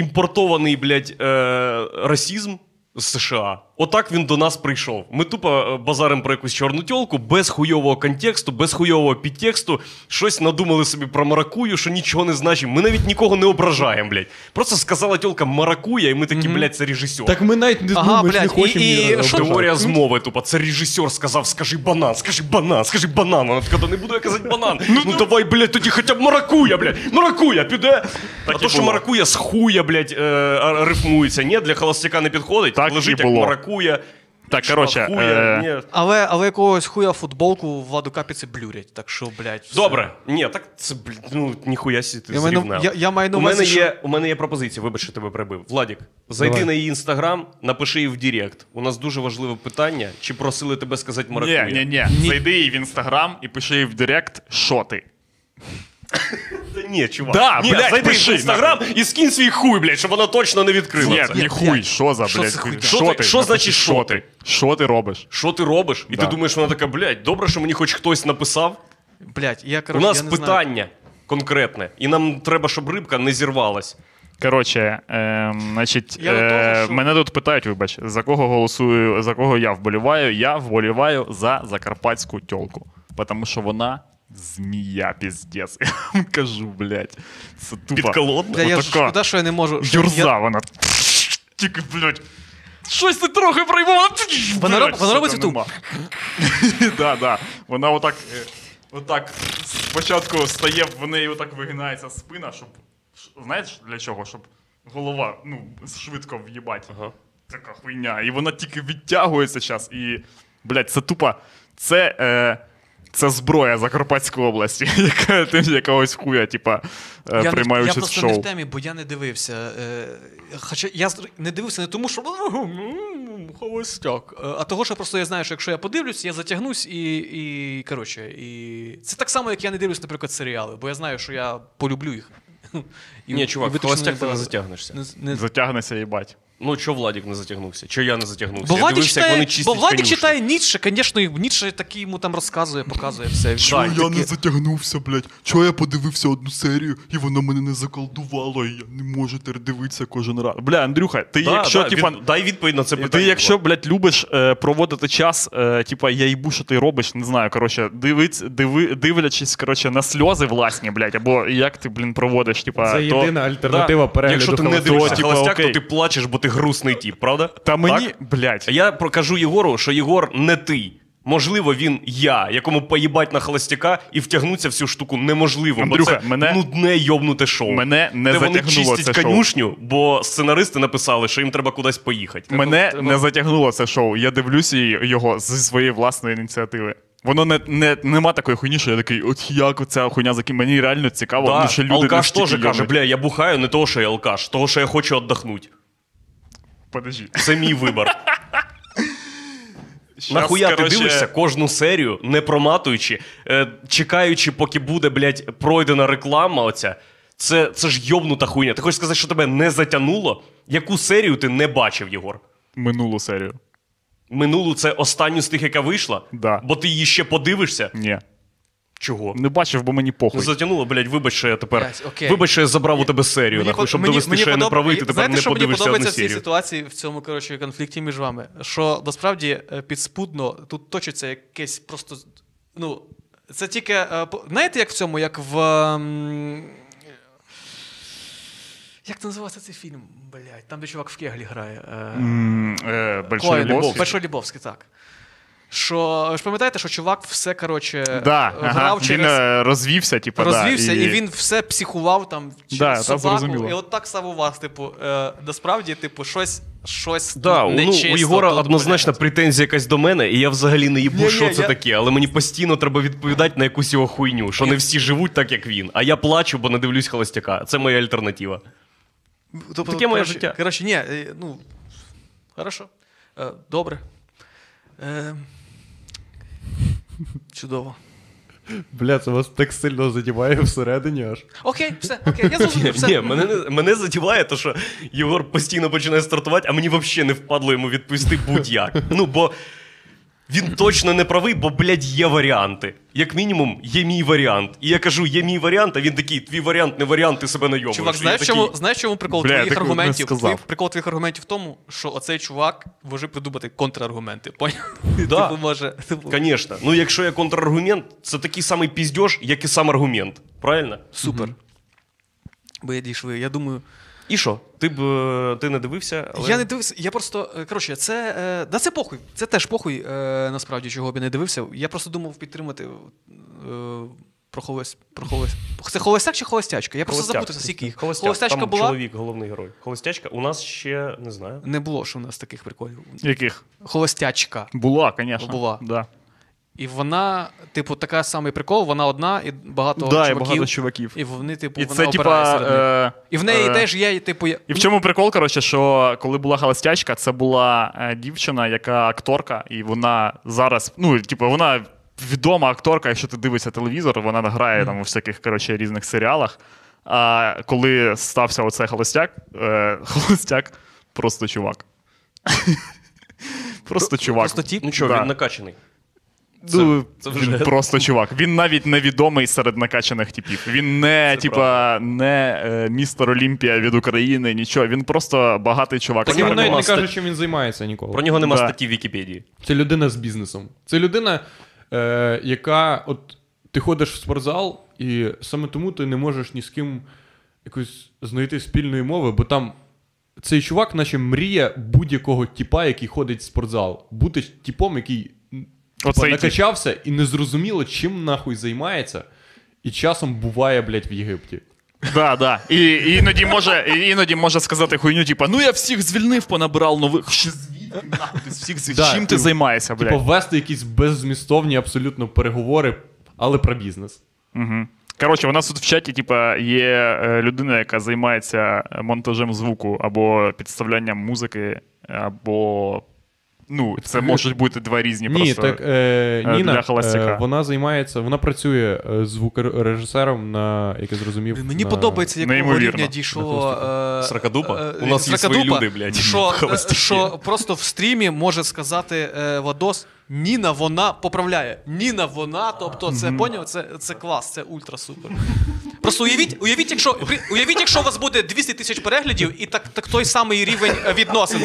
Speaker 2: імпортований, блядь, е, расізм. З США. Отак він до нас прийшов. Ми тупо е, базарим про якусь чорну тьолку, без хуйового контексту, без хуйового підтексту, щось надумали собі про маракую, що нічого не значить. Ми навіть нікого не ображаємо, блядь. Просто сказала тьолка маракуя, і ми такі, блядь, це режисер.
Speaker 4: Так ми навіть не, ну,
Speaker 6: Ага,
Speaker 4: ми ж не
Speaker 6: блядь,
Speaker 4: хочемо.
Speaker 6: і- і
Speaker 4: її
Speaker 6: що-
Speaker 4: ображати.
Speaker 2: Теорія змови, тупо. Це режисер сказав: скажи банан, скажи банан, скажи банан. Вона така, «Да не буду я казати банан. Ну давай, блядь, тоді хоча б маракуя, блядь. Маракуя, піде. А
Speaker 3: і
Speaker 2: то, що
Speaker 3: було.
Speaker 2: маракуя з хуя, блядь, е, р- рифмується. Ні, для холостяка не підходить.
Speaker 3: Так і
Speaker 2: Лежить як
Speaker 3: було.
Speaker 2: маракуя.
Speaker 3: Так, коротше,
Speaker 2: хуя,
Speaker 3: е,
Speaker 2: ні.
Speaker 6: Але, але якогось хуя футболку Владу Капіці блюрять. Так що, блядь. все.
Speaker 2: Добре, ні, так це блін, ну ніхуя сі ти
Speaker 6: Я маю на-
Speaker 2: зрівняв.
Speaker 6: я- я маю на
Speaker 2: у
Speaker 6: увазі,
Speaker 2: мене
Speaker 6: що-
Speaker 2: є у мене є пропозиція. Вибач, що тебе прибив. Владік, зайди
Speaker 4: Давай.
Speaker 2: на її інстаграм, напиши їй в Дірект. У нас дуже важливе питання. Чи просили тебе сказати маракуя?
Speaker 3: Ні, ні, ні. Зайди їй в інстаграм і пиши їй в Директ, що ти.
Speaker 2: Та ні, чувак.
Speaker 3: Да,
Speaker 2: ні,
Speaker 3: блядь,
Speaker 2: зайди
Speaker 3: пиши,
Speaker 2: в інстаграм і скинь свій хуй, блядь, щоб вона точно не відкрила
Speaker 3: Ні,
Speaker 2: це.
Speaker 3: ні хуй, що за,
Speaker 6: Що
Speaker 3: блядь,
Speaker 6: це хуйня?
Speaker 2: Що ти- що
Speaker 3: Напиши,
Speaker 2: значить, що ти?
Speaker 3: Що ти робиш?
Speaker 2: Що ти робиш? І
Speaker 3: Да.
Speaker 2: ти думаєш, вона така, блядь, добре, що мені хоч хтось написав.
Speaker 6: Блядь, я
Speaker 2: У
Speaker 6: короче,
Speaker 2: нас
Speaker 6: я не знаю.
Speaker 2: питання конкретне, і нам треба, щоб рибка не зірвалась.
Speaker 3: Коротше, е, значить,
Speaker 6: Я до того,
Speaker 3: е,
Speaker 6: що-
Speaker 3: мене тут питають, вибач, за кого голосую, за кого я вболіваю. Я вболіваю за закарпатську тьолку. Тому що вона змія, піздець. Я вам кажу, блядь. Це тупо.
Speaker 6: Бля,
Speaker 2: Підколодна.
Speaker 6: я ж
Speaker 3: Отака.
Speaker 6: шкода, що я не можу. що
Speaker 3: Юрза
Speaker 6: я-
Speaker 3: вона. Тільки, блядь. Щось ти трохи приймала.
Speaker 6: Вона роб- вона робить оту.
Speaker 3: Да, да. Вона отак. е, Отак спочатку стає, в неї отак вигинається спина, щоб. ш- Знаєш для чого? Щоб голова ну, швидко в'їбать.
Speaker 2: Ага.
Speaker 3: Така хуйня. І вона тільки відтягується зараз. І, блядь, це тупа. Це. Е, це зброя Закарпатської області, яка ти якогось хуя, типа, е,
Speaker 6: Я,
Speaker 3: приймає
Speaker 6: не, я
Speaker 3: участь в
Speaker 6: просто
Speaker 3: шоу.
Speaker 6: не в темі, бо я не дивився. Е, хоча я з- не дивився не тому, що «М, холостяк, е, а того, що просто я знаю, що якщо я подивлюсь, я затягнусь і. і коротше, і... Це так само, як я не дивлюсь, наприклад, серіали, бо я знаю, що я полюблю їх. І-
Speaker 2: Ні,
Speaker 6: і
Speaker 2: чувак, в
Speaker 6: витрачу на них
Speaker 2: холостяк ти не
Speaker 6: багато.
Speaker 2: затягнешся.
Speaker 6: Не з- не з-
Speaker 3: Затягнеться їбать.
Speaker 2: Ну, чо Владік не затягнувся? Чо я не затягнувся?
Speaker 6: Бо
Speaker 2: я
Speaker 6: Владик
Speaker 2: дивився, як
Speaker 6: читає,
Speaker 2: вони
Speaker 6: бо
Speaker 2: чистять
Speaker 6: Владик
Speaker 2: конюшню.
Speaker 6: читає Ніцше, звісно, і Ніцше такі йому там розказує, показує все.
Speaker 2: Чому
Speaker 6: Він
Speaker 2: я
Speaker 6: такий-
Speaker 5: Я не затягнувся, блядь. Чого я подивився одну серію, і воно мене не заколдувало, і я не можу тепер дивитися кожен раз.
Speaker 3: Бля, Андрюха, ти
Speaker 2: Да,
Speaker 3: якщо,
Speaker 2: да,
Speaker 3: типа,
Speaker 2: від- дай відповідь на це питання.
Speaker 3: ти
Speaker 2: будь
Speaker 3: якщо, блядь, любиш е, проводити час, е, типа, я їбу, що ти робиш, не знаю, коротше, дивиць, диви, дивлячись, коротше, на сльози власні, блядь, або як ти, блін, проводиш, типа,
Speaker 4: Це
Speaker 3: то...
Speaker 4: єдина альтернатива перегляду.
Speaker 2: Якщо ти не
Speaker 4: «Холостяка».
Speaker 2: дивишся
Speaker 3: типа,
Speaker 2: холостяк, то
Speaker 3: окей.
Speaker 2: ти плачеш, бо ти грустний тіп, правда?
Speaker 3: Та мені,
Speaker 2: Так?
Speaker 3: блядь,
Speaker 2: Я прокажу Єгору, що Єгор не ти. Можливо, він я, якому поїбать на холостяка і втягнуться в цю штуку неможливо, бо
Speaker 3: Андрюха,
Speaker 2: це
Speaker 3: мене-
Speaker 2: нудне йобнуте шоу.
Speaker 3: Мене не
Speaker 2: де вони
Speaker 3: затягнуло
Speaker 2: чистять
Speaker 3: це шоу.
Speaker 2: конюшню, бо сценаристи написали, що їм треба кудись поїхати.
Speaker 3: Мене
Speaker 1: Типу,
Speaker 2: Треба-
Speaker 3: не затягнуло це шоу. Я дивлюся й- його зі своєї власної ініціативи. Воно не, не нема такої хуйні, що я такий, от як оця хуйня за ким мені реально цікаво,
Speaker 2: Да,
Speaker 3: тому що люди
Speaker 2: алкаш
Speaker 3: настільки
Speaker 2: теж каже,
Speaker 3: йобні.
Speaker 2: бля, я бухаю не того, що я алкаш, того, що я хочу віддохнути.
Speaker 3: Подожди.
Speaker 2: Це мій вибір. Нахуя ти
Speaker 3: короче,
Speaker 2: дивишся кожну серію, не проматуючи, е, чекаючи, поки буде, блядь, пройдена реклама оця. Це, це ж йобнута хуйня. Ти хочеш сказати, що тебе не затягнуло? Яку серію ти не бачив, Єгор?
Speaker 3: минулу серію.
Speaker 2: Минулу це останню з тих, яка вийшла?
Speaker 3: Да.
Speaker 2: Бо ти її ще подивишся?
Speaker 3: Ні.
Speaker 2: Чого?
Speaker 3: Не бачив, бо мені
Speaker 2: Ну,
Speaker 3: похуй.
Speaker 2: затягнуло, блядь, вибач, що я тепер.
Speaker 1: Блядь, окей.
Speaker 2: Вибач, що я забрав у тебе серію, нахуй,
Speaker 1: под-
Speaker 2: щоб довести, що я не
Speaker 1: подоб-
Speaker 2: правий, ти тепер
Speaker 1: Знаєте,
Speaker 2: не
Speaker 1: що мені
Speaker 2: подивишся одну
Speaker 1: подобається в цій
Speaker 2: серію.
Speaker 1: ситуації, в цьому коротше, конфлікті між вами? Що насправді е, підспудно тут точиться якесь просто. Ну, це тільки. е, по- Знаєте, як в цьому, як в. ем, Як це називається цей фільм? Блять, там, де чувак в Кеглі грає. е,
Speaker 3: М, е, Большой
Speaker 1: Коен.
Speaker 3: любов.
Speaker 1: Большой Лібовський, так. Що, ви ж пам'ятаєте, що чувак все, коротше, е,
Speaker 3: Да,
Speaker 1: грав
Speaker 3: ага.
Speaker 1: через...
Speaker 3: Він е, розвівся, типу,
Speaker 1: Розвівся,
Speaker 3: да,
Speaker 1: і... він все психував там через
Speaker 3: Да, та,
Speaker 1: собаку.
Speaker 3: зрозуміло.
Speaker 1: І от так само у вас, типу, е, насправді, типу, щось, щось
Speaker 2: Да,
Speaker 1: тут
Speaker 2: у- ну,
Speaker 1: нечисто.
Speaker 2: у Єгора
Speaker 1: тут,
Speaker 2: однозначно
Speaker 1: блядь.
Speaker 2: претензія якась до мене, і я взагалі не їбу,
Speaker 1: Ні-ні,
Speaker 2: що це
Speaker 1: я-
Speaker 2: таке, але мені постійно треба відповідати на якусь його хуйню, що не всі живуть так, як він. А я плачу, бо не дивлюсь холостяка. Це моя альтернатива.
Speaker 1: Тобто,
Speaker 2: таке моє
Speaker 1: коротше-
Speaker 2: життя.
Speaker 1: Коротше, ні, е, ну, хорошо, Е, добре. Е, чудово.
Speaker 4: Бля, це вас так сильно задіває всередині аж.
Speaker 1: Окей, все, окей, я зрозумів, все.
Speaker 2: Ні, мене, не- мене задіває те, що Єгор постійно починає стартувати, а мені взагалі не впадло йому відповісти будь-як. Ну, бо він точно не правий, бо, блядь, є варіанти. Як мінімум, є мій варіант. І я кажу, є мій варіант, а він такий, твій варіант, не варіант, ти себе найомуєш.
Speaker 1: Чувак, знаєш, чому, знаєш, чому прикол
Speaker 3: Бля, я
Speaker 1: твоїх
Speaker 3: такого не
Speaker 1: аргументів?
Speaker 3: сказав.
Speaker 1: Твій- прикол твоїх аргументів в тому, що оцей чувак може придумати контраргументи. Поняв?
Speaker 2: Да.
Speaker 1: Типу, може. Типу,
Speaker 2: Конечно. Ну, якщо є контраргумент, це такий самий піздьош, як і сам аргумент. Правильно?
Speaker 1: супер. Бо я дійшли, я думаю.
Speaker 2: І що? Ти б е, ти не дивився, але
Speaker 1: Я не дивився, я просто. е, Коротше, це. е, Да, це похуй. Це теж похуй, е, насправді, чого б я не дивився. Я просто думав підтримати. е, Про холось, про холось. Це холостяк чи холостячка? Я просто
Speaker 2: Холостяк.
Speaker 1: забутався, скільки їх.
Speaker 2: Холостяк.
Speaker 1: Холостячка
Speaker 2: Там
Speaker 1: була.
Speaker 2: чоловік, головний герой. Холостячка у нас ще не знаю.
Speaker 1: Не було ж у нас таких приколів.
Speaker 3: Яких?
Speaker 1: Холостячка.
Speaker 3: Була, звісно.
Speaker 1: Була.
Speaker 3: Да.
Speaker 1: І вона, типу, така самий прикол, вона одна і багато
Speaker 3: Да, і
Speaker 1: чуваків.
Speaker 3: багато чуваків.
Speaker 1: І вони, типу,
Speaker 3: І
Speaker 1: вона
Speaker 3: це,
Speaker 1: обирає
Speaker 3: типа.
Speaker 1: серед них.
Speaker 3: е,
Speaker 1: І в неї
Speaker 3: е,
Speaker 1: теж є, типу, я-
Speaker 3: І в чому прикол, коротше, що коли була холостячка, це була е, дівчина, яка акторка, і вона зараз, ну, типу, вона відома акторка, якщо ти дивишся телевізор, вона грає там у всяких коротше, різних серіалах. А коли стався оцей холостяк, е, холостяк просто чувак. Просто чувак.
Speaker 1: просто тіп?
Speaker 2: Ну що,
Speaker 3: Да.
Speaker 2: він накачаний.
Speaker 3: Ну,
Speaker 2: це вже-
Speaker 3: Він просто чувак. Він навіть невідомий серед накачаних типів. Він не, типа, не е, містер Олімпія від України, нічого. Він просто багатий чувак.
Speaker 2: Так
Speaker 4: Про
Speaker 2: Йому
Speaker 4: нього
Speaker 2: навіть
Speaker 4: навіть
Speaker 2: нема
Speaker 4: не
Speaker 2: ста-
Speaker 4: кажуть, чим він займається ніколи.
Speaker 2: Про нього нема
Speaker 3: Да.
Speaker 2: статті в Вікіпедії.
Speaker 4: Це людина з бізнесом. Це людина, е, яка от ти ходиш в спортзал, і саме тому ти не можеш ні з ким якось знайти спільної мови, бо там цей чувак, наче мрія будь-якого тіпа, який ходить в спортзал, бути ж тіпом, який м, типа,
Speaker 3: Оцей тіп.
Speaker 4: накачався і незрозуміло, чим нахуй займається, і часом буває, блядь, в Єгипті.
Speaker 3: Да, да. І, і іноді може, і іноді може сказати хуйню, типа, ну я всіх звільнив, понабрав нових. Ще звідки нахуй ти всіх звільнив?
Speaker 4: Да,
Speaker 3: Чим ти
Speaker 4: і-
Speaker 3: займаєшся,
Speaker 4: Типа
Speaker 2: типу,
Speaker 3: блядь?
Speaker 4: Типу, вести якісь беззмістовні абсолютно переговори, але про бізнес.
Speaker 3: Угу. Коротше, у нас тут в чаті, типа, є е, людина, яка займається е, монтажем звуку або підставлянням музики, або. Ну, це можуть бути два різні
Speaker 4: Ні,
Speaker 3: просто.
Speaker 4: так е,
Speaker 3: е,
Speaker 4: Ніна,
Speaker 3: для холостяка.
Speaker 4: е, вона займається, вона працює е, звукорежисером на, як я зрозумів.
Speaker 1: Мені
Speaker 4: на...
Speaker 1: подобається, якого
Speaker 3: Неймовірно.
Speaker 1: рівня дійшло. е,
Speaker 2: Сракадупа?
Speaker 1: е,
Speaker 2: У нас є свої
Speaker 1: Сракадупа,
Speaker 2: люди, блядь,
Speaker 1: Що,
Speaker 2: холостяки.
Speaker 1: е, що просто в стрімі може сказати е, Вадос, Ніна вона поправляє. Ніна вона, тобто це поняв, це, це клас, це ультра супер. Просто уявіть, уявіть, якщо при- уявіть, якщо у вас буде 200 тисяч переглядів, і так, так той самий рівень е, відносин.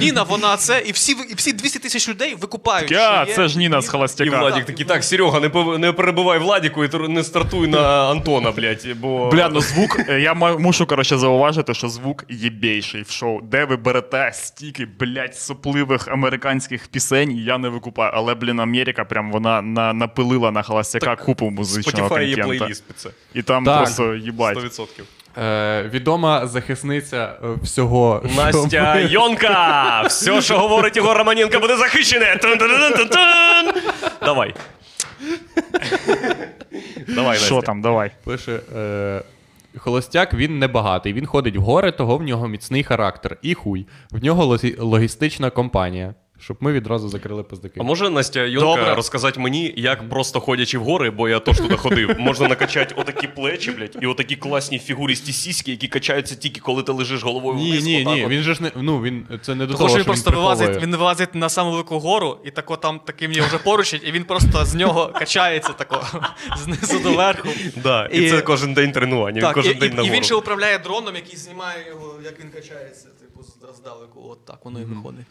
Speaker 1: Ніна, вона це, і всі ви- і всі 200 тисяч людей викупають. що
Speaker 3: Я,
Speaker 1: є-
Speaker 3: це ж Ніна з
Speaker 2: І
Speaker 3: холостяка.
Speaker 2: Владік
Speaker 1: типу.
Speaker 2: такий, так, Серега, не, пов- не перебивай Владіку і тр- не стартуй на Антона, блядь, бо...
Speaker 3: Бля, ну звук, е, я ма- мушу коротше зауважити, що звук єбейший в шоу, де ви берете стільки, блядь, сопливих американських пісень, я не викупаю. Але, блін, Америка прям вона на, напилила на холостяка купу музичного
Speaker 2: Spotify є
Speaker 3: контента.
Speaker 2: плейліст під це.
Speaker 3: І там
Speaker 4: Так.
Speaker 3: просто їбать.
Speaker 2: 100%.
Speaker 4: Е, відома захисниця е, всього. що
Speaker 2: Настя
Speaker 4: ми-
Speaker 2: Йонка! Все, що говорить Ігор Романенко, буде захищене. Тун-тун-тун-тун-тун! Давай. Давай,
Speaker 3: Що
Speaker 2: Настя.
Speaker 3: там, давай.
Speaker 4: Пише. Е, Холостяк він небагатий. Він ходить в гори, того в нього міцний характер. І хуй. В нього логі- логістична компанія. Щоб ми відразу закрили пиздики.
Speaker 2: А може Настя Йонка
Speaker 3: Добре.
Speaker 2: розказати мені, як просто ходячи в гори, бо я теж туди ходив, можна накачати отакі плечі, блядь, і отакі класні фігуристі сіськи, які качаються тільки коли ти лежиш головою
Speaker 4: Ні,
Speaker 2: вниз.
Speaker 4: ні,
Speaker 2: отак
Speaker 4: ні.
Speaker 2: от.
Speaker 4: Він же ж не. Ну він це не до
Speaker 1: Того, що
Speaker 4: того, що
Speaker 1: він просто вилазить,
Speaker 4: приховує.
Speaker 1: він вилазить на саму велику гору, і тако там таким є вже поручить, і він просто з нього качається тако знизу до верху.
Speaker 2: Да, і,
Speaker 1: І-
Speaker 2: це кожен день тренування, він
Speaker 1: Так, і,
Speaker 2: кожен
Speaker 1: і,
Speaker 2: день на
Speaker 1: і він ще управляє дроном, який знімає його, як він качається, типу, з- здалеку. От так воно і виходить.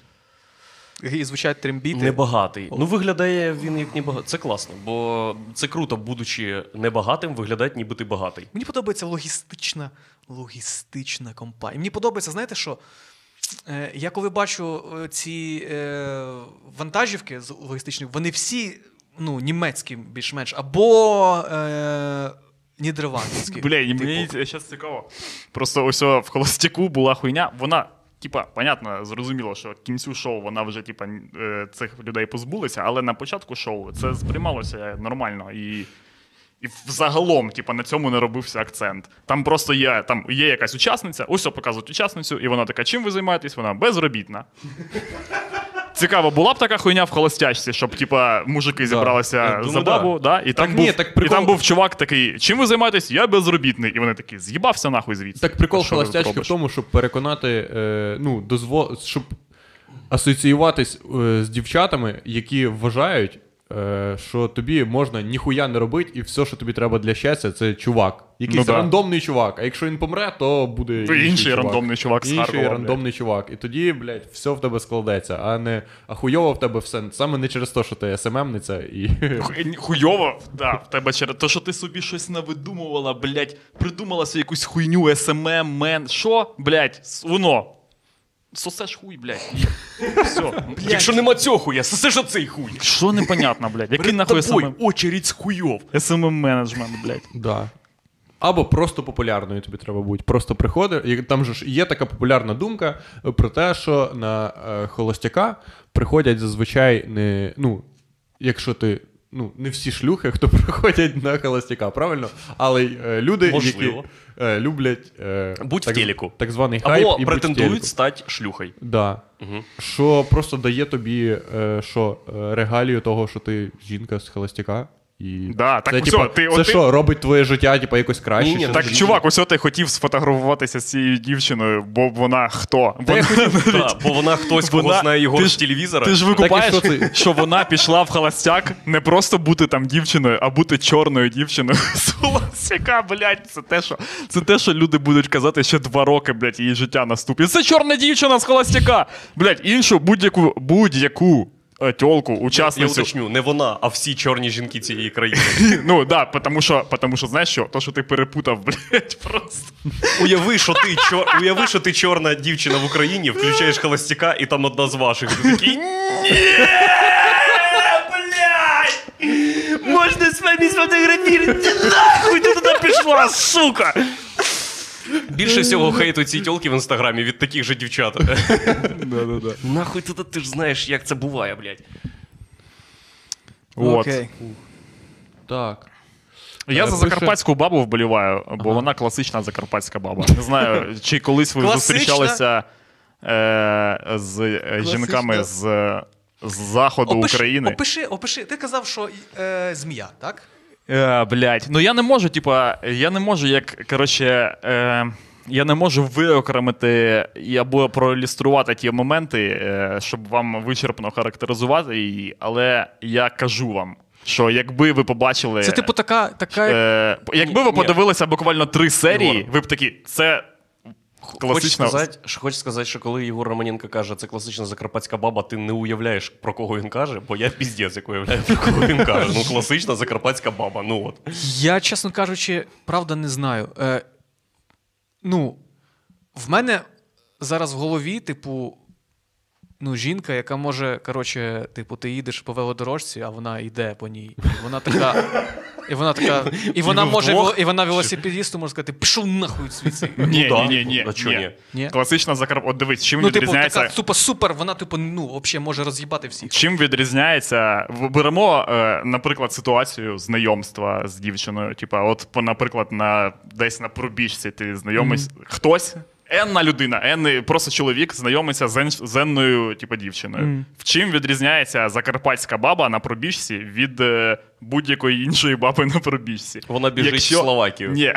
Speaker 7: І звучать трембіти.
Speaker 2: Небагатий. Ну, виглядає він як небагатий. Це класно, бо це круто, будучи небагатим, виглядати, ніби ти багатий.
Speaker 1: Мені подобається логістична, логістична компанія. Мені подобається, знаєте що? Е, Я коли бачу е, ці е, вантажівки з логістичних, вони всі ну, німецькі більш-менш, або е, нідерландські.
Speaker 3: Блін,
Speaker 1: типу.
Speaker 3: мені зараз цікаво. Просто ось о, в холостяку була хуйня, вона. Типа, понятно, зрозуміло, що кінцю шоу вона вже типа н- е, цих людей позбулася, але на початку шоу це сприймалося нормально і. І взагалом, типа, на цьому не робився акцент. Там просто є, там є якась учасниця, ось о, показують учасницю, і вона така, чим ви займаєтесь? Вона безробітна. Цікаво, була б така хуйня в холостячці, щоб типа мужики зібралися
Speaker 2: думаю,
Speaker 3: за бабу, да. і там
Speaker 4: Так
Speaker 3: був,
Speaker 4: ні, так прикол-
Speaker 3: і там був чувак такий: чим ви займаєтесь? Я безробітний. І вони такі, з'їбався нахуй звідси.
Speaker 4: Так прикол
Speaker 3: А що ви
Speaker 4: холостячки в
Speaker 3: зробиш?
Speaker 4: тому, щоб переконати, е, ну, дозво... щоб асоціюватись е, з дівчатами, які вважають, е, що тобі можна ніхуя не робити, і все, що тобі треба для щастя, це чувак. Якийсь
Speaker 3: Ну да.
Speaker 4: рандомний чувак. А якщо він помре, то буде. Інший,
Speaker 3: інший
Speaker 4: чувак.
Speaker 3: рандомний чувак з
Speaker 4: Інший
Speaker 3: Харкова, блядь.
Speaker 4: рандомний чувак. І тоді, блядь, все в тебе складеться, а не а хуйово в тебе все. Саме не через те, що ти СММниця і.
Speaker 3: Ху- Хуйово, да, в тебе через те, що ти собі щось навидумувала, блядь, придумала собі якусь хуйню, СММ, мен. Що, блядь, с- воно. Сосеш хуй, блядь. Все.
Speaker 2: Якщо нема цього хуя, сосеш оцей хуй.
Speaker 3: Що непонятно, блядь? Який нахуй ем
Speaker 2: Тобой
Speaker 3: СММ?
Speaker 2: очередь з хуйов.
Speaker 3: СММ ем менеджмент, блядь.
Speaker 4: Да. Або просто популярною тобі треба бути. Просто приходиш, і там же ж є така популярна думка е, про те, що на е, холостяка приходять зазвичай не. Ну, якщо ти. Ну, не всі шлюхи, хто приходять на холостяка, правильно? Але е, люди,
Speaker 2: Можливо.
Speaker 4: які е, люблять е,
Speaker 2: Будь в
Speaker 4: так,
Speaker 2: телеку.
Speaker 4: так званий хайп
Speaker 2: Або
Speaker 4: і
Speaker 2: претендують
Speaker 4: претендують.
Speaker 2: стати шлюхою.
Speaker 4: Да. Що просто дає тобі е, що, е, регалію того, що ти жінка з холостяка. І
Speaker 3: Да, так
Speaker 4: це,
Speaker 3: всьо,
Speaker 4: типа,
Speaker 3: ти-
Speaker 4: це
Speaker 3: от ти-
Speaker 4: що, робить твоє життя, типа, якось краще?
Speaker 2: Ні-ні,
Speaker 4: чи
Speaker 3: Так,
Speaker 4: що?
Speaker 3: чувак, ось ти хотів сфотографуватися з цією дівчиною, бо вона хто? Вона,
Speaker 2: Та, бо вона хтось кого
Speaker 3: Вона-
Speaker 2: знає його
Speaker 3: ти
Speaker 2: з
Speaker 3: ж-
Speaker 2: телевізора.
Speaker 3: ти ж викупаєш,
Speaker 4: Так і що
Speaker 3: що,
Speaker 4: ти?
Speaker 3: вона пішла в холостяк не просто бути там дівчиною, а бути чорною дівчиною з холостяка, блядь, це те, що, це те, що люди будуть казати ще два роки, блядь, її життя наступить. Це чорна дівчина з холостяка! Блядь, іншу будь-яку, будь-яку е, тьолку,
Speaker 2: Я
Speaker 3: учасницю
Speaker 2: уточню, не вона, а всі чорні жінки цієї країни.
Speaker 3: Ну да, потому що, потому що знаєш що, то, що ти перепутав, блядь, просто.
Speaker 2: Уяви, що ти чор... Уяви, що ти чорна дівчина в Україні, включаєш холостяка, і там одна з ваших. Ти такий. Ні! Блядь! Можна з вами сфотографувати? Нахуй ти туди пішла, сука! Більше всього хейту ці тілки в інстаграмі від таких же дівчат. Нахуй туди ти ж знаєш, як це буває, блядь.
Speaker 1: Ну,
Speaker 3: От.
Speaker 4: Так.
Speaker 3: Я
Speaker 4: Е,
Speaker 3: за
Speaker 4: пише-
Speaker 3: закарпатську бабу вболіваю, бо вона класична закарпатська баба. Не знаю, чи колись ви
Speaker 1: Класична?
Speaker 3: зустрічалися е, з е, жінками з, е, з заходу
Speaker 1: Опиши-
Speaker 3: України.
Speaker 1: Опиши, опиши. Ти казав, що е, змія, так?
Speaker 3: Е, блядь. Ну я не можу, типа, я не можу, як коротше. Е... Я не можу виокремити і або проілюструвати ті моменти, е, щоб вам вичерпно характеризувати її, але я кажу вам, Що якби ви побачили.
Speaker 1: Це типу така. така...
Speaker 3: Е, якби ви
Speaker 2: Ні.
Speaker 3: подивилися буквально три серії,
Speaker 2: Ігор.
Speaker 3: ви б такі, це
Speaker 2: Хочеш
Speaker 3: класична.
Speaker 2: сказати, що, хочеш сказати, що коли Єгор Романенко каже, це класична закарпатська баба, ти не уявляєш, про кого він каже, бо я піздець, як уявляю, про кого він каже. Ну, класична закарпатська баба. Ну от.
Speaker 1: Я, чесно кажучи, правда не знаю. Е, ну, в мене зараз в голові, типу, ну, жінка, яка може, коротше, типу, ти їдеш по велодорожці, а вона йде по ній. І вона така. І вона така. І вона
Speaker 2: ви
Speaker 1: може,
Speaker 2: вдвох?
Speaker 1: і вона велосипедісту може сказати, пішов нахуй звідси.
Speaker 3: Ні,
Speaker 2: Ну да.
Speaker 3: ні, ні, ні,
Speaker 2: А чого ні?
Speaker 1: Ні?
Speaker 3: Класична закарп... От дивись, чим
Speaker 1: Ну, типу,
Speaker 3: відрізняється.
Speaker 1: така тупо супер, вона, типу, ну, взагалі може роз'їбати всіх.
Speaker 3: Чим відрізняється? В- Беремо, е, наприклад, ситуацію знайомства з дівчиною. Типа, от, по- наприклад, на десь на пробіжці ти знайомись хтось. Енна людина, енний просто чоловік знайомиться з, енш- з енною, типу, дівчиною. В чим відрізняється закарпатська баба на пробіжці від е, будь-якої іншої баби на пробіжці?
Speaker 2: Вона біжить
Speaker 3: Якщо-
Speaker 2: в Словакію.
Speaker 3: Ні.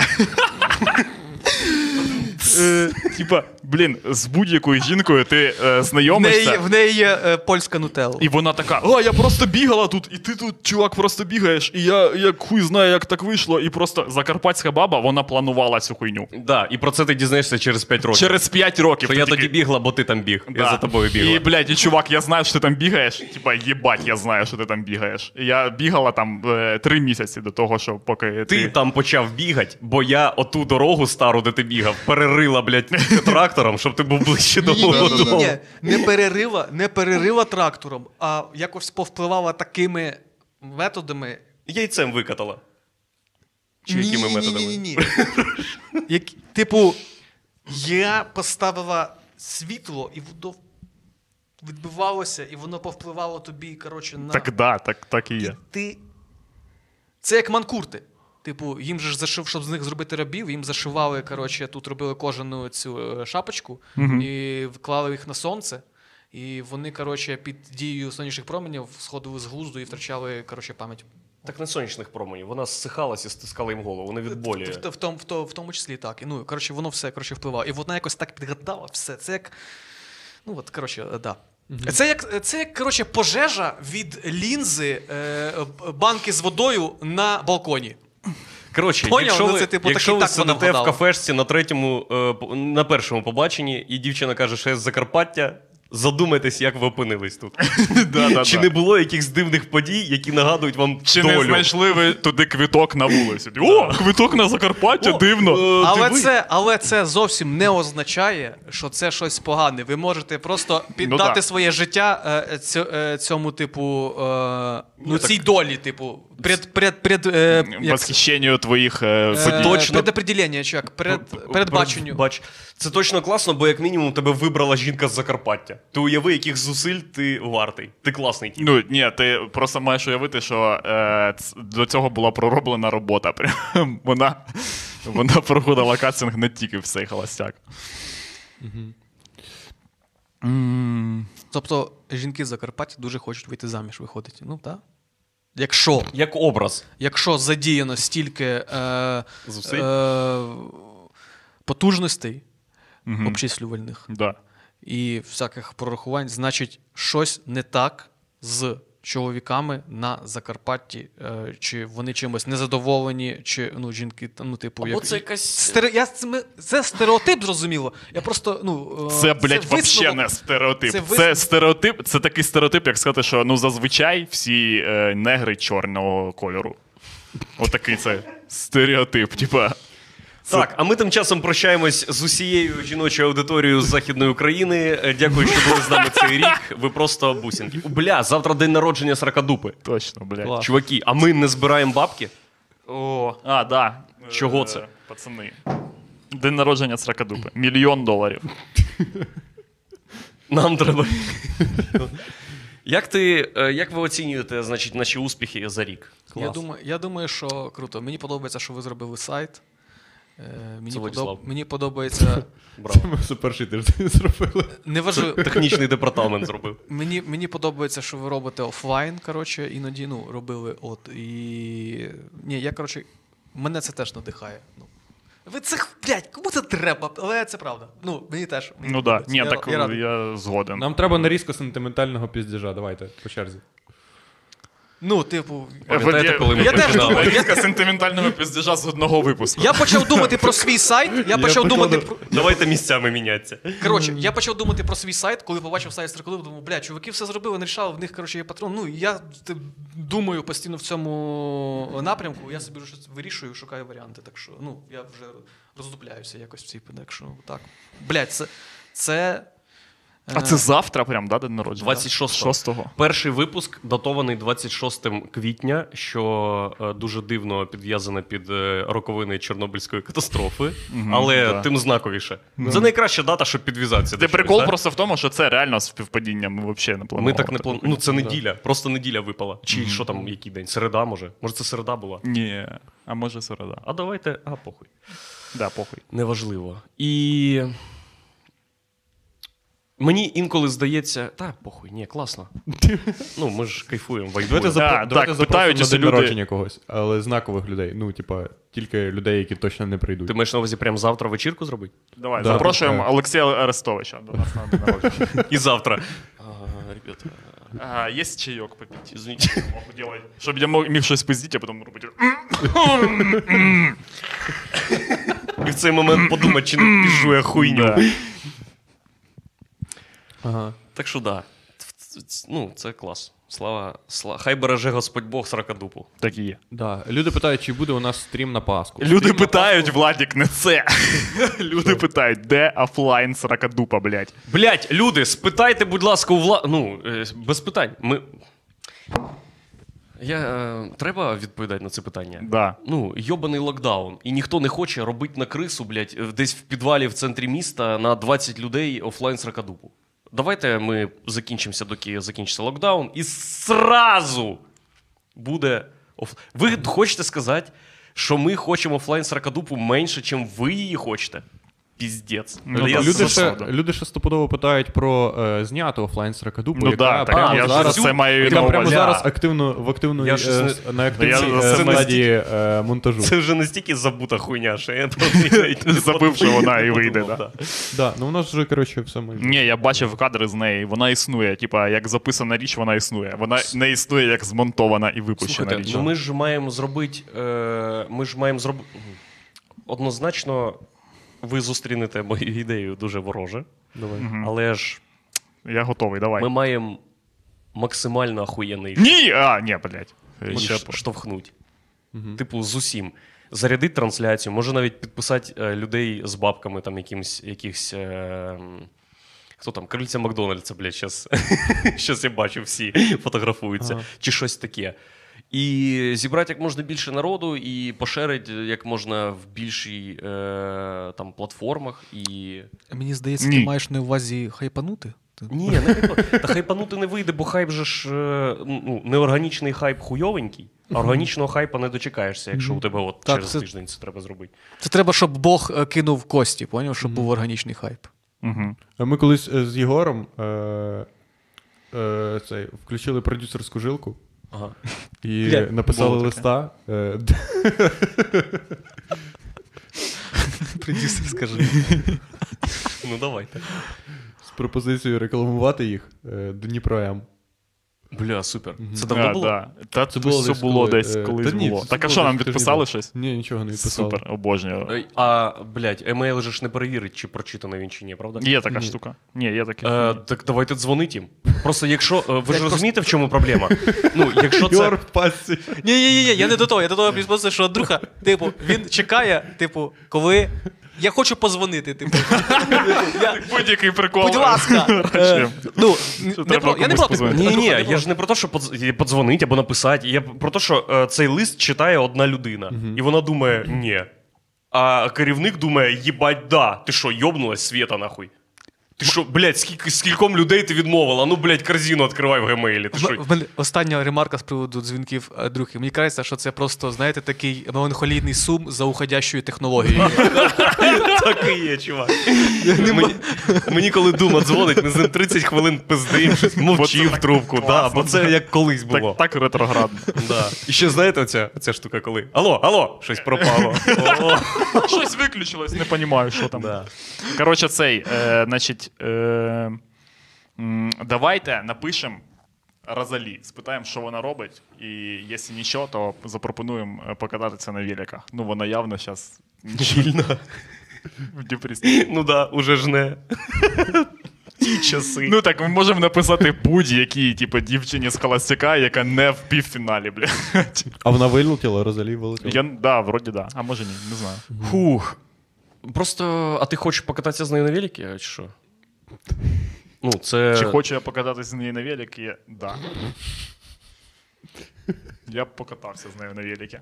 Speaker 3: Е, Типа, блін, з будь-якою жінкою ти е,
Speaker 1: В неї,
Speaker 3: знайомишся.
Speaker 1: в неї є е, польська нутелла.
Speaker 3: І вона така: О, я просто бігала тут, і ти тут, чувак, просто бігаєш. І я як хуй знаю, як так вийшло. І просто закарпатська баба вона планувала цю хуйню.
Speaker 2: Да, і про це ти дізнаєшся через 5 років.
Speaker 3: Через 5 років.
Speaker 2: Що
Speaker 3: ти
Speaker 2: я
Speaker 3: такий,
Speaker 2: тоді бігла, бо ти там біг.
Speaker 3: «Да».
Speaker 2: Я за тобою бігла.
Speaker 3: І, блядь, і чувак, я знаю, що ти там бігаєш. Типа, їбать, я знаю, що ти там бігаєш. Я бігала там е, три місяці до того, що поки ти.
Speaker 2: Ти там почав бігати, бо я оту дорогу стару, де ти бігав, перерила, блядь, трактором, щоб ти був ближче до
Speaker 8: Ні,
Speaker 2: мого
Speaker 8: ні, ні,
Speaker 2: дому.
Speaker 1: Ні, не перерила, не перерила трактором, а якось повпливала такими методами.
Speaker 2: Яйцем викатала. Чи якими методами?
Speaker 1: Ні, ні, ні. Як, типу, я поставила світло, і воно відбивалося, і воно повпливало тобі, коротше, на.
Speaker 3: Так, да, так, так і є.
Speaker 1: Ти... Це як манкурти. Типу, їм же ж зашив, щоб з них зробити рабів, їм зашивали, коротше, тут робили кожану цю е, шапочку і вклали їх на сонце. І вони, коротше, під дією сонячних променів сходили з глузду і втрачали, коротше, пам'ять.
Speaker 2: Так на сонячних променів. Вона зсихалась і стискала їм голову, вони від болі.
Speaker 1: В, в, в, тому- в, тому- в тому числі так. І, ну, коротше, воно все коротше, впливало. І вона якось так підгадала все. Це як. Ну, от, коротше, е, да. Це як, це як коротше, пожежа від лінзи е, б- банки з водою на балконі.
Speaker 2: Коротше,
Speaker 1: Поняв,
Speaker 2: якщо
Speaker 1: ну,
Speaker 2: ви,
Speaker 1: це, типу,
Speaker 2: якщо
Speaker 1: так і
Speaker 2: ви
Speaker 1: так вона
Speaker 2: сидите в
Speaker 1: вгадала.
Speaker 2: кафешці на третьому, е, по- на першому побаченні, і дівчина каже, що я з Закарпаття, задумайтесь, як ви опинились тут.
Speaker 3: Да, да,
Speaker 2: Чи
Speaker 3: да.
Speaker 2: не було якихось дивних подій, які нагадують вам
Speaker 3: Чи
Speaker 2: долю?
Speaker 3: не знайшли ви туди квиток на вулицю? е, О, квиток на Закарпаття, дивно.
Speaker 1: Але це, але це зовсім не означає, що це щось погане. Ви можете просто піддати
Speaker 3: да.
Speaker 1: своє життя е, цьо- е, цьому, типу, е, ну, цій долі, типу, пред, пред, пред, е, як це?
Speaker 3: Восхищенню твоїх е,
Speaker 1: Е,
Speaker 3: подій.
Speaker 2: точно-
Speaker 1: Предопределення, чувак, перед, передбаченню.
Speaker 2: Бач, це точно класно, бо як мінімум тебе вибрала жінка з Закарпаття. Ти уяви, яких зусиль ти вартий. Ти класний тіп.
Speaker 3: Ну ні, ти просто маєш уявити, що е, ц- до цього була пророблена робота. Прям вона, вона проходила кастинг не тільки в цей холостяк.
Speaker 1: Тобто жінки з Закарпаття дуже хочуть вийти заміж, виходить. Ну, так. Якщо,
Speaker 2: Як образ.
Speaker 1: якщо задіяно стільки е,
Speaker 2: Зусиль?
Speaker 1: е, потужностей обчислювальних
Speaker 3: Да.
Speaker 1: і всяких прорахувань, значить, щось не так з чоловіками на Закарпатті, е, чи вони чимось незадоволені, чи ну, жінки, та, ну, типу,
Speaker 2: Або
Speaker 1: як...
Speaker 2: це якась.
Speaker 1: Стере... Я... з цими- Це стереотип, зрозуміло. Я просто, ну, е,
Speaker 3: Це, блядь, вообще
Speaker 1: висновок.
Speaker 3: не стереотип.
Speaker 1: Це
Speaker 3: Це,
Speaker 1: висновок.
Speaker 3: стереотип, це такий стереотип, як сказати, що ну зазвичай всі е, негри чорного кольору. Отакий це стереотип, типа.
Speaker 2: Так, а ми тим часом прощаємось з усією жіночою аудиторією з Західної України. Е, Дякую, що були з нами цей рік. Ви просто бусинки. Бля, завтра день народження Сракадупи.
Speaker 3: Точно, блядь.
Speaker 2: Чуваки, а ми не збираємо бабки?
Speaker 3: О, а, да.
Speaker 2: Чого
Speaker 3: Е,
Speaker 2: це?
Speaker 3: Пацани. День народження Сракадупи. Мільйон доларів.
Speaker 2: Нам треба. Як ти, е, як ви оцінюєте, значить, наші успіхи за рік?
Speaker 1: Я думаю, я думаю, що круто. Мені подобається, що ви зробили сайт. Е, Мені,
Speaker 2: Це Владислав.
Speaker 1: мені подобається.
Speaker 2: Браво.
Speaker 9: Ми все перший тиждень зробили.
Speaker 1: Не важу,
Speaker 2: Технічний департамент зробив.
Speaker 1: мені, мені подобається, що ви робите офлайн. Коротше, іноді ну, робили от. І. Ні, я коротше, мене це теж надихає. Ну. Ви цих, блядь, кому це треба? Але це правда. Ну, мені теж. Мені
Speaker 3: Ну да.
Speaker 1: подобається.
Speaker 3: Ні, так
Speaker 1: я, радий.
Speaker 3: я згоден.
Speaker 4: Нам треба нарізка сентиментального піздежа. Давайте по черзі.
Speaker 6: Ну, типу,
Speaker 3: Е,
Speaker 10: Пам'ятаєте, коли ми
Speaker 6: Я теж
Speaker 10: починали?
Speaker 6: думаю.
Speaker 3: Різка сентиментального піздежа з одного випуску.
Speaker 6: я почав думати про свій сайт. Я почав думати про.
Speaker 2: Давайте місцями мінятися.
Speaker 6: Коротше, я почав думати про свій сайт, коли побачив сайт строколив, думав, бля, чуваки все зробили, не рішали, в них коротше є патрон. Ну, я ти, думаю постійно в цьому напрямку. Я собі щось вирішую, шукаю варіанти. Так що, ну, я вже роздупляюся якось в цій пи- так що так. Блядь, це. це е,
Speaker 3: А це завтра, прям, да, день народження?
Speaker 2: 26-го.
Speaker 3: 6-го.
Speaker 2: Перший випуск датований 26 квітня, що е, дуже дивно підв'язане під е, роковини Чорнобильської катастрофи, але
Speaker 3: да.
Speaker 2: тим знаковіше. Це найкраща дата, щоб підв'язатися.
Speaker 3: Ти
Speaker 2: до чогось,
Speaker 3: прикол
Speaker 2: да?
Speaker 3: просто в тому, що це реально співпадіння. Ми взагалі не планували.
Speaker 2: Ми так не планували. Ну, це неділя, просто неділя випала. Чи що там, який день? Середа, може? Може, це середа була?
Speaker 3: Ні. А може середа.
Speaker 2: А давайте, а похуй.
Speaker 3: Да, похуй.
Speaker 2: Неважливо. І. Мені інколи здається, та похуй, ні, класно. Ну, ми ж кайфуємо,
Speaker 4: Давайте,
Speaker 2: вайбуємо.
Speaker 4: запро-
Speaker 3: так,
Speaker 4: давайте
Speaker 3: питають,
Speaker 4: запросимо на
Speaker 3: якщо
Speaker 4: день
Speaker 3: люди-
Speaker 4: народження когось, але знакових людей. Ну, типа, тільки людей, які точно не прийдуть.
Speaker 2: Ти маєш на увазі прямо завтра вечірку зробити?
Speaker 3: Давай,
Speaker 4: Да.
Speaker 3: запрошуємо
Speaker 4: Так.
Speaker 3: Олексія Арестовича до нас на день народження.
Speaker 2: І завтра.
Speaker 3: А, Є чайок попіть? Извините. Щоб я мог- міг щось пиздіть, а потім робити.
Speaker 2: І в цей момент подумати, чи не піжу я хуйню.
Speaker 3: Да.
Speaker 2: Так що да. Ну, це клас. Слава, слава. Хай береже Господь Бог сракадупу.
Speaker 3: Так і є.
Speaker 10: Да. Люди питають, чи буде у нас стрім на Пасху.
Speaker 3: Люди питають, Владік, не це. Люди питають, де офлайн сракадупа, блядь.
Speaker 2: Блять, люди, спитайте, будь ласка, у вла... Ну, е, без питань. Ми... Я, е, треба відповідати на це питання?
Speaker 3: Да.
Speaker 2: Ну, йобаний локдаун. І ніхто не хоче робити на крису, блядь, в- десь в підвалі в центрі міста на 20 людей офлайн сракадупу. Давайте ми закінчимося, доки закінчиться локдаун, і сразу буде оф... Ви хочете сказати, що ми хочемо офлайн сракадупу менше, ніж ви її хочете? Піздець.
Speaker 3: Ну,
Speaker 2: Але
Speaker 3: так,
Speaker 2: я
Speaker 3: люди ж-
Speaker 2: за-
Speaker 4: люди, ще,
Speaker 3: засада.
Speaker 4: люди ще стопудово питають про е, зняту офлайн сракадупу,
Speaker 3: Ну
Speaker 4: яка
Speaker 3: да, так
Speaker 4: прямо
Speaker 3: я ж
Speaker 4: зараз,
Speaker 3: це маю
Speaker 4: яка
Speaker 3: на
Speaker 4: прямо
Speaker 3: увазі.
Speaker 4: зараз активно в активної
Speaker 2: Я щось
Speaker 4: е,
Speaker 2: не-
Speaker 4: с- на активній
Speaker 3: Я
Speaker 4: е,
Speaker 3: це
Speaker 4: стадії е, монтажу.
Speaker 2: Це вже настільки забута хуйня, що я просто навіть не
Speaker 3: Забив, що вона і
Speaker 2: подумав,
Speaker 3: вийде, да.
Speaker 4: Да, ну у нас вже коротше все майже.
Speaker 3: Ні, я бачив кадри з неї, вона існує. Типа, як записана річ, вона існує. Вона не існує як змонтована і випущена
Speaker 2: Слухайте,
Speaker 3: річ.
Speaker 2: ну ми ж маємо зробити. Е, ми ж маємо зробити. Однозначно, ви зустрінете мою ідею дуже вороже.
Speaker 4: Давай.
Speaker 2: Але ж
Speaker 3: Я готовий, давай.
Speaker 2: ми маємо максимально охуєнний
Speaker 3: Ні! А, ні, блядь. Е, Ще
Speaker 2: штовхнути. штовхнуть. Типу, з усім. Зарядити трансляцію, може навіть підписати е, людей з бабками, там якимсь, якихось. Е, м, Хто там, крильця Макдональдса, блядь, щас, щас я бачу, всі фотографуються, чи щось таке. І зібрати як можна більше народу, і поширити як можна в більшій е, там, платформах. І...
Speaker 6: Мені здається,
Speaker 3: Ні.
Speaker 6: ти маєш на увазі хайпанути. Ти-
Speaker 2: Ні, не хайпа- та хайпанути не вийде, бо хайп же ж е, ну, неорганічний хайп хуйовенький, а органічного хайпа не дочекаєшся, якщо у тебе от
Speaker 6: Так,
Speaker 2: через
Speaker 6: це-
Speaker 2: тиждень це треба зробити.
Speaker 6: Це треба, щоб Бог е, кинув кості, поняв, щоб був органічний хайп.
Speaker 3: Угу.
Speaker 4: А Ми колись е, з Єгором е, е, цей, включили продюсерську жилку
Speaker 2: Ага.
Speaker 4: і
Speaker 2: Бля,
Speaker 4: написали
Speaker 2: було таке.
Speaker 4: листа. Е,
Speaker 6: Продюсер, скажи.
Speaker 2: Ну давайте.
Speaker 4: з пропозицією рекламувати їх е, Дніпро М.
Speaker 2: Бля, супер. Це давно
Speaker 3: Да,
Speaker 2: було?
Speaker 3: да. Та це
Speaker 4: було
Speaker 3: було, це
Speaker 4: десь
Speaker 3: було
Speaker 4: коли,
Speaker 3: десь
Speaker 4: е,
Speaker 3: колись
Speaker 4: та ні,
Speaker 3: було.
Speaker 4: це
Speaker 3: Так а
Speaker 4: було
Speaker 3: що нам
Speaker 4: десь тиждень
Speaker 3: підписали
Speaker 4: тому.
Speaker 3: щось?
Speaker 4: Ні, нічого не відписали.
Speaker 3: Супер, обожнюю.
Speaker 2: Е, А, блядь, емейл же ж не перевірить, чи прочитаний він чи ні, правда?
Speaker 3: Є така штука. Ні, є таке.
Speaker 2: Е, так давайте дзвонить їм. Просто якщо. е, Ви ж розумієте, в чому проблема? Ну, якщо це.
Speaker 4: Єгор в пасці.
Speaker 6: Ні, ні, ні, я не до того. Я до того підписую, що друга, типу, він чекає, типу, коли. Я хочу позвонити, типу. Я-
Speaker 3: Будь-який прикол.
Speaker 6: Будь ласка. Е, Ну, не
Speaker 3: треба
Speaker 6: про- я не
Speaker 3: комусь
Speaker 6: про
Speaker 3: позвонити?
Speaker 2: Ні, ні, я ж не про те, що подз- подзвонить або написати. Я про те, що е, цей лист читає одна людина, і вона думає, ні. А керівник думає, їбать, да. Ти що, йобнулась світа нахуй? Ти що, блядь, скільки, скільком людей ти відмовила? Ну, блядь, корзину відкривай в гемейлі. Ти що?
Speaker 6: В мене остання ремарка з приводу дзвінків е, другі. Мені кажеться, що це просто, знаєте, такий меланхолійний сум за уходящою технологією.
Speaker 2: Так і є, чувак. Мені, мені коли дума дзвонить, ми з ним 30 хвилин пиздим, щось мовчив в трубку. Да, бо це як колись було.
Speaker 3: Так, так ретроградно.
Speaker 2: Да. І ще знаєте, оця, оця штука, коли. Алло, алло, щось пропало. О,
Speaker 3: Щось виключилось, не розумію, що там.
Speaker 2: да.
Speaker 3: Коротше, цей, е, значить, е, м, давайте напишемо Розалі, спитаємо, що вона робить, і якщо нічого, то запропонуємо е, покататися на великах. Ну, вона явно зараз
Speaker 2: Вільно.
Speaker 3: в депресії.
Speaker 2: Ну да, уже ж не. Ті часи.
Speaker 3: Ну так, ми можемо написати будь-якій, типу, дівчині з холостяка, яка не в півфіналі, блядь.
Speaker 11: А вона вилетіла, Розалі вилетіла.
Speaker 3: Я, да, вроді да. А може ні, не знаю.
Speaker 2: Фух. Просто, а ти хочеш покататися з нею на великі, чи що? Ну, це.
Speaker 3: Чи хочу я покататися з нею на великі? Да. Я б покатався з нею на великі.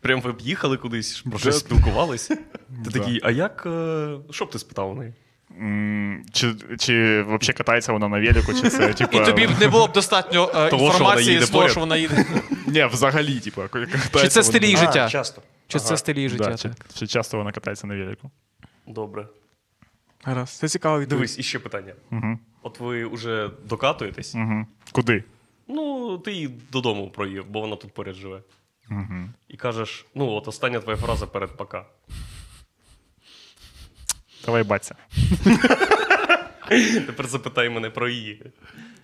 Speaker 2: Прям ви б їхали кудись, про щось спілкувались. Ти
Speaker 3: Да.
Speaker 2: такий, а як. е, Що б ти спитав у неї?
Speaker 3: М, Чи, чи взагалі катається вона на велику, чи це типу.
Speaker 1: І тобі б не було б достатньо е,
Speaker 2: що вона
Speaker 1: інформації
Speaker 2: їде
Speaker 1: з того,
Speaker 2: поряд.
Speaker 1: що вона їде.
Speaker 3: Ні, взагалі, типу, катається.
Speaker 1: Чи це стиль її
Speaker 2: А,
Speaker 1: життя?
Speaker 2: часто.
Speaker 1: Чи це стиль її
Speaker 3: Да,
Speaker 1: життя?
Speaker 3: чи,
Speaker 1: так?
Speaker 3: чи часто вона катається на велику?
Speaker 2: Добре.
Speaker 1: Гаразд, це цікаво.
Speaker 2: Дивись, іще питання.
Speaker 3: Угу.
Speaker 2: От ви вже докатуєтесь.
Speaker 3: Угу. Куди?
Speaker 2: Ну, ти її додому проїв, бо вона тут поряд живе. І кажеш: ну, от остання твоя фраза перед пока.
Speaker 3: Давай баться.
Speaker 2: Тепер запитай мене про її.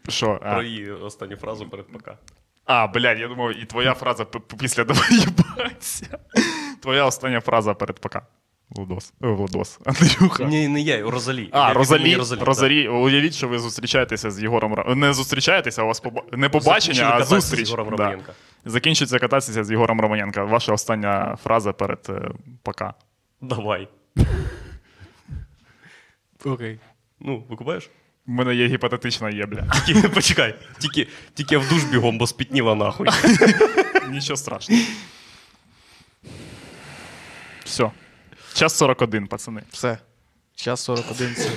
Speaker 3: Що?
Speaker 2: Про
Speaker 3: А,
Speaker 2: її останню фразу перед пока.
Speaker 3: а блядь, я думав, і твоя фраза п- п- після давай їбаться. Твоя остання фраза перед пока. Владос. Е, Владос. Андрюха.
Speaker 2: Ні, не я, Розалі.
Speaker 3: А,
Speaker 2: Я-
Speaker 3: Розалі,
Speaker 2: мені
Speaker 3: Розалі,
Speaker 2: так.
Speaker 3: уявіть, що ви зустрічаєтеся з Єгором Ра- Не зустрічаєтеся, а у вас поба... не побачення,
Speaker 2: Закінчили
Speaker 3: а
Speaker 2: кататися з
Speaker 3: зустріч.
Speaker 2: Єгором
Speaker 3: Да.
Speaker 2: Романенка.
Speaker 3: Закінчиться кататися з Єгором Романенка. Ваша остання фраза перед е, пока.
Speaker 2: Давай.
Speaker 1: Окей.
Speaker 2: Ну, викупаєш?
Speaker 3: У мене є гіпотетична є, бля.
Speaker 2: Тільки, почекай, тільки, тільки я в душ бігом, бо спітніла нахуй.
Speaker 3: Нічого страшного. Все. Час 41, пацани.
Speaker 1: Все. Час 41. це.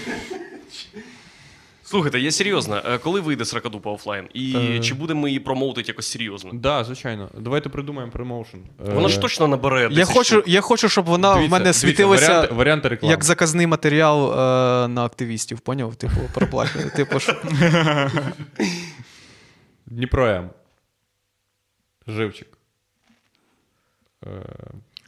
Speaker 2: Слухайте, я серйозно, е, коли вийде Сракадупа офлайн? І
Speaker 4: Е.
Speaker 2: чи будемо її промоутити якось серйозно?
Speaker 4: Да, звичайно. Давайте придумаємо промоушен. Е,
Speaker 2: Вона ж точно набере.
Speaker 1: Я
Speaker 2: 10
Speaker 1: хочу,
Speaker 2: штук.
Speaker 1: я хочу, щоб вона в мене світилася
Speaker 4: Варіанти, варіанти реклами.
Speaker 1: як заказний матеріал е, на активістів, поняв? Типу, переплачений. Типу, що...
Speaker 4: Дніпро М. Живчик. Е,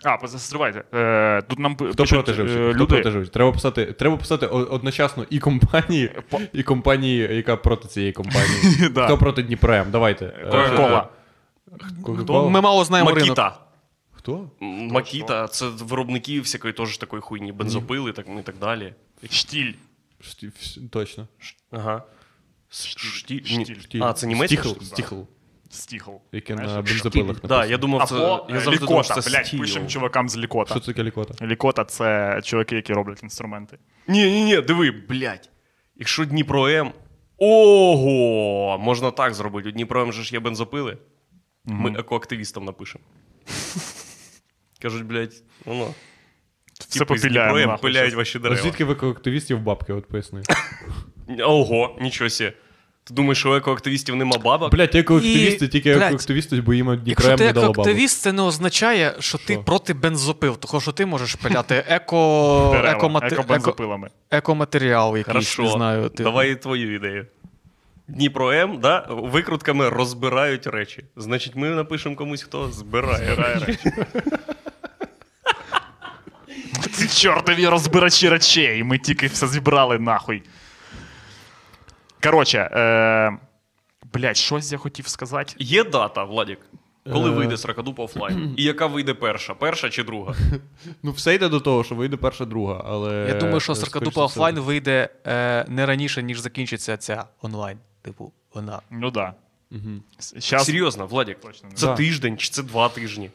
Speaker 3: А, позастривайте. Е, тут нам пи-
Speaker 4: Хто
Speaker 3: пишуть,
Speaker 4: проти
Speaker 3: е,
Speaker 4: живчик? Хто
Speaker 3: люди.
Speaker 4: проти живчик? Треба писати, треба писати о- одночасно і компанії, і компанії, яка проти цієї компанії.
Speaker 3: Да.
Speaker 4: Хто проти Дніпро М? Давайте. Е,
Speaker 3: Кока-кола.
Speaker 4: Кока-кола?
Speaker 1: Ну, Ми мало знаємо ринок.
Speaker 2: Макіта.
Speaker 4: Хто?
Speaker 2: М, Макіта, це виробники всякої теж такої хуйні, бензопили так, ну, і так далі.
Speaker 3: Штіль.
Speaker 4: Шті- вс- Точно.
Speaker 2: Ага.
Speaker 3: Штіль.
Speaker 2: Ні.
Speaker 3: Штіль.
Speaker 4: Ті-
Speaker 2: А, це німецька
Speaker 4: Стіхл,
Speaker 2: штука? Да.
Speaker 4: стіхл,
Speaker 3: Стіхл.
Speaker 4: яке
Speaker 3: Знаєш?
Speaker 4: на бензопилах.
Speaker 2: Да,
Speaker 4: написано.
Speaker 2: я думав, це,
Speaker 3: Або
Speaker 2: ну,
Speaker 3: е,
Speaker 2: я завжди думав, що
Speaker 3: лікота,
Speaker 2: це
Speaker 3: блядь,
Speaker 2: стіл.
Speaker 3: пишемо чувакам з лікота.
Speaker 4: Що це калікота?
Speaker 3: Лікота це чуваки, які роблять інструменти.
Speaker 2: Ні, ні, ні, диви, блядь. Якщо Дніпро М. Ого! Можна так зробити. У Дніпро М же ж є бензопили. Ми екоактивістам напишемо. Кажуть, блядь, ну, воно.
Speaker 3: Все попіляємо.
Speaker 2: Дніпро М
Speaker 3: нахуй
Speaker 2: Типу пиляють
Speaker 3: щас.
Speaker 2: ваші
Speaker 4: А
Speaker 2: дерева.
Speaker 4: звідки ви активістів бабки, от поясни.
Speaker 2: Ого, нічого сі. Ти думаєш, що у екоактивістів нема бабок?
Speaker 4: Блять, екоактивісти,
Speaker 1: І,
Speaker 4: тільки
Speaker 1: блядь,
Speaker 4: екоактивісти, бо їм Дніпро
Speaker 1: Якщо
Speaker 4: М
Speaker 1: ти
Speaker 4: не дало бабок.
Speaker 1: активіст, це не означає, що ти
Speaker 4: Що?
Speaker 1: проти бензопил, тому що ти можеш пиляти еко...
Speaker 3: Дерева,
Speaker 1: екомати- еко...
Speaker 3: екобензопилами.
Speaker 1: екоматеріал якийсь,
Speaker 2: Хорошо.
Speaker 1: не знаю. Ти...
Speaker 2: Давай твою ідею. Дніпро М, да, викрутками розбирають речі. Значить, ми напишемо комусь, хто збирає.
Speaker 3: Ці чортові розбирачі речей. Ми тільки все зібрали нахуй. Коротше, е... блядь, щось я хотів сказати.
Speaker 2: Є дата, Владік, коли
Speaker 4: Е.
Speaker 2: вийде Сракадуп офлайн? І яка вийде перша? Перша чи друга?
Speaker 4: Ну, все йде до того, що вийде перша друга, але.
Speaker 1: Я думаю, що
Speaker 4: е,
Speaker 1: Саркадупа
Speaker 4: скоріше за все,
Speaker 1: офлайн вийде е, не раніше, ніж закінчиться ця онлайн. Типу, вона.
Speaker 3: Ну да. С- Щас...
Speaker 2: Серйозно, Владік,
Speaker 3: Точно не
Speaker 2: це
Speaker 4: Да.
Speaker 2: тиждень, чи це два тижні?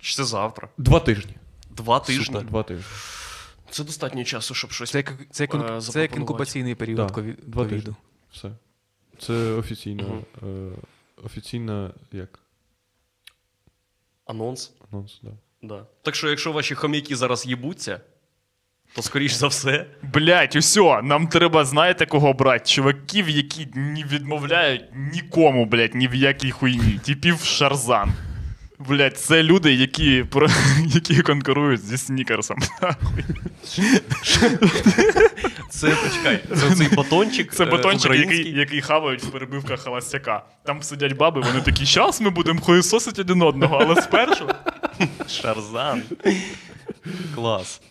Speaker 2: Чи це завтра?
Speaker 4: Два тижні.
Speaker 2: Два тижні.
Speaker 4: Супер, Два тижні.
Speaker 2: Це достатньо часу, щоб щось.
Speaker 1: Це як, це як,
Speaker 2: Е,
Speaker 1: інку- це як
Speaker 2: запропонувати.
Speaker 1: інкубаційний
Speaker 4: Да,
Speaker 1: період кові-
Speaker 4: Два тижні.
Speaker 1: ковіду.
Speaker 4: Все. Це офіційно. е, Офіційно як?
Speaker 2: Анонс.
Speaker 4: Анонс, да.
Speaker 2: Да. Так що, якщо ваші хом'яки зараз їбуться, то скоріш за все.
Speaker 3: Блять, усьо, нам треба, знаєте, кого брати? Чуваків, які не відмовляють нікому, блять, ні в якій хуйні. Типів Шарзан. Блять, це люди, які, про- які конкурують зі Снікерсом.
Speaker 2: Це почекай, це цей батончик.
Speaker 3: Це
Speaker 2: е,
Speaker 3: батончик,
Speaker 2: український.
Speaker 3: який, який хавають в перебивках холостяка. Там сидять баби, вони такі, щас ми будемо хуєсосити один одного, але спершу.
Speaker 2: Шарзан. Клас.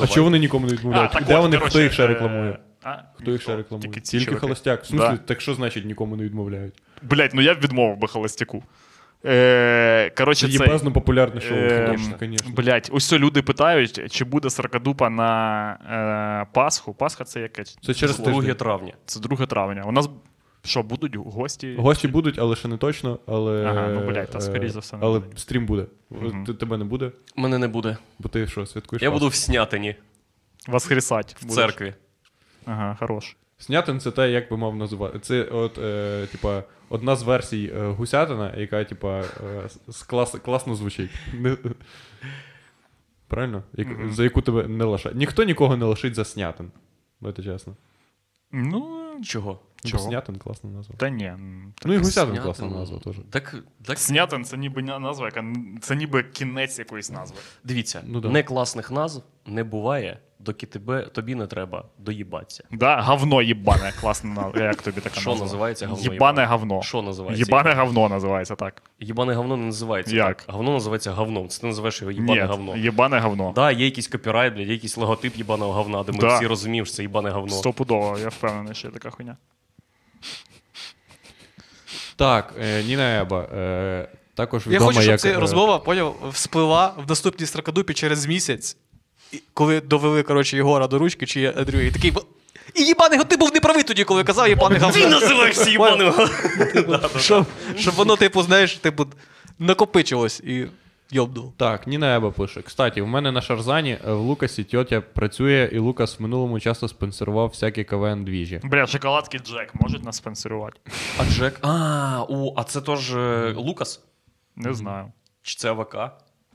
Speaker 4: А чого вони нікому не відмовляють?
Speaker 3: А, так
Speaker 4: Де
Speaker 3: от,
Speaker 4: вони, хто
Speaker 3: коротше,
Speaker 4: їх ще
Speaker 3: е,
Speaker 4: рекламує?
Speaker 3: А?
Speaker 4: Хто їх ще рекламує?
Speaker 3: Тільки
Speaker 4: Тільки,
Speaker 3: ці чуваки.
Speaker 4: холостяк.
Speaker 3: Да.
Speaker 4: В смислі, так що значить нікому не відмовляють?
Speaker 3: Блять, ну я б відмовив би холостяку. Е, коротше,
Speaker 4: Це
Speaker 3: це,
Speaker 4: безно популярне шоу,
Speaker 3: Ем,
Speaker 4: звісно, звісно.
Speaker 3: Блять, ось люди питають, чи буде саркадупа на е, Пасху. Пасха це яке?
Speaker 4: Це через тиждень.
Speaker 2: 2 травня.
Speaker 3: Це 2 травня. У нас що, будуть гості?
Speaker 4: Гості будуть, але ще не точно, але.
Speaker 3: Ага, ну, блядь, та,
Speaker 4: е,
Speaker 3: скоріш за все, не
Speaker 4: Але
Speaker 3: будуть.
Speaker 4: стрім буде.
Speaker 3: Мгм.
Speaker 4: Т- Тебе не буде,
Speaker 2: Мене не буде.
Speaker 4: бо ти що, святкуєш?
Speaker 2: Я
Speaker 4: Пасху?
Speaker 2: буду в снятині
Speaker 3: Воскресать.
Speaker 2: в церкві.
Speaker 3: Ага, хорош.
Speaker 4: Снятин це те, як би мав називати. Це от, е, типа, одна з версій е, гусятина, яка, типа, е, с- клас, класно звучить. Не- Правильно? Як, За яку тебе не лишать. Ніхто нікого не лишить за снятин. Давайте чесно.
Speaker 3: Ну,
Speaker 2: Чого?
Speaker 4: Чого? Снятин класна назва.
Speaker 3: та ні.
Speaker 4: ну і гусятин
Speaker 2: Снятин.
Speaker 4: класна назва теж.
Speaker 2: Так, так
Speaker 3: Снятин це ніби не назва, яка це ніби кінець якоїсь назви.
Speaker 2: дивіться,
Speaker 4: Ну, да.
Speaker 2: не класних назв не буває, доки тебе, тобі не треба доїбатися.
Speaker 3: Да, говно їбане, класно назва. Як тобі така
Speaker 2: Що
Speaker 3: назва?
Speaker 2: називається говно?
Speaker 3: Їбане говно.
Speaker 2: Що називається?
Speaker 3: Їбане говно називається так.
Speaker 2: Їбане говно не називається.
Speaker 3: Як?
Speaker 2: Так. Говно називається говном. Це ти називаєш його їбане
Speaker 3: Ні,
Speaker 2: говно.
Speaker 3: Їбане говно.
Speaker 2: Да, є якийсь копірайт, блядь, є якийсь логотип їбаного говна, де ми
Speaker 3: Да.
Speaker 2: всі розуміємо, що це їбане говно.
Speaker 3: Стопудово, я впевнений, що є така хуйня.
Speaker 10: Так, е, Ніна Еба. Е, також
Speaker 1: Я
Speaker 10: відома
Speaker 1: хочу, щоб
Speaker 10: як...
Speaker 1: ця
Speaker 10: е,
Speaker 1: розмова поняв, всплила в наступній строкадупі через місяць, і- коли довели коротше, Єгора до ручки, чи я Андрю, і такий. «Бо- І їбаний, го- ти був неправий тоді, коли казав їбаний говно.
Speaker 2: Ти називаєшся їбаним говном.
Speaker 1: щоб, щоб воно, типу, знаєш, типу, накопичилось і йобнуло.
Speaker 10: Так, Ніна Еба пише. Кстати, в мене на Шарзані е, в Лукасі тьотя працює, і Лукас в минулому часто спонсорував всякі КВН двіжі.
Speaker 3: Бля, шоколадки Джек можуть нас спонсорувати?
Speaker 2: А Джек. А, у, а це теж е, Лукас?
Speaker 3: Не знаю.
Speaker 2: Чи це АВК?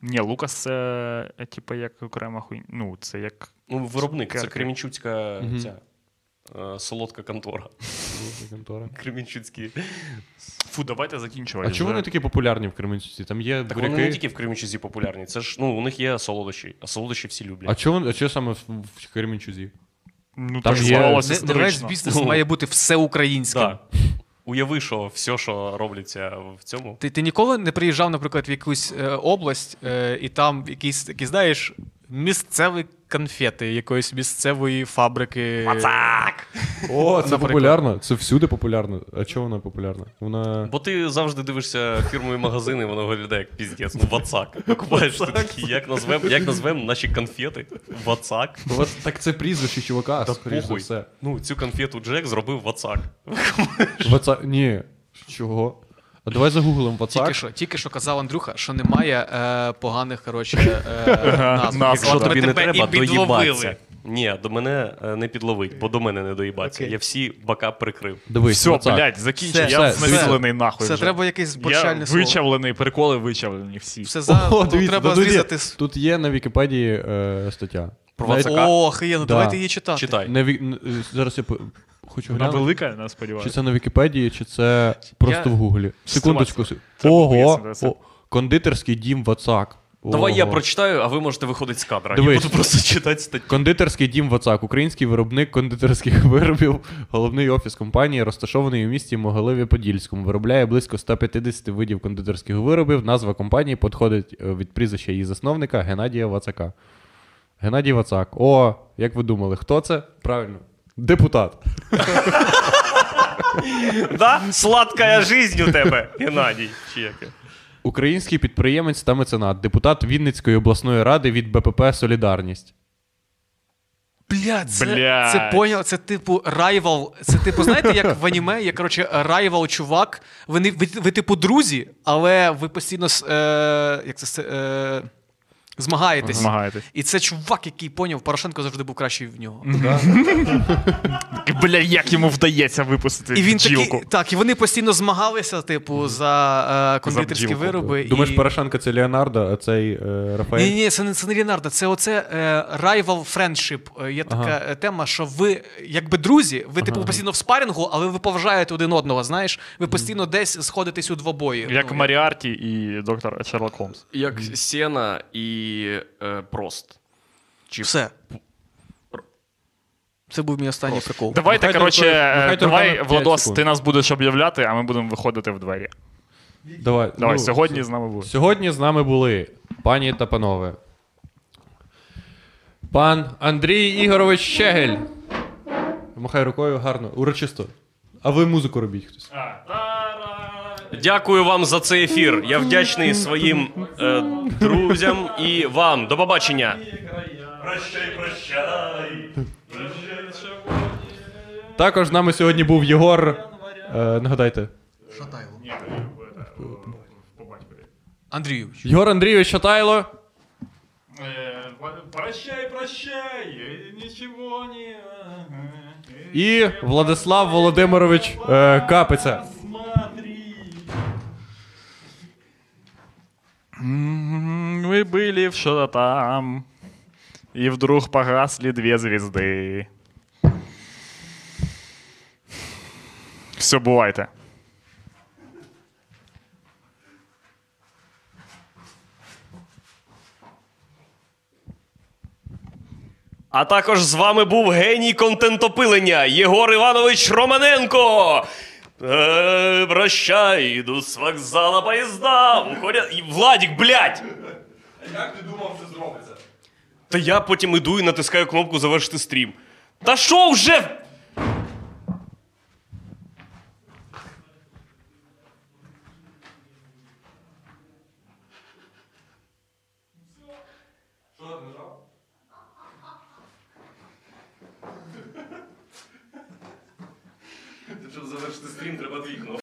Speaker 3: Ні, Лукас це е, типу як окрема хуйня. Ну, це як.
Speaker 2: Ну, виробник, це
Speaker 3: Цукерка.
Speaker 2: Кремінчуцька ця, е, солодка контора.
Speaker 10: Контора.
Speaker 2: Кремінчуцькі.
Speaker 3: Фу, давайте закінчувати.
Speaker 10: А чому
Speaker 3: вже.
Speaker 10: вони такі популярні в Кременчуці? Там є
Speaker 2: Так вони не
Speaker 10: буряки.
Speaker 2: тільки в Кремінчузі популярні, це ж ну у них є солодощі, а солодощі всі люблять.
Speaker 10: А чого, вон- а чого саме в, в Кременчузі?
Speaker 3: Ну,
Speaker 10: Там
Speaker 3: так
Speaker 10: є-
Speaker 3: склалося
Speaker 1: Не- не весь
Speaker 3: історично.
Speaker 1: бізнес має бути всеукраїнським.
Speaker 2: Да. Уяви, що все, що робляться в цьому.
Speaker 1: Ти, ти ніколи не приїжджав, наприклад, в якусь е, область, е, і там якісь такі, знаєш, місцеві конфети якоїсь місцевої фабрики.
Speaker 4: О, це
Speaker 1: Наприклад.
Speaker 4: популярно. Це всюди популярно. А чого вона популярна? Вона.
Speaker 2: Бо ти завжди дивишся фірмові магазини, воно виглядає як піздець. Ну, вацак. Купаєш ти такий, як назвем, як назвем наші конфети? Вацак.
Speaker 4: У вас так це прізвище чувака,
Speaker 2: Та похуй. Ну, цю конфету Джек зробив вацак.
Speaker 4: Ваца... Ні. Чого?
Speaker 10: А давай загуглимо
Speaker 1: Тільки
Speaker 10: WhatsApp.
Speaker 1: що, тільки що казав Андрюха, що немає е, поганих коротше, е, назв.
Speaker 3: назв,
Speaker 1: Якщо
Speaker 3: да.
Speaker 1: тобі
Speaker 2: не
Speaker 1: тебе
Speaker 2: треба
Speaker 1: і підловили.
Speaker 2: доїбатися. Ні, до мене е, не підловить, бо до мене не доїбатися. Я всі бока прикрив.
Speaker 10: Дивись,
Speaker 3: Все,
Speaker 10: WhatsApp.
Speaker 3: блядь, закінчуй.
Speaker 1: Все,
Speaker 3: Я
Speaker 10: все,
Speaker 3: знесилений нахуй.
Speaker 1: Це
Speaker 3: вже.
Speaker 1: треба якесь
Speaker 3: Я
Speaker 1: прощальне слово.
Speaker 3: вичавлений, приколи вичавлені всі.
Speaker 1: Все за
Speaker 4: О,
Speaker 1: ну,
Speaker 4: дивіться,
Speaker 1: треба
Speaker 4: да, тут є.
Speaker 1: зрізати. с-
Speaker 10: Тут є на Вікіпедії е, стаття.
Speaker 2: Про
Speaker 10: Навіть-
Speaker 2: Вацака
Speaker 1: О, охуєнно,
Speaker 10: Да.
Speaker 1: давайте її читати.
Speaker 2: читай.
Speaker 10: на Ві- н- е, Зараз я по- хочу
Speaker 3: Вона
Speaker 10: глянути.
Speaker 3: велика, я сподіваюся.
Speaker 10: Чи це на Вікіпедії, чи це просто в Гуглі. Секундочку.
Speaker 3: Треба
Speaker 10: Ого,
Speaker 3: пояснити
Speaker 10: о, кондитерський дім Вацак.
Speaker 2: Давай я
Speaker 10: Ого.
Speaker 2: прочитаю, а ви можете виходити з кадра. Я
Speaker 10: Дивись.
Speaker 2: буду просто читати статтю.
Speaker 10: Кондитерський дім Вацак, український виробник кондитерських виробів, головний офіс компанії, розташований у місті Могилеві-Подільському. Виробляє близько 150 видів кондитерських виробів. Назва компанії подходить е, від прізвища її засновника Геннадія Вацака. Геннадій Вацак. О, як ви думали, хто це? Правильно. Депутат.
Speaker 2: Да? Сладкая жизнь у тебе, Геннадій. Чи яке?
Speaker 10: Український підприємець та меценат, депутат Вінницької обласної ради від БПП Солідарність.
Speaker 1: Бля, це,
Speaker 3: Блядь.
Speaker 1: це поняв, це типу райвал. Це типу, знаєте, як в аніме, є коротше райвал чувак. Вони ви, ви типу друзі, але ви постійно с- е, як це с- е, змагаєтесь.
Speaker 3: Змагаєтесь.
Speaker 1: І це чувак, який поняв, Порошенко завжди був кращий в нього.
Speaker 3: Бля, як йому вдається випустити
Speaker 1: І він
Speaker 3: бджілку.
Speaker 1: такі, так, і вони постійно змагалися, типу, за е, кондитерські
Speaker 3: бджілку,
Speaker 1: вироби.
Speaker 10: Думаєш,
Speaker 1: і...
Speaker 10: Порошенко це Леонардо, а цей е, Рафаель?
Speaker 1: Ні, ні, це не це не Леонардо, це оце е, rival friendship. Е, Є така е, тема, що ви якби друзі, ви типу постійно в спарингу, але ви поважаєте один одного. Знаєш, ви постійно десь сходитесь у двобої.
Speaker 3: Як
Speaker 1: Ну,
Speaker 3: Маріарті і доктор Шерлок Холмс.
Speaker 2: Як Сена і е, Прост. Чи
Speaker 1: все. Це був мій останній прикол.
Speaker 3: Давайте,
Speaker 10: Михайло
Speaker 3: коротше,
Speaker 10: Миколаївич,
Speaker 3: е,
Speaker 10: Михайло
Speaker 3: давай,
Speaker 10: Миколаївич, п'ять
Speaker 3: Владос,
Speaker 10: секунд. Ну,
Speaker 3: ти нас будеш об'являти, а ми будемо виходити в двері.
Speaker 10: Давай,
Speaker 3: Давай,
Speaker 10: ну,
Speaker 3: сьогодні з нами буде.
Speaker 10: Сьогодні з нами були пані та панове. Пан Андрій Ігорович Щегель.
Speaker 4: Махай рукою, гарно, урочисто. А ви музику робіть хтось.
Speaker 2: Дякую вам за цей ефір. Я вдячний своїм е, друзям і вам. До побачення.
Speaker 3: Прощай, прощай.
Speaker 4: Також з нами сьогодні був Єгор. Е, нагадайте.
Speaker 1: Шатайло. Андрійович.
Speaker 4: Єгор Андрійович Шатайло.
Speaker 3: Е, Прощай, прощай, нічого е, не...
Speaker 4: І Владислав Володимирович е, Капиця.
Speaker 3: Смотри. Мы М-м-м, были в что-то там, и вдруг погасли две звезды. Все бывает.
Speaker 2: А також з вами був геній контентопилення Єгор Іванович Романенко. Е, прощай, іду з вокзала поїзда. Уходять. І Владік, блядь!
Speaker 4: Як ти думав, це зробиться?
Speaker 2: Та я потім іду і натискаю кнопку завершити стрім. Та що вже? Щоб завершити стрім, треба дві кнопки.